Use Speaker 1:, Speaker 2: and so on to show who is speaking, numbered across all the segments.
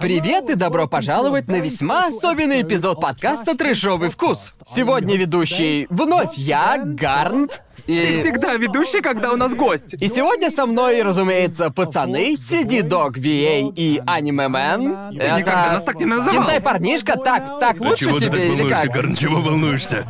Speaker 1: Привет и добро пожаловать на весьма особенный эпизод подкаста «Трэшовый вкус». Сегодня ведущий вновь я, Гарнт,
Speaker 2: Ты
Speaker 1: и...
Speaker 2: всегда ведущий, когда у нас гость.
Speaker 1: И сегодня со мной, разумеется, пацаны, Сиди Дог VA и Аниме Мэн.
Speaker 3: Ты
Speaker 2: никогда нас так не называл.
Speaker 1: парнишка, так, так
Speaker 3: Да
Speaker 1: лучше
Speaker 3: А чего ты так
Speaker 1: тебе или
Speaker 3: волнуешься,
Speaker 1: как?
Speaker 3: Гарн? Чего волнуешься?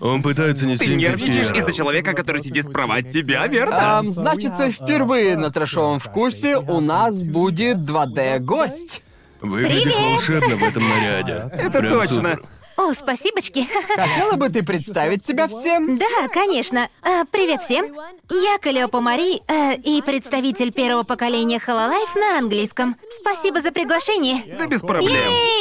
Speaker 3: Он пытается нести
Speaker 2: Ты
Speaker 3: импульс
Speaker 2: нервничаешь
Speaker 3: мира.
Speaker 2: из-за человека, который сидит справа от тебя, верно?
Speaker 1: Ам, значится, впервые на трэшовом вкусе у нас будет 2D-гость.
Speaker 3: Выглядишь волшебно в этом наряде.
Speaker 2: Это
Speaker 3: Прям
Speaker 2: точно.
Speaker 3: супер.
Speaker 4: О, спасибочки.
Speaker 1: Хотела бы ты представить себя всем?
Speaker 4: Да, конечно. А, привет всем. Я Калиопа Мари э, и представитель первого поколения Хололайф на английском. Спасибо за приглашение.
Speaker 2: Да без проблем.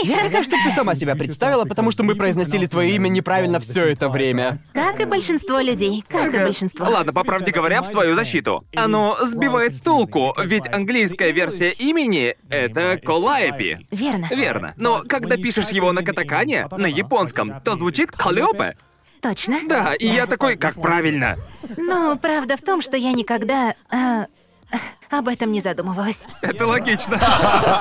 Speaker 1: Я хотел, чтобы ты сама себя представила, потому что мы произносили твое имя неправильно все это время.
Speaker 4: Как и большинство людей, как и большинство.
Speaker 2: Ладно, по правде говоря, в свою защиту. Оно сбивает с толку, ведь английская версия имени — это Колайпи.
Speaker 4: Верно.
Speaker 2: Верно. Но когда пишешь его на катакане, на японском, то звучит Калиопе.
Speaker 4: Точно?
Speaker 2: Да, и я такой, как правильно.
Speaker 4: Но правда в том, что я никогда э, об этом не задумывалась.
Speaker 2: Это логично.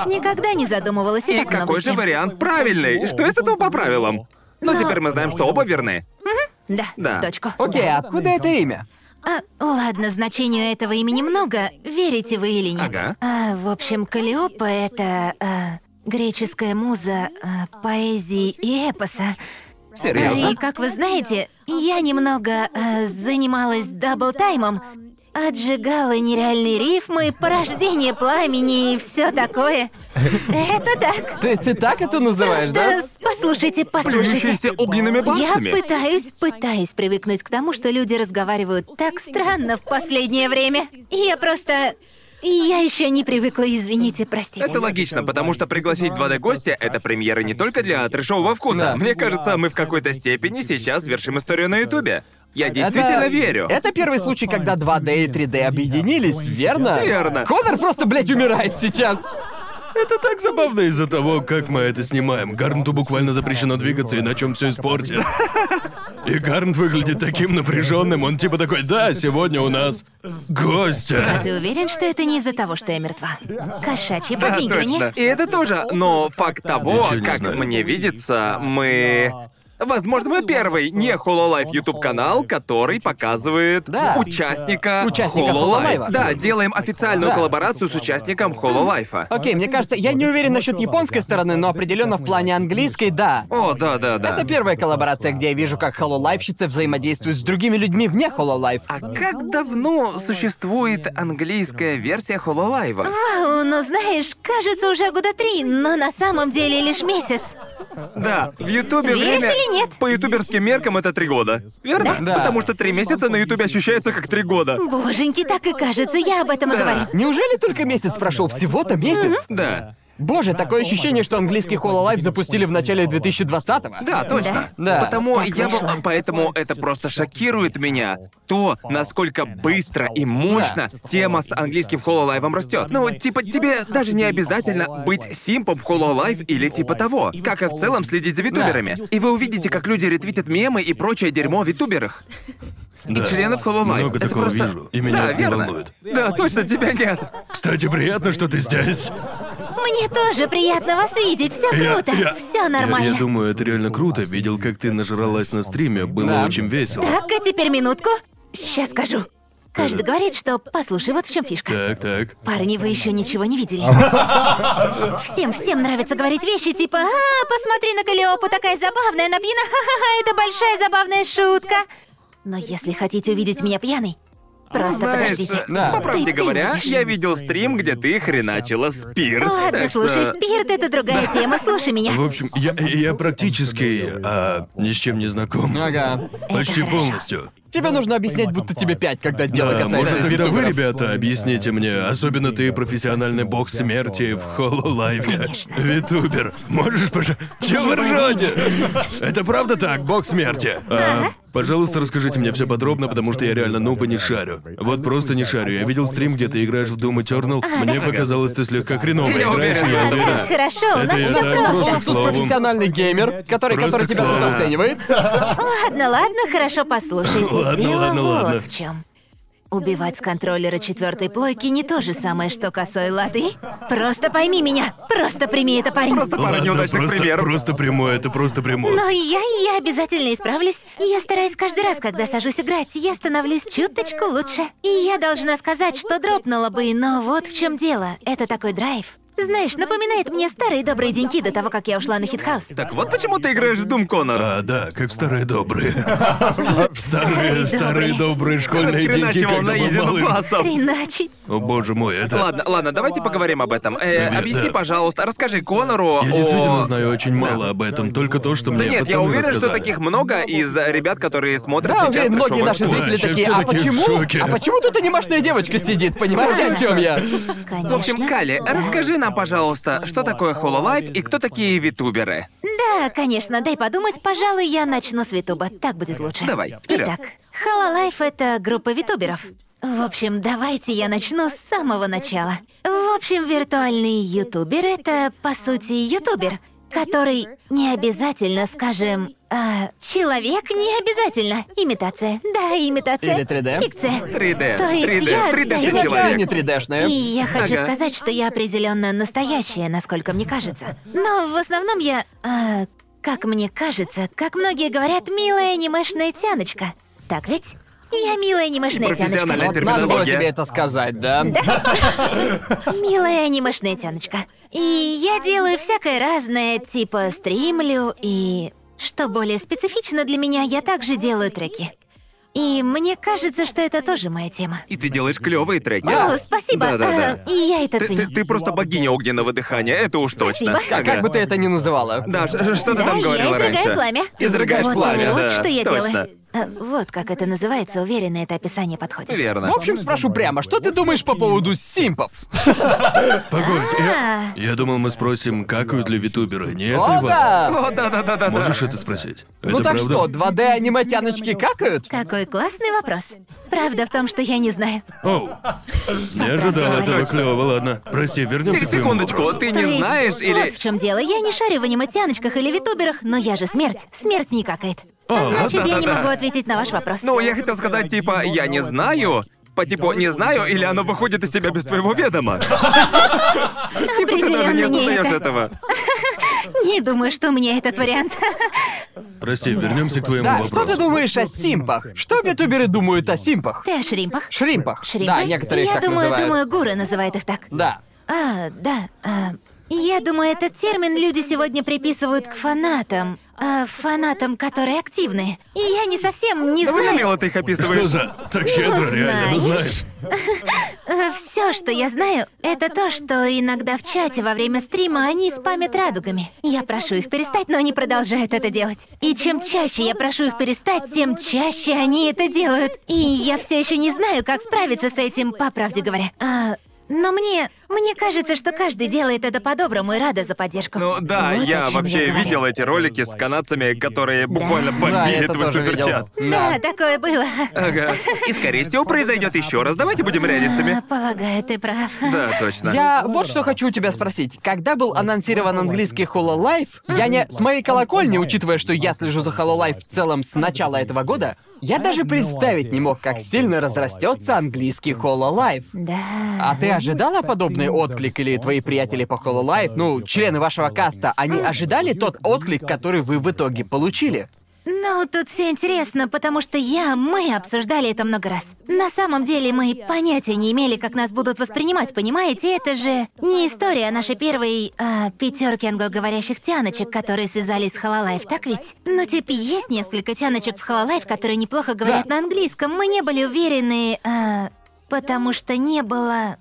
Speaker 4: Никогда не задумывалась и
Speaker 2: А. И
Speaker 4: так много
Speaker 2: какой же
Speaker 4: всем.
Speaker 2: вариант правильный? Что из этого по правилам? Но
Speaker 4: Но-
Speaker 2: теперь мы знаем, что оба верны.
Speaker 4: Да,
Speaker 2: Да.
Speaker 4: в точку.
Speaker 1: Окей, а откуда это имя?
Speaker 4: А, ладно, значению этого имени много, верите вы или нет.
Speaker 2: Ага.
Speaker 4: А, в общем, Калиопа — это а, греческая муза а, поэзии и эпоса.
Speaker 2: Серьезно?
Speaker 4: И, как вы знаете, я немного а, занималась даблтаймом, отжигала нереальные рифмы, порождение пламени и все такое. Это так.
Speaker 1: Ты, ты так это называешь, да?
Speaker 4: Да, Послушайте, послушайте.
Speaker 2: Плюющиеся огненными
Speaker 4: Я
Speaker 2: пальцами.
Speaker 4: пытаюсь, пытаюсь привыкнуть к тому, что люди разговаривают так странно в последнее время. Я просто... Я еще не привыкла, извините, простите.
Speaker 2: Это логично, потому что пригласить 2D гостя — это премьера не только для трешового вкуса.
Speaker 1: Да.
Speaker 2: Мне кажется, мы в какой-то степени сейчас вершим историю на Ютубе. Я действительно
Speaker 1: Это-
Speaker 2: верю.
Speaker 1: Это первый случай, когда 2D и 3D объединились, верно?
Speaker 2: Верно.
Speaker 1: Конор просто, блядь, умирает сейчас.
Speaker 3: Это так забавно из-за того, как мы это снимаем. Гарнту буквально запрещено двигаться, иначе он все испортит. И Гарнт выглядит таким напряженным, он типа такой, да, сегодня у нас
Speaker 2: А
Speaker 3: гостя.
Speaker 4: Ты уверен, что это не из-за того, что я мертва? Кошачье
Speaker 2: Да,
Speaker 4: подмигивание.
Speaker 2: точно. И это тоже, но факт того,
Speaker 3: Ничего не
Speaker 2: как
Speaker 3: знаю.
Speaker 2: мне видится, мы... Возможно, мы первый не Hololive YouTube канал, который показывает
Speaker 1: Да.
Speaker 2: участника
Speaker 1: Участника
Speaker 2: Hololive.
Speaker 1: Hololive.
Speaker 2: Да, делаем официальную
Speaker 1: Да.
Speaker 2: коллаборацию с участником Hololive.
Speaker 1: Окей, мне кажется, я не уверен насчет японской стороны, но определенно в плане английской, да.
Speaker 2: О, да, да, да.
Speaker 1: Это первая коллаборация, где я вижу, как хололайфщицы взаимодействуют с другими людьми вне хололайф.
Speaker 2: А как давно существует английская версия Хололайва?
Speaker 4: Вау, ну знаешь, кажется, уже года три, но на самом деле лишь месяц.
Speaker 2: Да, в Ютубе
Speaker 4: Веришь
Speaker 2: время...
Speaker 4: или нет?
Speaker 2: По ютуберским меркам это три года. Верно?
Speaker 1: Да.
Speaker 2: Потому что три месяца на Ютубе ощущается как три года.
Speaker 4: Боженьки, так и кажется, я об этом и говорю.
Speaker 1: Неужели только месяц прошел? Всего-то месяц?
Speaker 2: Да.
Speaker 1: Боже, такое ощущение, что английский хололайф запустили в начале 2020-го.
Speaker 2: Да, точно.
Speaker 1: Да.
Speaker 2: Потому
Speaker 4: Так
Speaker 2: я бы-
Speaker 4: вышло.
Speaker 2: поэтому это просто шокирует меня. То, насколько быстро и мощно тема с английским хололайвом растет. Ну, типа, тебе даже не обязательно быть симпом хололайв или типа того. Как и в целом следить за витуберами. И вы увидите, как люди ретвитят мемы и прочее дерьмо в витуберах. И
Speaker 3: Да.
Speaker 2: членов хололайв.
Speaker 3: Много
Speaker 2: это
Speaker 3: такого
Speaker 2: просто...
Speaker 3: вижу, и меня
Speaker 2: да,
Speaker 3: это не
Speaker 2: верно.
Speaker 3: волнует.
Speaker 2: Да, точно, тебя нет.
Speaker 3: Кстати, приятно, что ты здесь.
Speaker 4: Мне тоже приятно вас видеть, все
Speaker 3: Я-
Speaker 4: круто,
Speaker 3: я-
Speaker 4: все
Speaker 3: Я,
Speaker 4: нормально.
Speaker 3: я думаю, это реально круто. Видел, как ты нажралась на стриме, было
Speaker 1: Да.
Speaker 3: очень весело.
Speaker 4: Так, а теперь минутку. Сейчас скажу. Каждый говорит, что послушай, вот в чем фишка.
Speaker 3: Так, так.
Speaker 4: Парни, вы еще ничего не видели. Всем, всем нравится говорить вещи типа «А, посмотри на Калиопу, такая забавная, она пьяна, ха-ха-ха, это большая забавная шутка». Но если хотите увидеть меня пьяной, просто
Speaker 2: Знаешь,
Speaker 4: подождите.
Speaker 1: Да.
Speaker 2: по правде
Speaker 4: Ты- ты
Speaker 2: говоря,
Speaker 4: будешь.
Speaker 2: я видел стрим, где ты хреначила спирт.
Speaker 4: Ладно,
Speaker 2: так что-
Speaker 4: слушай, спирт — это другая тема, слушай меня.
Speaker 3: В общем, я, я практически а, ни с чем не знаком.
Speaker 1: Ну Ага.
Speaker 3: Почти
Speaker 4: хорошо.
Speaker 3: полностью.
Speaker 1: Тебе нужно объяснять, будто тебе пять, когда дело
Speaker 3: Да,
Speaker 1: касается
Speaker 3: может, тогда вы,
Speaker 1: ютуберов.
Speaker 3: ребята, объясните мне, особенно ты профессиональный бог смерти в Хололайфе.
Speaker 4: Конечно.
Speaker 3: Витубер, можешь, пожалуйста... Чего вы ржете? Это правда так, бог смерти? А, Пожалуйста, расскажите мне все подробно, потому что я реально нуба не шарю. Вот просто не шарю. Я видел стрим, где ты играешь в Doom Eternal. Мне показалось, ты слегка хреново
Speaker 2: Я
Speaker 3: играешь,
Speaker 2: уверен,
Speaker 3: и я
Speaker 2: это
Speaker 3: уверен.
Speaker 2: да.
Speaker 4: Так, хорошо, у нас
Speaker 3: я
Speaker 4: все
Speaker 1: У
Speaker 3: так
Speaker 4: просто.
Speaker 1: нас
Speaker 3: Просто к
Speaker 1: тут
Speaker 3: слову.
Speaker 1: профессиональный геймер, который,
Speaker 3: Просто
Speaker 1: который
Speaker 3: к
Speaker 1: тебя тут
Speaker 3: слову.
Speaker 1: оценивает.
Speaker 4: Ладно, ладно, хорошо, послушайте.
Speaker 3: Ладно,
Speaker 4: Дело
Speaker 3: ладно,
Speaker 4: вот
Speaker 3: ладно.
Speaker 4: в чем. Убивать контроллера четвертой плойки не то же самое, что косой латы. Просто пойми меня. Просто прими это, парень.
Speaker 2: Просто пара
Speaker 3: Ладно,
Speaker 2: неудачных
Speaker 3: просто,
Speaker 2: примеров.
Speaker 3: просто прямое, это просто прямое.
Speaker 4: Но и я, и я обязательно исправлюсь. Я стараюсь каждый раз, когда сажусь играть, я становлюсь чуточку лучше. И я должна сказать, что дропнула бы, но вот в чем дело. Это такой драйв. Знаешь, напоминает мне старые добрые деньки до того, как я ушла на хит-хаус.
Speaker 2: Так вот почему ты играешь в Doom Connor.
Speaker 3: А, да, как в старые добрые. В старые, старые добрые школьные деньки,
Speaker 2: Расхреначивал
Speaker 3: когда
Speaker 2: на
Speaker 3: был
Speaker 2: изину
Speaker 3: малым.
Speaker 2: басом.
Speaker 4: Хреначить.
Speaker 3: О боже мой, это...
Speaker 2: Ладно, ладно, давайте поговорим об этом. Э,
Speaker 3: Да,
Speaker 2: объясни,
Speaker 3: да.
Speaker 2: пожалуйста, расскажи Конору
Speaker 3: Я
Speaker 2: о...
Speaker 3: действительно знаю очень мало об этом, только то, что
Speaker 2: Да
Speaker 3: мне
Speaker 2: нет, я
Speaker 3: пацаны
Speaker 2: уверен, что
Speaker 3: рассказали.
Speaker 2: таких много из ребят, которые смотрят
Speaker 1: Да,
Speaker 2: сейчас
Speaker 1: уверен,
Speaker 2: «Трэшовый
Speaker 1: многие наши
Speaker 2: шоу».
Speaker 1: зрители
Speaker 3: Вообще,
Speaker 1: такие,
Speaker 3: все
Speaker 1: а
Speaker 3: такие в
Speaker 1: почему?
Speaker 3: шоке».
Speaker 1: А почему тут анимашная девочка сидит, понимаете, о чем я?
Speaker 4: Конечно.
Speaker 2: В общем, Кали, расскажи нам, пожалуйста, что такое Hololive и кто такие витуберы.
Speaker 4: Да, конечно, дай подумать, пожалуй, я начну с Витуба. Так будет лучше.
Speaker 2: Давай, вперед.
Speaker 4: Итак, Халалайф — это группа витуберов. В общем, давайте я начну с самого начала. В общем, виртуальный ютубер — это, по сути, ютубер, который не обязательно, скажем, а, человек не обязательно. Имитация. Да, имитация.
Speaker 1: Или 3D.
Speaker 4: Фикция.
Speaker 2: 3D.
Speaker 4: То есть
Speaker 2: 3D.
Speaker 4: я-
Speaker 2: 3D
Speaker 4: да, я-
Speaker 1: Иногда они
Speaker 2: человек.
Speaker 1: 3D-шные.
Speaker 4: И я хочу
Speaker 2: Ага.
Speaker 4: сказать, что я определенно настоящая, насколько мне кажется. Но в основном я, а, как мне кажется, как многие говорят, милая анимешная тяночка. Так ведь? Я милая анимешная
Speaker 2: Профессиональная
Speaker 4: тяночка.
Speaker 1: Вот надо было
Speaker 2: терминология.
Speaker 1: тебе это сказать, да?
Speaker 4: Милая анимешная тяночка. И я делаю всякое разное, типа стримлю и... Что более специфично для меня, я также делаю треки. И мне кажется, что это тоже моя тема.
Speaker 2: И ты делаешь клевые треки.
Speaker 4: О, спасибо.
Speaker 2: Да-да-да.
Speaker 4: А, и я это
Speaker 2: Ты, ты-
Speaker 4: ценю.
Speaker 2: ты просто богиня огненного дыхания, это уж точно.
Speaker 4: Спасибо.
Speaker 1: Как, как бы ты это ни называла.
Speaker 2: Да, ш- ш- что ты там
Speaker 4: да,
Speaker 2: говорила
Speaker 4: я изрыгаю
Speaker 2: раньше?
Speaker 4: пламя.
Speaker 2: Изрыгаешь
Speaker 4: вот,
Speaker 2: пламя,
Speaker 4: Вот
Speaker 2: да,
Speaker 4: что я
Speaker 2: точно.
Speaker 4: делаю. А, Вот как это называется, уверена, это описание подходит.
Speaker 2: Верно.
Speaker 1: В общем, спрошу прямо, что ты думаешь по поводу симпов?
Speaker 3: Погодь, я... Я думал, мы спросим, какают ли витуберы, не это
Speaker 1: О,
Speaker 3: ли
Speaker 1: да!
Speaker 2: О, да, да, да, да, да.
Speaker 3: Можешь это спросить?
Speaker 1: Ну
Speaker 3: это
Speaker 1: так
Speaker 3: правда?
Speaker 1: что, 2D-аниме-тяночки какают?
Speaker 4: Какой классный вопрос. Правда в том, что я не знаю.
Speaker 3: Оу. Не ожидал этого клево, ладно. Прости, вернемся
Speaker 2: Сек-
Speaker 3: к твоему
Speaker 2: Секундочку,
Speaker 3: вопросу.
Speaker 2: ты не
Speaker 4: То есть,
Speaker 2: знаешь или...
Speaker 4: Вот в чем дело. Я не шарю в аниматяночках или витуберах, но я же смерть. Смерть не какает.
Speaker 3: А,
Speaker 4: Значит, я не
Speaker 2: да-да-да.
Speaker 4: могу ответить на ваш вопрос.
Speaker 2: Ну, я хотел сказать, типа, я не знаю, по типу «не знаю» или оно выходит из тебя без твоего ведома. Типа ты даже не
Speaker 4: Определенно не
Speaker 2: осознаешь
Speaker 4: это.
Speaker 2: этого.
Speaker 4: Не думаю, что у меня этот вариант.
Speaker 3: Прости, вернемся к твоему
Speaker 1: Да,
Speaker 3: вопросу.
Speaker 1: что ты думаешь о симпах? Что витуберы думают о симпах?
Speaker 4: Ты о шримпах?
Speaker 1: Шримпах.
Speaker 4: Шримпы?
Speaker 1: Да, некоторые их
Speaker 4: я
Speaker 1: так
Speaker 4: думаю,
Speaker 1: называют.
Speaker 4: думаю, гуры называют их так.
Speaker 1: Да.
Speaker 4: А, да. а, я думаю, этот термин люди сегодня приписывают к фанатам. а, фанатам, которые активны. И я не совсем не
Speaker 2: Да вы
Speaker 4: знаю.
Speaker 2: умело Ну, ты их
Speaker 3: Что
Speaker 2: описываешь.
Speaker 3: за... Так щедро, реально, ну знаешь.
Speaker 4: все, что я знаю, это то, что иногда в чате во время стрима они спамят радугами. Я прошу их перестать, но они продолжают это делать. И чем чаще я прошу их перестать, тем чаще они это делают. И я все еще не знаю, как справиться с этим, по правде говоря. А, но мне. Мне кажется, что каждый делает это по-доброму и рада за поддержку.
Speaker 2: Ну да,
Speaker 4: Вот о
Speaker 2: я
Speaker 4: чем
Speaker 2: вообще
Speaker 4: говорю.
Speaker 2: видел эти ролики с канадцами, которые буквально
Speaker 1: Да, я
Speaker 2: бомбили
Speaker 1: это
Speaker 2: твой
Speaker 1: тоже видел.
Speaker 2: суперчат.
Speaker 4: Да, такое было.
Speaker 2: Ага. И скорее всего произойдет еще раз. Давайте будем реалистами.
Speaker 4: А, Полагаю, ты прав.
Speaker 2: Да, точно.
Speaker 1: Я вот что хочу у тебя спросить. Когда был анонсирован английский Hololive, я не... С моей колокольни, учитывая, что я слежу за Hololive в целом с начала этого года, я даже представить не мог, как сильно разрастется английский Hololive.
Speaker 4: Да.
Speaker 1: А ты ожидала подобный отклик или твои приятели по Hololive, ну, члены вашего каста, они ожидали тот отклик, который вы в итоге получили?
Speaker 4: Ну, тут все интересно, потому что я, мы обсуждали это много раз. На самом деле мы понятия не имели, как нас будут воспринимать, понимаете? Это же не история нашей первой а, пятерки англоговорящих тяночек, которые связались с Хололайф, так ведь? Ну, типа, есть несколько тяночек в Хололайф, которые неплохо говорят на английском. Мы не были уверены, а, потому что не было...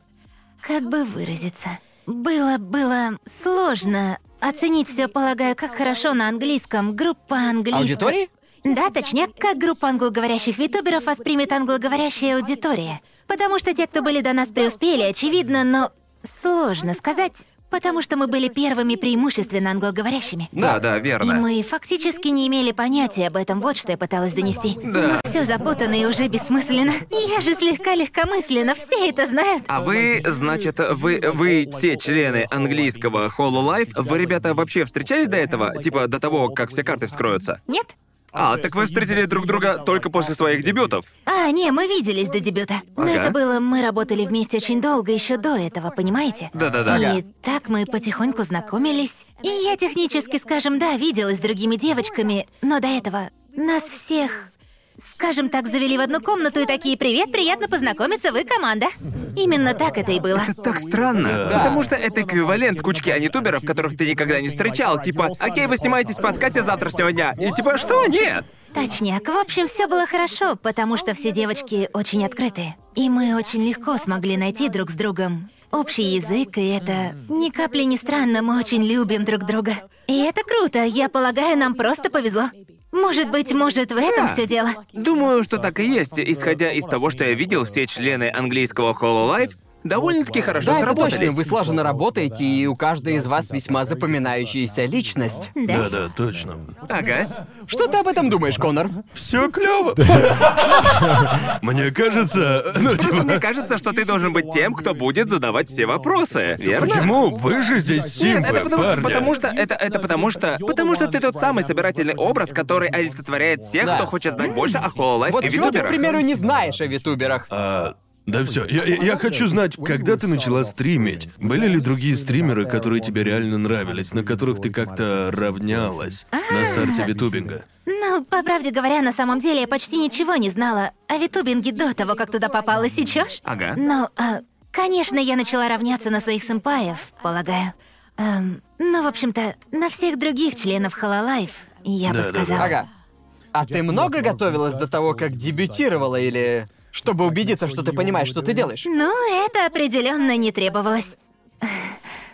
Speaker 4: Как бы выразиться? Было, было сложно оценить все, полагаю, как хорошо на английском группа английского...
Speaker 1: Аудитории?
Speaker 4: Да, точнее, как группа англоговорящих витуберов воспримет англоговорящая аудитория. Потому что те, кто были до нас, преуспели, очевидно, но сложно сказать, потому что мы были первыми преимущественно англоговорящими.
Speaker 2: Да, да,
Speaker 4: И
Speaker 2: верно.
Speaker 4: мы фактически не имели понятия об этом, вот что я пыталась донести.
Speaker 2: Да.
Speaker 4: Но все запутано и уже бессмысленно. Я же слегка легкомысленно, все это знают.
Speaker 2: А вы, значит, вы, вы все члены английского Hololive, вы, ребята, вообще встречались до этого? Типа до того, как все карты вскроются?
Speaker 4: Нет?
Speaker 2: А, так вы встретили друг друга только после своих дебютов.
Speaker 4: А, не, мы виделись до дебюта. Но
Speaker 2: Ага.
Speaker 4: это было, мы работали вместе очень долго, еще до этого, понимаете?
Speaker 2: Да-да-да.
Speaker 4: И
Speaker 2: Ага.
Speaker 4: так мы потихоньку знакомились. И я технически, скажем, да, виделась с другими девочками, но до этого нас всех, скажем так, завели в одну комнату и такие «Привет, приятно познакомиться, вы команда». Именно так это и было.
Speaker 2: Это так странно. Потому что это эквивалент кучки анитуберов, которых ты никогда не встречал. Типа, окей, вы снимаетесь в подкате с завтрашнего дня. И типа, что? Нет.
Speaker 4: Точняк. В общем, все было хорошо, потому что все девочки очень открытые. И мы очень легко смогли найти друг с другом общий язык, и это ни капли не странно, мы очень любим друг друга. И это круто, я полагаю, нам просто повезло. Может быть, может, в этом все дело.
Speaker 2: Думаю, что так и есть. Исходя из того, что я видел, все члены английского Hololive довольно-таки хорошо
Speaker 1: Да, это точно,
Speaker 2: сработались.
Speaker 1: вы слаженно работаете, и у каждой из вас весьма запоминающаяся личность.
Speaker 4: Да.
Speaker 3: Да-да, точно.
Speaker 2: Ага.
Speaker 1: Что ты об этом думаешь, Конор?
Speaker 3: Все клево. Мне кажется, ну
Speaker 2: Просто
Speaker 3: типа.
Speaker 2: мне кажется, что ты должен быть тем, кто будет задавать все вопросы, верно?
Speaker 3: Почему вы же здесь
Speaker 2: Нет,
Speaker 3: симпы,
Speaker 2: это потому,
Speaker 3: парни?
Speaker 2: потому что это это потому что потому что ты тот самый собирательный образ, который олицетворяет всех,
Speaker 1: Да.
Speaker 2: кто хочет знать больше о Hololive
Speaker 1: Вот
Speaker 2: и
Speaker 1: чего ты, к
Speaker 2: витуберах.
Speaker 1: примеру, не знаешь о витуберах?
Speaker 3: Э, А, да все. Я, я- я хочу знать, когда ты начала стримить? Были ли другие стримеры, которые тебе реально нравились, на которых ты как-то равнялась на старте витубинга?
Speaker 4: Ну, по правде говоря, на самом деле я почти ничего не знала о витубинге до того, как туда попала сейчас.
Speaker 2: Ага.
Speaker 4: Но, а, конечно, я начала равняться на своих сэмпаев, полагаю. Эм, ну, в общем-то, на всех других членов Хололайф, я бы
Speaker 3: Да-да-да.
Speaker 4: сказала.
Speaker 1: Ага. А ты много готовилась до того, как дебютировала, или... Чтобы убедиться, что ты понимаешь, что ты делаешь?
Speaker 4: Ну, это определенно не требовалось.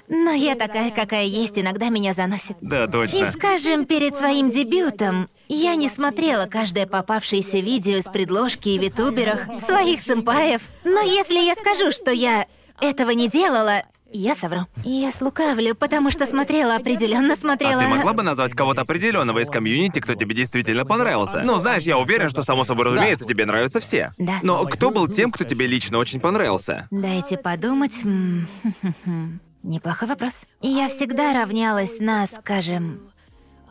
Speaker 4: Но я такая, какая есть, иногда меня заносит.
Speaker 2: Да,
Speaker 4: И,
Speaker 2: точно. А
Speaker 4: скажем, перед своим дебютом я не смотрела каждое попавшееся видео с предложки и витуберах своих сэмпаев. Но если я скажу, что я этого не делала, я совру. Я слукавлю, потому что смотрела, определенно
Speaker 2: А
Speaker 4: смотрела.
Speaker 2: ты могла бы назвать кого-то определенного из комьюнити, кто тебе действительно понравился? Ну, знаешь, я уверен, что само собой разумеется, тебе нравятся все.
Speaker 4: Да.
Speaker 2: Но кто был тем, кто тебе лично очень понравился?
Speaker 4: Дайте подумать. М, хм-хм-хм. Неплохой вопрос. Я всегда равнялась на, скажем,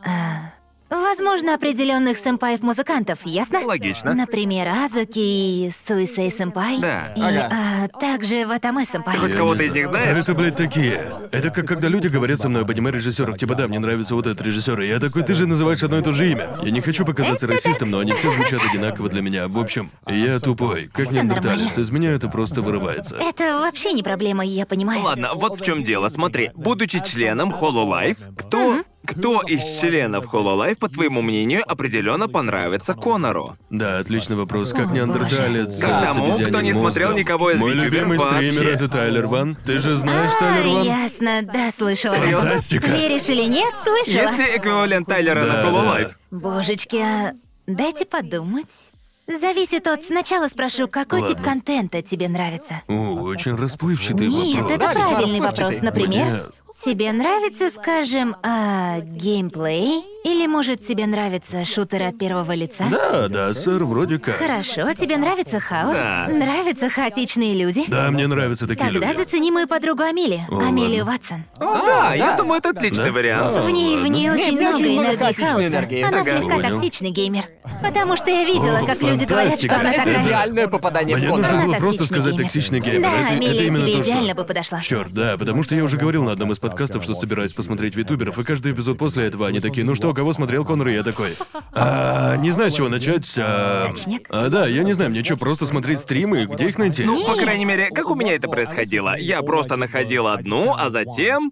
Speaker 4: а, возможно, определенных сэмпаев-музыкантов, ясно?
Speaker 2: Логично.
Speaker 4: Например, Азуки и Суисей сэмпай.
Speaker 2: Да.
Speaker 4: И
Speaker 1: Ага.
Speaker 4: а, также Ватаме сэмпай.
Speaker 2: Ты хоть кого-то из них знаешь?
Speaker 3: Кто это, блядь, такие? Это как когда люди говорят со мной об аниме режиссерах, типа, да, мне нравится вот этот режиссер, и я такой, ты же называешь одно и то же имя. Я не хочу показаться расистом, но они все звучат одинаково для меня. В общем, я тупой, как неандерталец, из меня это просто вырывается.
Speaker 4: Это вообще не проблема, я понимаю.
Speaker 2: Ладно, вот в чем дело. Смотри, будучи членом Hololive, кто кто из членов Hololive, по твоему мнению, определенно понравится Конору?
Speaker 3: Да, отличный вопрос. Как неандерталец,
Speaker 2: Как
Speaker 3: э, с
Speaker 2: тому, кто
Speaker 3: обезьяньим
Speaker 2: не смотрел
Speaker 3: мозгом.
Speaker 2: никого из
Speaker 3: Мой
Speaker 2: ютуберов
Speaker 3: любимый стример
Speaker 2: вообще.
Speaker 3: это Тайлер Ван. Ты же знаешь Тайлер
Speaker 4: А,
Speaker 3: Ван?
Speaker 4: ясно, да, слышала.
Speaker 2: Серьёзно?
Speaker 3: Фантастика.
Speaker 4: Веришь или нет, слышала.
Speaker 2: Есть ли эквивалент Тайлера
Speaker 3: Да,
Speaker 2: на Hololive?
Speaker 4: Божечки, а дайте подумать. Зависит от... Сначала спрошу, какой
Speaker 3: Ладно.
Speaker 4: тип контента тебе нравится?
Speaker 3: О, очень расплывчатый
Speaker 4: Нет,
Speaker 3: вопрос.
Speaker 4: это
Speaker 1: Да,
Speaker 4: правильный
Speaker 1: расплывчатый.
Speaker 4: вопрос. Например,
Speaker 3: Мне-
Speaker 4: тебе нравится, скажем, а, геймплей? Или, может, тебе нравятся шутеры от первого лица?
Speaker 3: Да, да, сэр, вроде как.
Speaker 4: Хорошо, тебе нравится хаос?
Speaker 2: Да.
Speaker 4: Нравятся хаотичные люди?
Speaker 3: Да, мне нравятся такие
Speaker 4: Тогда
Speaker 3: люди.
Speaker 4: зацени мою подругу Амелию.
Speaker 3: О,
Speaker 4: Амелию Ватсон.
Speaker 2: О, да, я
Speaker 1: да.
Speaker 2: думаю, это отличный
Speaker 3: Да?
Speaker 2: вариант.
Speaker 4: В ней, в ней
Speaker 1: Нет,
Speaker 4: очень
Speaker 1: в ней
Speaker 4: много
Speaker 1: очень много
Speaker 4: энергии
Speaker 1: хаотичной
Speaker 4: хаоса.
Speaker 1: энергии.
Speaker 4: Она
Speaker 2: Ага.
Speaker 4: слегка
Speaker 3: Понял.
Speaker 4: токсичный геймер. Потому что я видела,
Speaker 3: О,
Speaker 4: как люди говорят, что
Speaker 3: фантастика.
Speaker 4: она
Speaker 3: Это
Speaker 1: Это
Speaker 4: такая.
Speaker 1: идеальное попадание в
Speaker 3: Мне
Speaker 1: Конора.
Speaker 3: нужно
Speaker 4: Она
Speaker 3: было просто
Speaker 4: токсичный
Speaker 3: сказать
Speaker 4: геймер.
Speaker 3: токсичный геймер.
Speaker 4: Да,
Speaker 3: это,
Speaker 4: Амелия
Speaker 3: это именно
Speaker 4: тебе
Speaker 3: то, что-
Speaker 4: идеально бы подошла.
Speaker 3: Чёрт, да, потому что я уже говорил на одном из подкастов, что собираюсь посмотреть витуберов, и каждый эпизод после этого они такие, ну что, кого смотрел Конор, и я такой. «А, не знаю, с чего начать. А, а, да, я не знаю, мне что, просто смотреть стримы, и где их найти?
Speaker 2: Ну, по крайней мере, как у меня это происходило? Я просто находил одну, а затем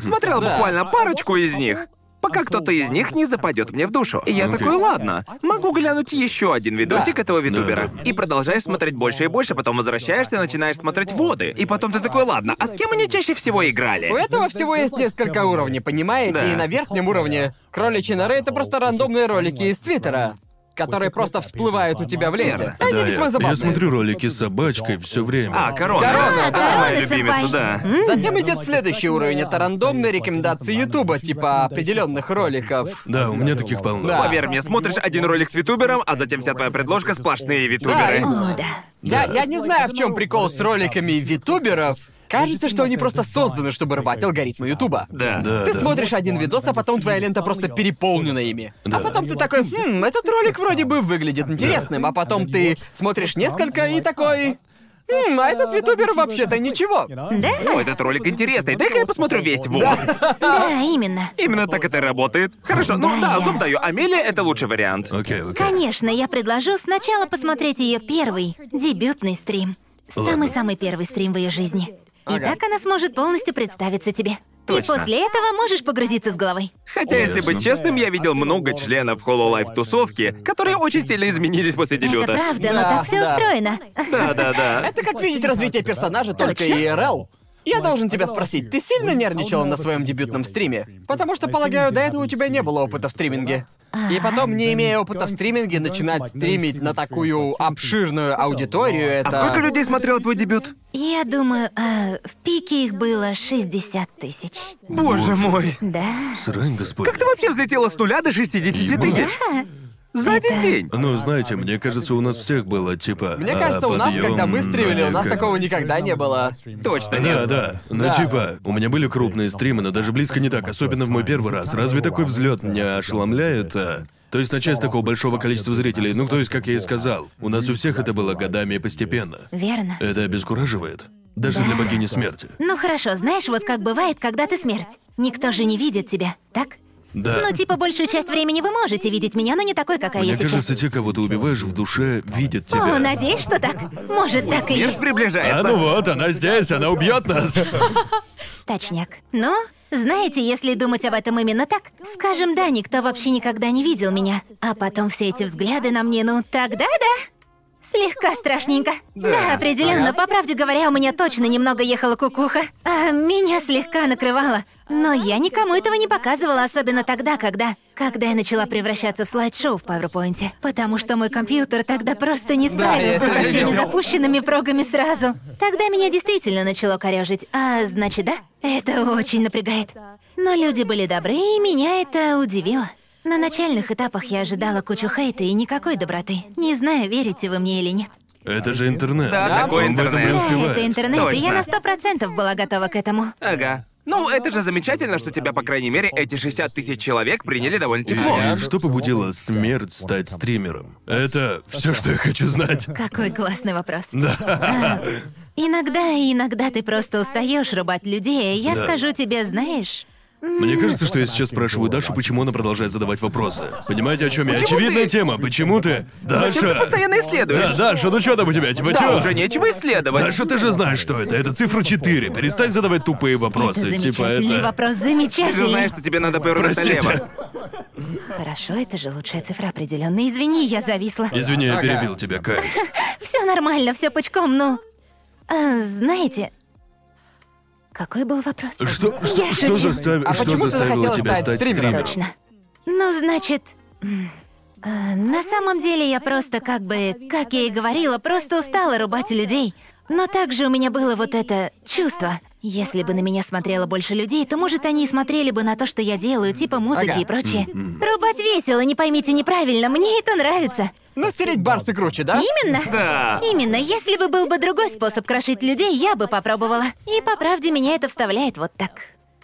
Speaker 2: смотрел буквально парочку из них. Пока кто-то из них не западет мне в душу. И я
Speaker 3: Окей.
Speaker 2: такой, ладно, могу глянуть еще один видосик
Speaker 1: Да.
Speaker 2: этого витубера.
Speaker 3: Да.
Speaker 2: И продолжаешь смотреть больше и больше, потом возвращаешься, начинаешь смотреть воды. И потом ты такой, ладно, а с кем они чаще всего играли?
Speaker 1: У этого всего есть несколько уровней, понимаете?
Speaker 2: Да.
Speaker 1: И на верхнем уровне кроличьи норы — это просто рандомные ролики из Твиттера, которые просто всплывают у тебя в ленте.
Speaker 2: Верно.
Speaker 1: Они
Speaker 3: Да, я-
Speaker 1: весьма
Speaker 3: я,
Speaker 1: забавные.
Speaker 3: смотрю ролики с собачкой все время.
Speaker 2: А, корона.
Speaker 1: Корона,
Speaker 2: Это
Speaker 4: корона,
Speaker 2: моя
Speaker 4: сэмпай.
Speaker 2: любимица, да.
Speaker 1: Затем идет следующий уровень, это рандомные рекомендации Ютуба, типа определенных роликов.
Speaker 3: Да, у меня таких полно.
Speaker 1: Да.
Speaker 2: Поверь мне, смотришь один ролик с витубером, а затем вся твоя предложка сплошные витуберы.
Speaker 1: Да,
Speaker 4: О, да.
Speaker 1: Я, я не знаю, в чем прикол с роликами витуберов, Кажется, что они просто созданы, чтобы рвать алгоритмы Ютуба.
Speaker 2: Да.
Speaker 3: Да,
Speaker 1: Ты
Speaker 3: да.
Speaker 1: смотришь один видос, а потом твоя лента просто переполнена ими. А потом ты такой, хм, этот ролик вроде бы выглядит интересным, а потом ты смотришь несколько и такой... Хм, а этот ютубер вообще-то ничего.
Speaker 2: О, Ну, этот ролик интересный. Дай-ка я посмотрю весь. Вот.
Speaker 4: Да, именно.
Speaker 2: Именно так это и работает. Хорошо, ну да, зуб даю. Амелия — это лучший вариант.
Speaker 3: Окей, окей.
Speaker 4: Конечно, я предложу сначала посмотреть ее первый, дебютный стрим. Самый-самый первый стрим в ее жизни. И
Speaker 1: Ага.
Speaker 4: так она сможет полностью представиться тебе. Ты
Speaker 2: Точно.
Speaker 4: после этого можешь погрузиться с головой.
Speaker 2: Хотя, если быть честным, я видел много членов Hololive тусовки, которые очень сильно изменились после
Speaker 4: Это
Speaker 2: дебюта.
Speaker 4: правда, но
Speaker 1: Да,
Speaker 4: так все
Speaker 1: да.
Speaker 4: устроено.
Speaker 2: Да-да-да.
Speaker 1: Это как видеть развитие персонажа только ИРЛ. Я должен тебя спросить, ты сильно нервничала на своем дебютном стриме? Потому что, полагаю, до этого у тебя не было опыта в стриминге. И потом, не имея опыта в стриминге, начинать стримить на такую обширную аудиторию, это...
Speaker 2: А сколько людей смотрел твой дебют?
Speaker 4: Я думаю, э, в пике их было 60 тысяч.
Speaker 2: Боже мой.
Speaker 4: Да.
Speaker 3: Срань, господи.
Speaker 2: Как ты вообще взлетела с нуля до 60 тысяч? За один день.
Speaker 3: Ну, знаете, мне кажется, у нас всех было, типа...
Speaker 1: Мне
Speaker 3: а,
Speaker 1: кажется, у нас,
Speaker 3: подъём,
Speaker 1: когда мы стримили, у нас
Speaker 3: как-
Speaker 1: такого никогда не было.
Speaker 2: Точно
Speaker 3: Да,
Speaker 2: нет.
Speaker 3: да. Ну,
Speaker 1: Да.
Speaker 3: типа, у меня были крупные стримы, но даже близко не так, особенно в мой первый раз. Разве такой взлет меня ошеломляет? а? То есть начать с такого большого количества зрителей, ну то есть, как я и сказал, у нас у всех это было годами и постепенно.
Speaker 4: Верно.
Speaker 3: Это обескураживает. Даже для богини смерти.
Speaker 4: Ну хорошо, знаешь, вот как бывает, когда ты смерть. Никто же не видит тебя, так?
Speaker 3: Да.
Speaker 4: Ну, типа, большую часть времени вы можете видеть меня, но не такой, какая
Speaker 3: Мне
Speaker 4: я сейчас.
Speaker 3: кажется, те, кого ты убиваешь в душе, видят
Speaker 4: О,
Speaker 3: тебя.
Speaker 4: надеюсь, что так. Может, так и
Speaker 2: Мир
Speaker 4: есть.
Speaker 3: А ну
Speaker 2: приближается.
Speaker 3: вот, она здесь, она убьет нас.
Speaker 4: Точняк. Но, знаете, если думать об этом именно так, скажем, да, никто вообще никогда не видел меня. А потом все эти взгляды на мне, ну тогда да. Слегка страшненько. Да, определенно, по правде говоря, у меня точно немного ехала кукуха. А меня слегка накрывало. Но я никому этого не показывала, особенно тогда, когда... Когда я начала превращаться в слайд-шоу в PowerPoint. Потому что мой компьютер тогда просто не справился
Speaker 1: я это
Speaker 4: со всеми
Speaker 1: видел.
Speaker 4: запущенными прогами сразу. Тогда меня действительно начало корежить. А значит, да, это очень напрягает. Но люди были добры, и меня это удивило. На начальных этапах я ожидала кучу хейта и никакой доброты. Не знаю, верите вы мне или нет.
Speaker 3: Это же интернет.
Speaker 2: Да, такой
Speaker 3: Он в этом и
Speaker 2: интернет.
Speaker 4: Да,
Speaker 3: успевает.
Speaker 4: это интернет, и я
Speaker 2: Точно.
Speaker 4: на сто процентов была готова к этому.
Speaker 2: Ага. Ну, это же замечательно, что тебя, по крайней мере, эти 60 тысяч человек приняли довольно тепло.
Speaker 3: И что побудило смерть стать стримером? Это все, что я хочу знать.
Speaker 4: Какой классный вопрос. А, Иногда, иногда ты просто устаешь рубать людей, и я
Speaker 3: Да.
Speaker 4: скажу тебе, знаешь...
Speaker 3: Мне кажется, что я сейчас спрашиваю Дашу, почему она продолжает задавать вопросы. Понимаете, о чем я?
Speaker 2: Почему
Speaker 3: Очевидная
Speaker 2: ты-
Speaker 3: тема. Почему ты?
Speaker 2: Зачем ты
Speaker 3: Даша!
Speaker 2: постоянно
Speaker 3: Да,
Speaker 2: исследуешь?
Speaker 3: Даша, ну что там у тебя? Типа
Speaker 2: Да,
Speaker 3: чё?
Speaker 2: уже нечего исследовать.
Speaker 3: Даша, ты же знаешь, что это. Это цифра 4. Перестань задавать тупые
Speaker 4: это
Speaker 3: вопросы. типа
Speaker 4: замечательный
Speaker 3: это.
Speaker 4: вопрос,
Speaker 2: Ты же
Speaker 4: замечательный.
Speaker 2: знаешь, что тебе надо повернуть
Speaker 3: Простите.
Speaker 2: налево.
Speaker 4: Хорошо, это же лучшая цифра определенно. Извини, я зависла.
Speaker 3: Извини, я перебил тебя, Кай.
Speaker 4: Все нормально, все пучком, ну. а, знаете. Какой был вопрос?
Speaker 3: Что, что,
Speaker 4: Я
Speaker 3: что
Speaker 4: шучу.
Speaker 3: застави-
Speaker 1: А
Speaker 3: что
Speaker 1: почему ты
Speaker 3: заставило
Speaker 1: захотела
Speaker 3: тебя
Speaker 1: стать
Speaker 3: стать
Speaker 1: стримером?
Speaker 3: стримером?
Speaker 4: Точно. Ну, значит. м, э, На самом деле я просто как бы, как я и говорила, просто устала рубать людей. Но также у меня было вот это чувство. Если бы на меня смотрело больше людей, то, может, они и смотрели бы на то, что я делаю, типа музыки
Speaker 1: Ага.
Speaker 4: и прочее. Рубать весело, не поймите неправильно, мне это нравится.
Speaker 1: Ну, стереть барсы круче, да?
Speaker 4: Именно.
Speaker 2: Да.
Speaker 4: Именно, если бы был бы другой способ крошить людей, я бы попробовала. И по правде меня это вставляет вот так.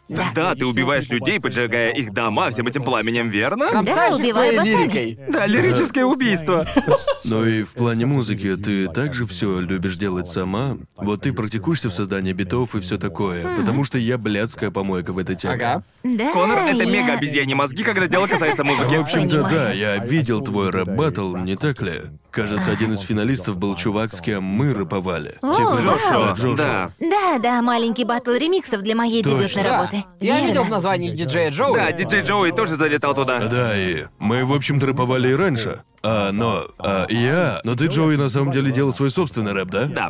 Speaker 4: Да.
Speaker 2: Да, ты убиваешь людей, поджигая их дома всем этим пламенем, верно?
Speaker 1: Кромсаешь их
Speaker 4: убиваю
Speaker 1: своей
Speaker 4: басами.
Speaker 1: лирикой.
Speaker 2: Да, лирическое убийство.
Speaker 3: Но и в плане музыки ты также все любишь делать сама. Вот ты практикуешься в создании битов и все такое, потому что я блядская помойка в этой теме.
Speaker 1: Ага.
Speaker 4: Да,
Speaker 2: Конор — это
Speaker 4: я-
Speaker 2: мега обезьяньи мозги, когда дело касается
Speaker 3: В
Speaker 2: музыки.
Speaker 3: общем-то,
Speaker 4: Понимаю.
Speaker 3: да, я видел твой рэп баттл, не так ли? Кажется, один из финалистов был чувак, с кем мы рэповали. Типа,
Speaker 4: О,
Speaker 3: Да,
Speaker 2: Джошуа,
Speaker 3: Джошуа.
Speaker 2: да.
Speaker 4: Да, да, маленький батл ремиксов для моей
Speaker 3: Точно.
Speaker 4: дебютной
Speaker 1: Да.
Speaker 4: работы.
Speaker 1: Я
Speaker 4: Верно.
Speaker 1: видел в названии диджея Джоуи.
Speaker 2: Да, диджей Джоуи тоже залетал туда.
Speaker 3: Да, и мы, в общем-то, рэповали и раньше. А, но... а, я... Но ты, Джоуи, на самом деле делал свой собственный рэп, да?
Speaker 2: Да.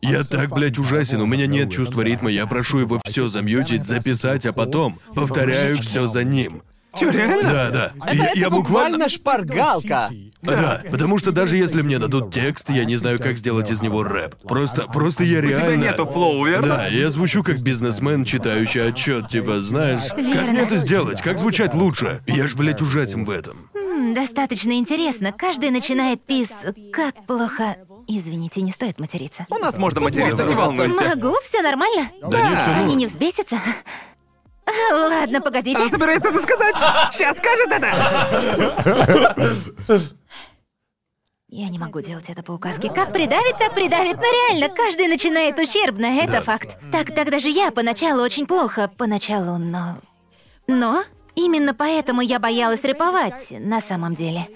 Speaker 3: Я так, блядь, ужасен, у меня нет чувства ритма, я прошу его все замьютить, записать, а потом повторяю все за ним.
Speaker 2: Чё, реально?
Speaker 3: Да, да.
Speaker 1: Это,
Speaker 3: я,
Speaker 1: это
Speaker 3: я буквально...
Speaker 1: буквально шпаргалка.
Speaker 3: Да, потому что даже если мне дадут текст, я не знаю, как сделать из него рэп. Просто, просто я
Speaker 2: У
Speaker 3: реально...
Speaker 2: тебя нету флоу, верно?
Speaker 3: Да, я звучу как бизнесмен, читающий отчет, типа, знаешь, как мне это сделать, как звучать лучше? Я ж, блядь, ужасен в этом.
Speaker 4: М, Достаточно интересно. Каждый начинает пис... Как плохо. Извините, не стоит материться.
Speaker 2: У нас можно материться, не
Speaker 1: можно.
Speaker 2: волнуйся.
Speaker 4: Могу, все нормально?
Speaker 3: Да нет, все
Speaker 4: Они
Speaker 3: норм.
Speaker 4: не взбесятся? А, Ладно, погодите.
Speaker 2: Она собирается это сказать. Сейчас скажет это.
Speaker 4: Я не могу делать это по указке. Как придавит, так придавит. Но реально, каждый начинает ущербно, это факт. Так, так даже я поначалу очень плохо. Поначалу, но... Но именно поэтому я боялась рэповать, на самом деле.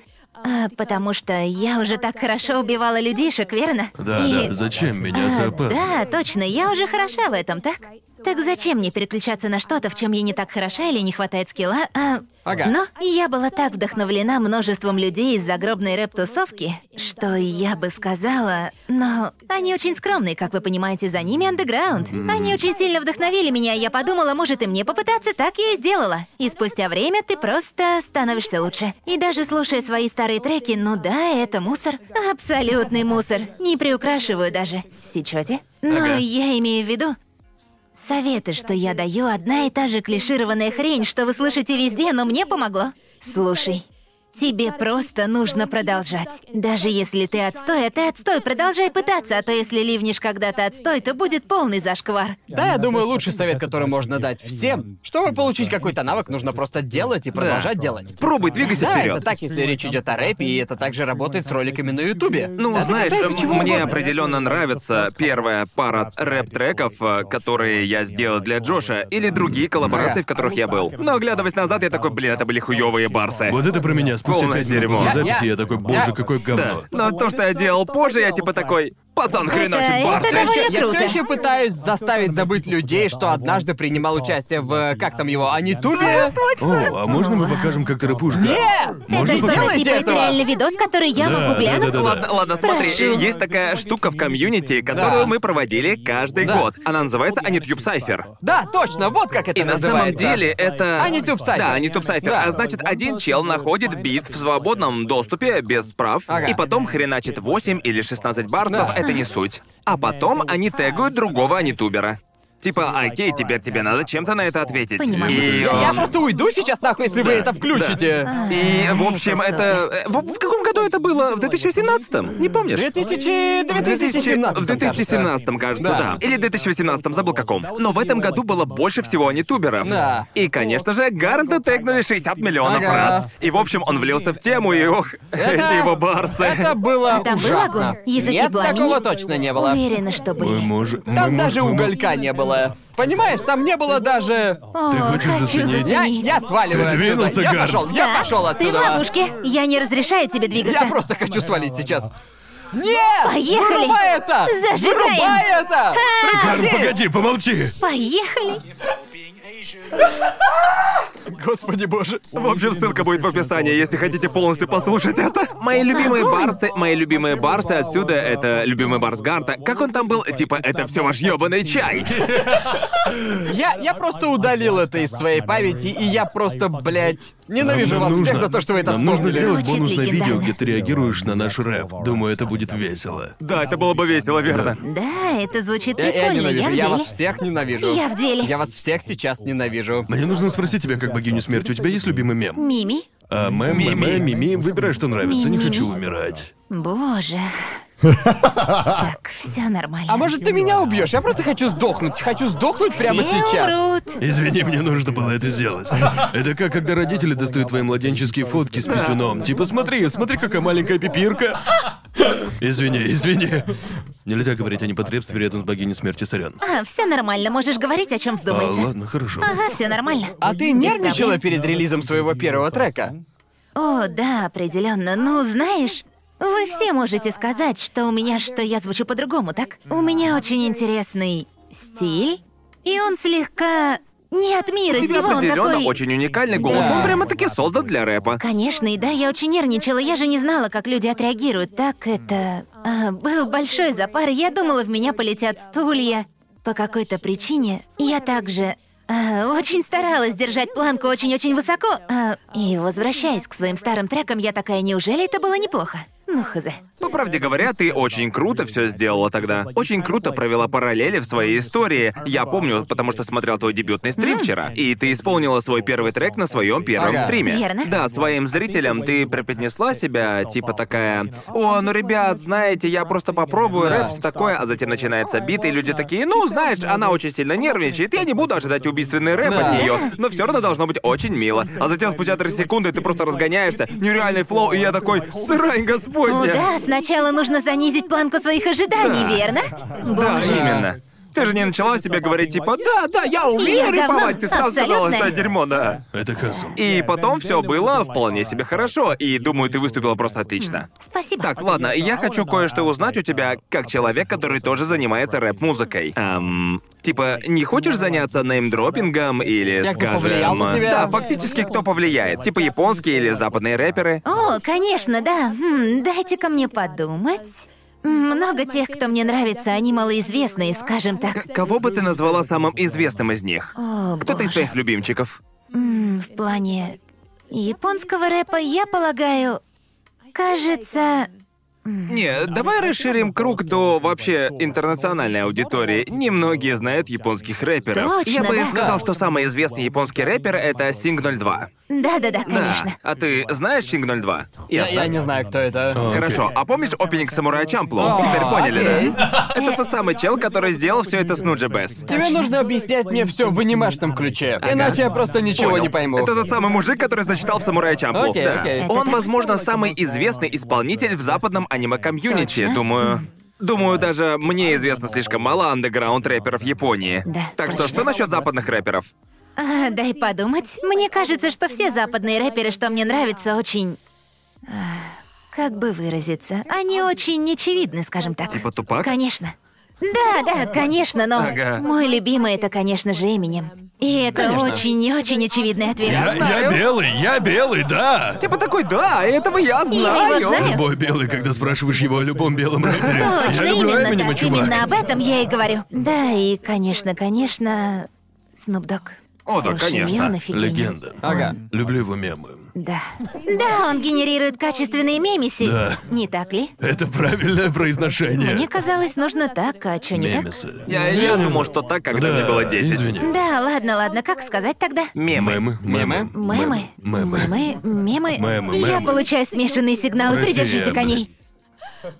Speaker 4: А, потому что я уже так хорошо убивала людишек, верно?
Speaker 3: Да,
Speaker 4: И-
Speaker 3: да, зачем меня
Speaker 4: А,
Speaker 3: запас?
Speaker 4: Да, точно, я уже хороша в этом, так? Так зачем мне переключаться на что-то, в чем я не так хороша или не хватает скилла? а?
Speaker 1: Ага.
Speaker 4: Но я была так вдохновлена множеством людей из загробной рэп-тусовки, что я бы сказала... Но они очень скромные, как вы понимаете, за ними андеграунд. Они очень сильно вдохновили меня, и я подумала, может и мне попытаться, так я и сделала. И спустя время ты просто становишься лучше. И даже слушая свои старые треки, ну да, это мусор. Абсолютный мусор. Не приукрашиваю даже. Сечете? Но
Speaker 2: Ага.
Speaker 4: я имею в виду, Советы, что я даю, одна и та же клишированная хрень, что вы слышите везде, но мне помогло. Слушай, тебе просто нужно продолжать. Даже если ты отстой, а ты отстой, продолжай пытаться, а то если ливнешь когда-то отстой, то будет полный зашквар.
Speaker 1: Да, я думаю, лучший совет, который можно дать всем, чтобы получить какой-то навык, нужно просто делать и продолжать делать.
Speaker 2: Пробуй, двигайся
Speaker 1: Да, это
Speaker 2: вперед.
Speaker 1: так, если речь идет о рэпе, и это также работает с роликами на Ютубе.
Speaker 2: Ну,
Speaker 1: Это
Speaker 2: знаешь,
Speaker 1: А касается чего
Speaker 2: мне
Speaker 1: угодно.
Speaker 2: определенно нравится первая пара рэп-треков, э, которые я сделал для Джоша, или другие коллаборации,
Speaker 1: Ага.
Speaker 2: в которых я был. Но оглядываясь назад, я такой, блин, это были хуёвые барсы.
Speaker 3: Вот это про меня. Спустя
Speaker 2: Полное
Speaker 3: пять минут
Speaker 2: дерьмо.
Speaker 3: после
Speaker 1: Я-
Speaker 3: записи
Speaker 1: я-
Speaker 3: я такой,
Speaker 1: я-
Speaker 3: боже, какое
Speaker 2: Да. Ну
Speaker 3: говно.
Speaker 2: Но то, что я делал позже, я типа такой, пацан, хреначит
Speaker 4: это
Speaker 2: барсы.
Speaker 1: Я
Speaker 4: довольно
Speaker 1: всё- я
Speaker 4: круто.
Speaker 1: все еще пытаюсь заставить забыть людей, что однажды принимал участие в э, как там его, Анитубе.
Speaker 3: О, а можно мы покажем, как ты рэпуешь? Нет!
Speaker 4: это
Speaker 3: Можно
Speaker 1: не
Speaker 3: покажем?
Speaker 4: что-то
Speaker 1: делайте
Speaker 4: типа это
Speaker 1: этого.
Speaker 4: реальный видос, который я
Speaker 3: Да,
Speaker 4: могу
Speaker 3: да,
Speaker 4: глянуть?
Speaker 3: да, да, да.
Speaker 2: Ладно, ладно, смотри,
Speaker 4: Прошу.
Speaker 2: есть такая штука в комьюнити, которую
Speaker 1: Да.
Speaker 2: мы проводили каждый
Speaker 1: Да.
Speaker 2: год. Она называется Анитюб Сайфер.
Speaker 1: Да, точно, вот как это
Speaker 2: И на самом
Speaker 1: называется.
Speaker 2: деле это...
Speaker 1: Анитюб Сайфер.
Speaker 2: Да, Анитюб Сайфер.
Speaker 1: Да.
Speaker 2: А значит, один чел находит бит в свободном доступе, без прав,
Speaker 1: Ага.
Speaker 2: и потом хреначит 8 или 16 барсов,
Speaker 1: Да.
Speaker 2: это не суть. А потом они тегают другого анитубера. Типа, окей, теперь тебе надо чем-то на это ответить.
Speaker 4: Понимаю.
Speaker 2: И
Speaker 1: Я, я
Speaker 2: он-
Speaker 1: просто уйду сейчас нахуй, если вы это включите.
Speaker 2: И, в общем,
Speaker 4: это
Speaker 2: это... э, В, в каком году это было? В 2017? Не помнишь?
Speaker 1: 2000...
Speaker 2: В 2000 В
Speaker 1: 2017.
Speaker 2: 2017, кажется, да.
Speaker 1: Да.
Speaker 2: Или 2018, забыл каком. Но в этом году было больше всего анитуберов.
Speaker 1: Да.
Speaker 2: И, конечно же, Гарнта тегнули 60 миллионов
Speaker 1: Ага.
Speaker 2: раз. И, в общем, он влился в тему, и ох, эти
Speaker 1: Это-
Speaker 2: его барсы.
Speaker 1: Это было
Speaker 4: Это был
Speaker 1: ужасно.
Speaker 4: огонь? Языки
Speaker 1: Нет,
Speaker 4: пламени?
Speaker 1: такого точно не было.
Speaker 4: Уверена, что
Speaker 3: Мы
Speaker 4: были.
Speaker 3: можем...
Speaker 1: Там
Speaker 3: мы
Speaker 1: даже
Speaker 3: можем-
Speaker 1: уголька не было. Понимаешь, там не было даже...
Speaker 4: О,
Speaker 3: хочешь
Speaker 4: хочу
Speaker 3: заценить?
Speaker 1: Я,
Speaker 4: заценить.
Speaker 1: я сваливаю
Speaker 3: Ты
Speaker 1: отсюда.
Speaker 3: двинулся,
Speaker 1: Я
Speaker 3: Гарн?
Speaker 1: пошел, я
Speaker 4: Да,
Speaker 1: пошел
Speaker 4: Ты в
Speaker 1: отсюда.
Speaker 4: ловушке. Я не разрешаю тебе двигаться.
Speaker 1: Я просто хочу свалить сейчас. Нет!
Speaker 4: Поехали!
Speaker 1: Вырубай это!
Speaker 4: Зажигаем! А!
Speaker 1: Вырубай это!
Speaker 3: Гарн,
Speaker 1: Прекрати!
Speaker 3: погоди, помолчи!
Speaker 4: Поехали.
Speaker 1: Господи боже.
Speaker 2: В общем, ссылка будет в описании, если хотите полностью послушать это. Мои любимые барсы, мои любимые барсы отсюда, это любимый барс Гарта. Как он там был? Типа, это все ваш ёбаный чай.
Speaker 1: Я, я просто удалил это из своей памяти, и я просто, блядь, ненавижу
Speaker 3: Нам
Speaker 1: вас всех
Speaker 3: нужно-
Speaker 1: за то, что вы это
Speaker 3: Нам нужно
Speaker 1: вспомнили.
Speaker 3: сделать
Speaker 4: Звучит
Speaker 3: бонусное видео,
Speaker 4: легендарно.
Speaker 3: где ты реагируешь на наш рэп. Думаю, это будет весело.
Speaker 2: Да, это было бы весело, верно?
Speaker 4: Да, это звучит
Speaker 1: Я, я
Speaker 4: прикольно.
Speaker 1: ненавижу,
Speaker 4: в
Speaker 1: я
Speaker 4: деле.
Speaker 1: вас всех ненавижу.
Speaker 4: Я в деле.
Speaker 1: Я вас всех сейчас ненавижу.
Speaker 3: Мне нужно спросить тебя, как богиню смерти, у тебя есть любимый мем?
Speaker 4: Мими.
Speaker 3: А мем, мем, мем, мими, выбирай, что нравится, не
Speaker 4: Мими.
Speaker 3: хочу умирать.
Speaker 4: Боже. Так, все нормально.
Speaker 1: А может, ты меня убьешь? Я просто хочу сдохнуть. Хочу сдохнуть прямо
Speaker 4: Все
Speaker 1: сейчас.
Speaker 4: умрут.
Speaker 3: Извини, мне нужно было это сделать. Это как, когда родители достают твои младенческие фотки с писюном. Типа, смотри, смотри, какая маленькая пипирка. Извини, извини. Нельзя говорить о непотребстве рядом с богиней смерти, сорян.
Speaker 4: А, все нормально, можешь говорить, о чем
Speaker 3: А,
Speaker 4: вздумаете.
Speaker 3: ладно, хорошо.
Speaker 4: Ага, все нормально.
Speaker 1: А ты нервничала перед релизом своего первого трека?
Speaker 4: О, да, определенно. Ну, знаешь, вы все можете сказать, что у меня, что я звучу по-другому, так? У меня очень интересный стиль, и он слегка не от мира
Speaker 2: Тебе
Speaker 4: сего, он
Speaker 2: определенно
Speaker 4: такой...
Speaker 2: очень уникальный голос.
Speaker 1: Да.
Speaker 2: Он прямо-таки создан для рэпа.
Speaker 4: Конечно, и да, я очень нервничала, я же не знала, как люди отреагируют. Так это... а, был большой запар, я думала, в меня полетят стулья. По какой-то причине я также... а, очень старалась держать планку очень-очень высоко. а, и возвращаясь к своим старым трекам, я такая, неужели это было неплохо? Ну, хз.
Speaker 2: По правде говоря, ты очень круто все сделала тогда. Очень круто провела параллели в своей истории. Я помню, потому что смотрел твой дебютный стрим вчера, и ты исполнила свой первый трек на своем первом
Speaker 1: Ага.
Speaker 2: стриме.
Speaker 4: Верно.
Speaker 2: Да, своим зрителям ты преподнесла себя, типа такая, «О, ну, ребят, знаете, я просто попробую
Speaker 1: Да.
Speaker 2: рэп, все такое», а затем начинается бит, и люди такие, «Ну, знаешь, она очень сильно нервничает, я не буду ожидать убийственный рэп
Speaker 1: Да.
Speaker 2: от нее, но все равно должно быть очень мило». А затем спустя три секунды ты просто разгоняешься, нереальный флоу, и я такой, «Срань
Speaker 4: О,
Speaker 2: господня!»
Speaker 4: да, сначала нужно занизить планку своих ожиданий, верно?
Speaker 2: Да,
Speaker 4: Боже.
Speaker 2: именно. Ты же не начала себе говорить типа «Да, да, я
Speaker 4: Я
Speaker 2: умею
Speaker 4: говно,
Speaker 2: реповать», ты сразу сказала
Speaker 4: абсолютно.
Speaker 2: «Да, дерьмо, да».
Speaker 3: Это Хасл.
Speaker 2: И потом все было вполне себе хорошо, и думаю, ты выступила просто отлично.
Speaker 4: Спасибо.
Speaker 2: Так, ладно, я хочу кое-что узнать у тебя, как человек, который тоже занимается рэп-музыкой. Эм, типа, не хочешь заняться неймдропингом или,
Speaker 1: Те, кто
Speaker 2: скажем...
Speaker 1: повлиял на тебя?
Speaker 2: Да, фактически, кто повлияет. Типа японские или западные рэперы.
Speaker 4: О, конечно, да. М, Дайте-ка мне подумать. М, Много тех, кто мне нравится, они малоизвестные, скажем так.
Speaker 2: К- Кого бы ты назвала самым известным из них?
Speaker 4: О,
Speaker 2: Кто-то из
Speaker 4: боже.
Speaker 2: твоих любимчиков.
Speaker 4: М, В плане японского рэпа, я полагаю, кажется...
Speaker 2: Не, давай расширим круг до вообще интернациональной аудитории. Немногие знают японских рэперов.
Speaker 4: Точно,
Speaker 2: Я бы
Speaker 4: да.
Speaker 2: сказал, что самый известный японский рэпер это Sing 02.
Speaker 4: Да-да-да, конечно.
Speaker 2: А ты знаешь Sing 02?
Speaker 1: Я, я не знаю, кто это.
Speaker 2: Хорошо, а помнишь опенинг Самурая Чамплу?
Speaker 1: О,
Speaker 2: Теперь поняли,
Speaker 1: окей.
Speaker 2: да? Это тот самый чел, который сделал все это с Нуджи Бэс.
Speaker 1: Тебе нужно объяснять мне все в анимешном ключе. Иначе я просто ничего
Speaker 2: Понял.
Speaker 1: не пойму.
Speaker 2: Это тот самый мужик, который зачитал Самурая Чамплу.
Speaker 1: Окей,
Speaker 2: Да.
Speaker 1: окей.
Speaker 2: Он,
Speaker 4: Это-
Speaker 2: возможно, самый известный исполнитель в западном аниме-комьюнити,
Speaker 4: Точно.
Speaker 2: думаю. Думаю, даже мне известно слишком мало андеграунд рэперов Японии.
Speaker 4: Да,
Speaker 2: так что
Speaker 4: точно.
Speaker 2: что насчет западных рэперов?
Speaker 4: А, дай подумать. Мне кажется, что все западные рэперы, что мне нравятся, очень... а, Как бы выразиться? Они очень очевидны, скажем так.
Speaker 2: Типа Тупак?
Speaker 4: Конечно. Да, да, конечно, но
Speaker 2: Ага.
Speaker 4: мой любимый это, конечно же, Эминем. И это
Speaker 1: Конечно.
Speaker 4: очень-очень очевидный ответ.
Speaker 3: Я, я белый, я белый, да!
Speaker 2: Типа такой, да, этого я
Speaker 4: его
Speaker 2: знаю.
Speaker 4: знаю.
Speaker 3: Любой белый, когда спрашиваешь его о любом белом рэпере.
Speaker 4: Точно,
Speaker 3: Я люблю
Speaker 4: именно
Speaker 3: Эминема,
Speaker 4: так.
Speaker 3: чувак.
Speaker 4: Именно об этом я и говорю. Да, и, конечно, конечно, Снупдог.
Speaker 2: О, да, конечно.
Speaker 3: А, Легенда.
Speaker 1: Ага.
Speaker 3: Люблю его мемы.
Speaker 4: Да. Да, он генерирует качественные мемеси.
Speaker 3: Да.
Speaker 4: Не так ли?
Speaker 3: Это правильное произношение.
Speaker 4: Мне казалось, нужно так, а что не так?
Speaker 3: Мемесы.
Speaker 2: Я, я думал, что так, когда
Speaker 3: Да,
Speaker 2: мне было 10.
Speaker 3: Извини.
Speaker 4: Да, ладно, ладно, как сказать тогда?
Speaker 2: Мемы.
Speaker 3: Мемы. Мемы.
Speaker 4: Мемы.
Speaker 3: Мемы.
Speaker 4: Мемы. Мемы.
Speaker 3: Мемы,
Speaker 4: Я
Speaker 3: мемы.
Speaker 4: получаю смешанные сигналы.
Speaker 3: Прости,
Speaker 4: Придержите
Speaker 3: Эмбри.
Speaker 4: коней.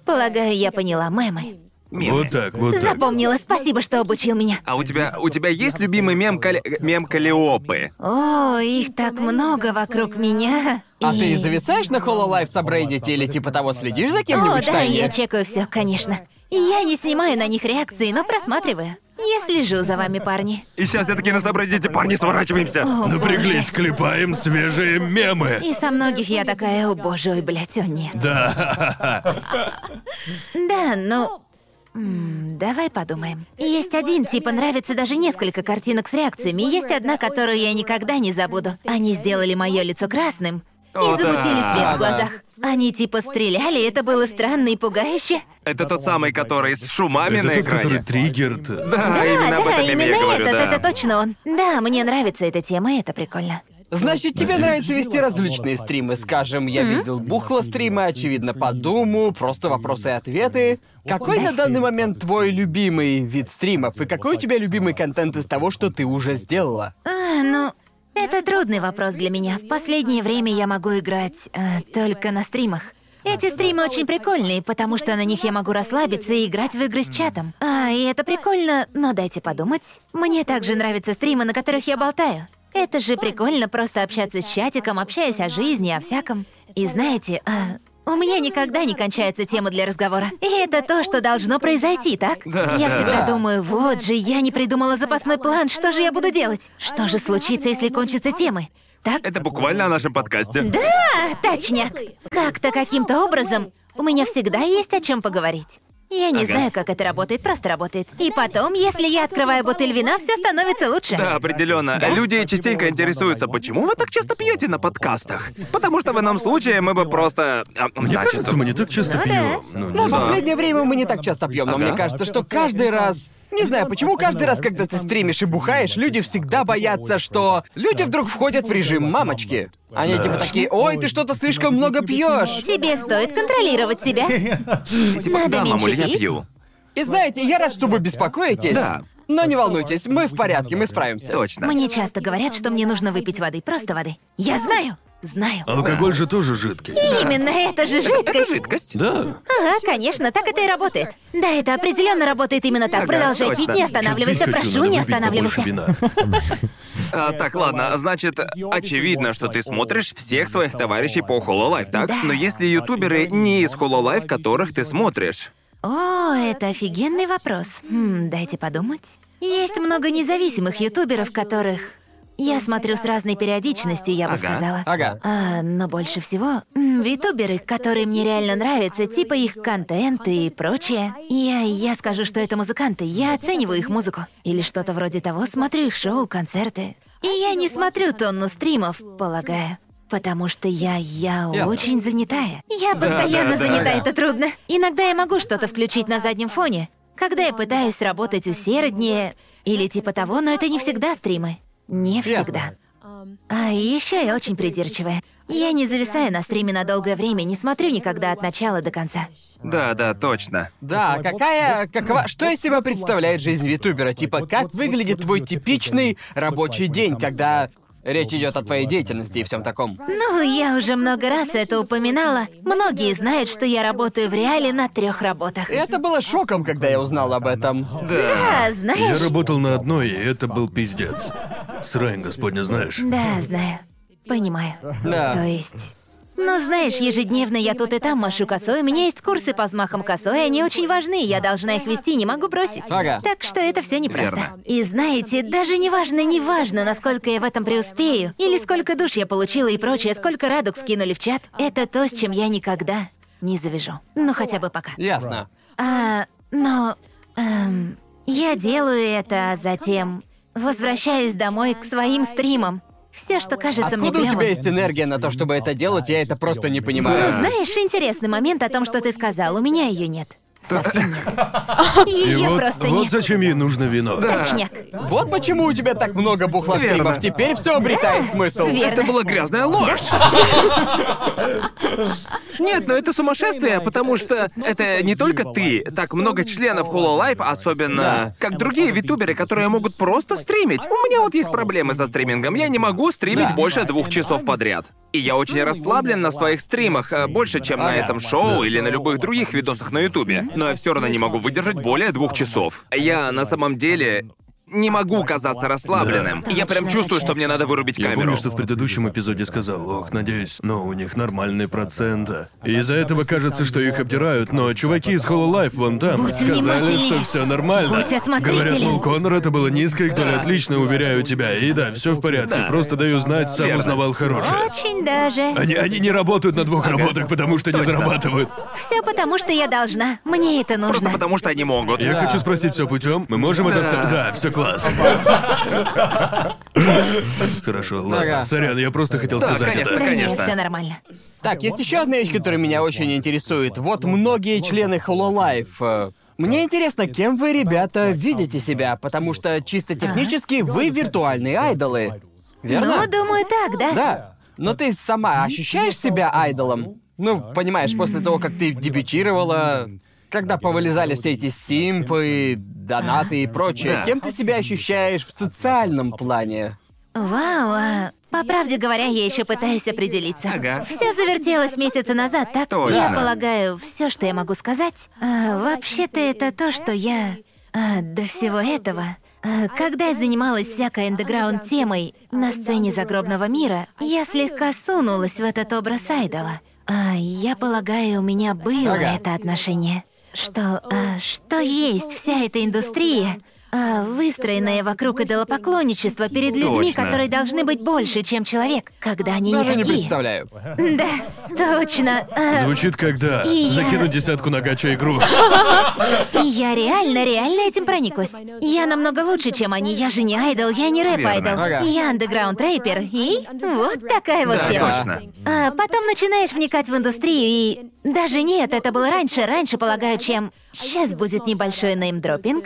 Speaker 4: Полагаю, я поняла. Мемы.
Speaker 2: Мемы.
Speaker 3: Вот так, вот так.
Speaker 4: Запомнила. Спасибо, что обучил меня.
Speaker 2: А у тебя, у тебя есть любимый мем, Кале- мем Калиопы?
Speaker 4: О, их так много вокруг меня.
Speaker 1: А
Speaker 4: И-
Speaker 1: ты зависаешь на Хололайв с Абрейдити или типа того следишь за
Speaker 4: О,
Speaker 1: кем-нибудь в
Speaker 4: да,
Speaker 1: тайне?
Speaker 4: я чекаю все, конечно. Я не снимаю на них реакции, но просматриваю. Я слежу за вами, парни.
Speaker 2: И сейчас я такие на собрание, парни, сворачиваемся.
Speaker 4: О,
Speaker 3: Напряглись,
Speaker 4: боже.
Speaker 3: клепаем свежие мемы.
Speaker 4: И со многих я такая, о боже, ой, блядь, о нет.
Speaker 3: Да.
Speaker 4: Да, ну... м, Давай подумаем. Есть один, типа, нравится даже несколько картинок с реакциями. Есть одна, которую я никогда не забуду. Они сделали мое лицо красным
Speaker 2: О, да.
Speaker 4: и замутили свет
Speaker 1: Да.
Speaker 4: в глазах. Они типа стреляли, и это было странно и пугающе.
Speaker 2: Это тот самый, который с шумами
Speaker 3: Это
Speaker 2: А на
Speaker 3: тот,
Speaker 2: экране.
Speaker 3: который триггерт.
Speaker 2: Да, А именно об
Speaker 4: да,
Speaker 2: этом меме я
Speaker 4: именно
Speaker 2: говорю,
Speaker 4: этот,
Speaker 2: да.
Speaker 4: это точно он. Да, мне нравится эта тема, и это прикольно.
Speaker 1: Значит, тебе нравится вести различные стримы, скажем, я видел бухло стримы, очевидно, по думу, просто вопросы и ответы. Какой на данный момент твой любимый вид стримов и какой у тебя любимый контент из того, что ты уже сделала?
Speaker 4: А, ну, это трудный вопрос для меня. В последнее время я могу играть э, только на стримах. Эти стримы очень прикольные, потому что на них я могу расслабиться и играть в игры с чатом. А, и это прикольно, но дайте подумать. Мне также нравятся стримы, на которых я болтаю. Это же прикольно просто общаться с чатиком, общаясь о жизни, о всяком. И знаете, а, у меня никогда не кончается тема для разговора. И это то, что должно произойти, так? я всегда думаю, вот же, я не придумала запасной план, что же я буду делать? Что же случится, если кончатся темы? Так?
Speaker 2: Это буквально о нашем подкасте.
Speaker 4: Да, точняк. Как-то каким-то образом у меня всегда есть о чем поговорить. Я не
Speaker 2: Ага.
Speaker 4: знаю, как это работает, просто работает. И потом, если я открываю бутыль вина, все становится лучше.
Speaker 2: Да, определенно. Люди частенько интересуются, почему вы так часто пьете на подкастах? Потому что в ином случае мы бы просто. а,
Speaker 3: Мне
Speaker 2: значит,
Speaker 3: кажется, мы не так часто
Speaker 4: Ну да.
Speaker 3: пьем. Ну, не
Speaker 1: В
Speaker 3: знаю.
Speaker 1: последнее время мы не так часто пьем, но
Speaker 2: Ага.
Speaker 1: мне кажется, что каждый раз Не знаю, почему каждый раз, когда ты стримишь и бухаешь, люди всегда боятся, что люди вдруг входят в режим мамочки. Они типа такие, ой, ты что-то слишком много пьешь. Типа,
Speaker 4: Тебе стоит контролировать себя. Надо
Speaker 2: Да,
Speaker 4: меньше
Speaker 2: мамуль, я
Speaker 4: пить.
Speaker 2: пью.
Speaker 1: И знаете, я рад, что вы беспокоитесь.
Speaker 2: Да.
Speaker 1: Но не волнуйтесь, мы в порядке, мы справимся.
Speaker 2: Точно.
Speaker 4: Мне часто говорят, что мне нужно выпить воды, просто воды. Я знаю, знаю.
Speaker 3: Алкоголь же тоже жидкий.
Speaker 4: Именно это же
Speaker 2: Это
Speaker 4: жидкость.
Speaker 2: жидкость.
Speaker 3: Да.
Speaker 4: Ага, конечно, так это и работает. Да, это определенно работает именно так.
Speaker 2: Ага,
Speaker 4: Продолжай
Speaker 2: точно.
Speaker 4: пить, не
Speaker 3: Пить
Speaker 4: останавливайся,
Speaker 3: хочу,
Speaker 4: прошу,
Speaker 3: надо
Speaker 4: не
Speaker 3: выпить побольше
Speaker 4: останавливайся.
Speaker 3: вина.
Speaker 2: А, так, ладно, значит, очевидно, что ты смотришь всех своих товарищей по Hololive, так?
Speaker 4: Да.
Speaker 2: Но если ютуберы не из Hololive, которых ты смотришь,
Speaker 4: О, это офигенный вопрос. Хм, дайте подумать. Есть много независимых ютуберов, которых я смотрю с разной периодичностью, я бы
Speaker 2: Ага.
Speaker 4: сказала.
Speaker 1: Ага.
Speaker 4: А, но больше всего м, ютуберы, которые мне реально нравятся, типа их контент и прочее. Я, я скажу, что это музыканты, я оцениваю их музыку. Или что-то вроде того, смотрю их шоу, концерты. И я не смотрю тонну стримов, полагаю. Потому что я, я
Speaker 1: Ясно.
Speaker 4: очень занятая. Я постоянно
Speaker 2: да,
Speaker 4: занята,
Speaker 2: да.
Speaker 4: это трудно. Иногда я могу что-то включить на заднем фоне, когда я пытаюсь работать усерднее или типа того, но это не всегда стримы. Не всегда.
Speaker 1: Ясно.
Speaker 4: А еще я очень придирчивая. Я не зависаю на стриме на долгое время, не смотрю никогда от начала до конца.
Speaker 2: да, да, точно.
Speaker 1: Да, какая, какова, что из себя представляет жизнь ютубера? Типа, как выглядит твой типичный рабочий день, когда речь идет о твоей деятельности и всем таком?
Speaker 4: Ну, я уже много раз это упоминала. Многие знают, что я работаю в реале на трех работах.
Speaker 1: И Это было шоком, когда я узнал об этом.
Speaker 4: Да,
Speaker 3: Я
Speaker 4: знаешь?
Speaker 3: работал на одной, и это был пиздец. Срань, господня, знаешь.
Speaker 4: Да, знаю. Понимаю.
Speaker 1: Да.
Speaker 4: То есть... Ну, знаешь, ежедневно я тут и там машу косой, у меня есть курсы по взмахам косой, они очень важны, я должна их вести, не могу бросить.
Speaker 1: Ага.
Speaker 4: Так что это все непросто.
Speaker 2: Верно.
Speaker 4: И знаете, даже не важно, не важно, насколько я в этом преуспею, или сколько душ я получила и прочее, сколько радуг скинули в чат, это то, с чем я никогда не завяжу. Ну, хотя бы пока.
Speaker 1: Ясно.
Speaker 4: А, но... эм, я делаю это, а затем возвращаюсь домой к своим стримам. Все, что кажется
Speaker 1: Откуда
Speaker 4: мне
Speaker 1: у
Speaker 4: клёвым.
Speaker 1: тебя есть энергия на то, чтобы это делать, я это просто не
Speaker 4: Ну,
Speaker 1: понимаю.
Speaker 4: знаешь, интересный момент о том, что ты сказал. У меня ее нет. Совсем нет.
Speaker 3: И
Speaker 4: Ее
Speaker 3: вот,
Speaker 4: просто
Speaker 3: вот
Speaker 4: нет.
Speaker 3: зачем ей нужно вино.
Speaker 4: Точняк.
Speaker 1: Вот почему у тебя так много бухлостримов.
Speaker 2: Верно.
Speaker 1: Теперь все обретает смысл.
Speaker 4: верно.
Speaker 2: Это была грязная ложь. Нет, но это сумасшествие, потому что это не только ты. Так много членов Hololive, особенно как другие витуберы, которые могут просто стримить. У меня вот есть проблемы со стримингом. Я не могу стримить
Speaker 1: Да.
Speaker 2: больше двух часов подряд. И я очень расслаблен на своих стримах, э, больше, чем на этом шоу или на любых других видосах на Ютубе. Но я все равно не могу выдержать более двух часов. Я на самом деле не могу казаться расслабленным. Я прям чувствую, что мне надо вырубить
Speaker 3: Я
Speaker 2: камеру.
Speaker 3: помню, что в предыдущем эпизоде сказал, ох, надеюсь, но у них нормальный процент. И из-за этого кажется, что их обдирают, но чуваки из Hololive вон там
Speaker 4: Будь
Speaker 3: сказали,
Speaker 4: внимательнее.
Speaker 3: что все нормально.
Speaker 4: Будь осмотрителен.
Speaker 3: Говорят, мол, Коннор, это было низко, их доля отлично, уверяю тебя. И да, все в порядке, просто даю знать, сам
Speaker 2: Верно.
Speaker 3: узнавал хорошее.
Speaker 4: Очень даже.
Speaker 3: Они, они не работают на двух работах, потому что не зарабатывают.
Speaker 4: Все потому, что я должна. Мне это
Speaker 2: Просто
Speaker 4: нужно.
Speaker 2: потому, что они могут.
Speaker 3: Я хочу спросить все путем. Мы можем это
Speaker 2: Да.
Speaker 3: вставить? Да, все класс. Хорошо, ладно.
Speaker 1: Ага.
Speaker 3: Сорян, я просто хотел
Speaker 2: Да,
Speaker 3: сказать
Speaker 2: конечно.
Speaker 3: это.
Speaker 4: Да не,
Speaker 2: конечно.
Speaker 4: все нормально.
Speaker 1: Так, есть еще одна вещь, которая меня очень интересует. Вот многие члены Hololive. э, Мне интересно, кем вы, ребята, видите себя, потому что чисто технически вы виртуальные айдолы. Верно?
Speaker 4: Ну, думаю, так, да?
Speaker 1: Да. Но ты сама ощущаешь себя айдолом? Ну, понимаешь, после того, как ты дебютировала, когда повылезали все эти симпы, донаты и прочее,
Speaker 2: Да.
Speaker 1: кем ты себя ощущаешь в социальном плане?
Speaker 4: Вау, а по правде говоря, я еще пытаюсь определиться.
Speaker 2: Ага.
Speaker 4: Все завертелось месяца назад, так?
Speaker 2: Точно.
Speaker 4: Я полагаю, все, что я могу сказать, а, вообще-то это то, что я а, до всего этого. а, Когда я занималась всякой андеграунд темой на сцене загробного мира, я слегка сунулась в этот образ айдола. А, я полагаю, у меня было
Speaker 1: Ага.
Speaker 4: это отношение. Что, а, что есть вся эта индустрия, а, выстроенная вокруг идолопоклонничества перед людьми,
Speaker 2: Точно.
Speaker 4: которые должны быть больше, чем человек, когда они
Speaker 1: Даже
Speaker 4: не
Speaker 1: не
Speaker 4: такие.
Speaker 1: представляю.
Speaker 4: Да, Точно. Э,
Speaker 3: Звучит как да.
Speaker 4: И я-
Speaker 3: Закину десятку на гача игру.
Speaker 4: И я реально, реально этим прониклась. Я намного лучше, чем они. Я же не айдол, я не рэп-айдол.
Speaker 1: Верно. Ага.
Speaker 4: Я андеграунд рэпер. И вот такая вот
Speaker 2: Да,
Speaker 4: тема.
Speaker 2: точно.
Speaker 4: А потом начинаешь вникать в индустрию и... Даже нет, это было раньше, раньше, полагаю, чем... Сейчас будет небольшой неймдропинг.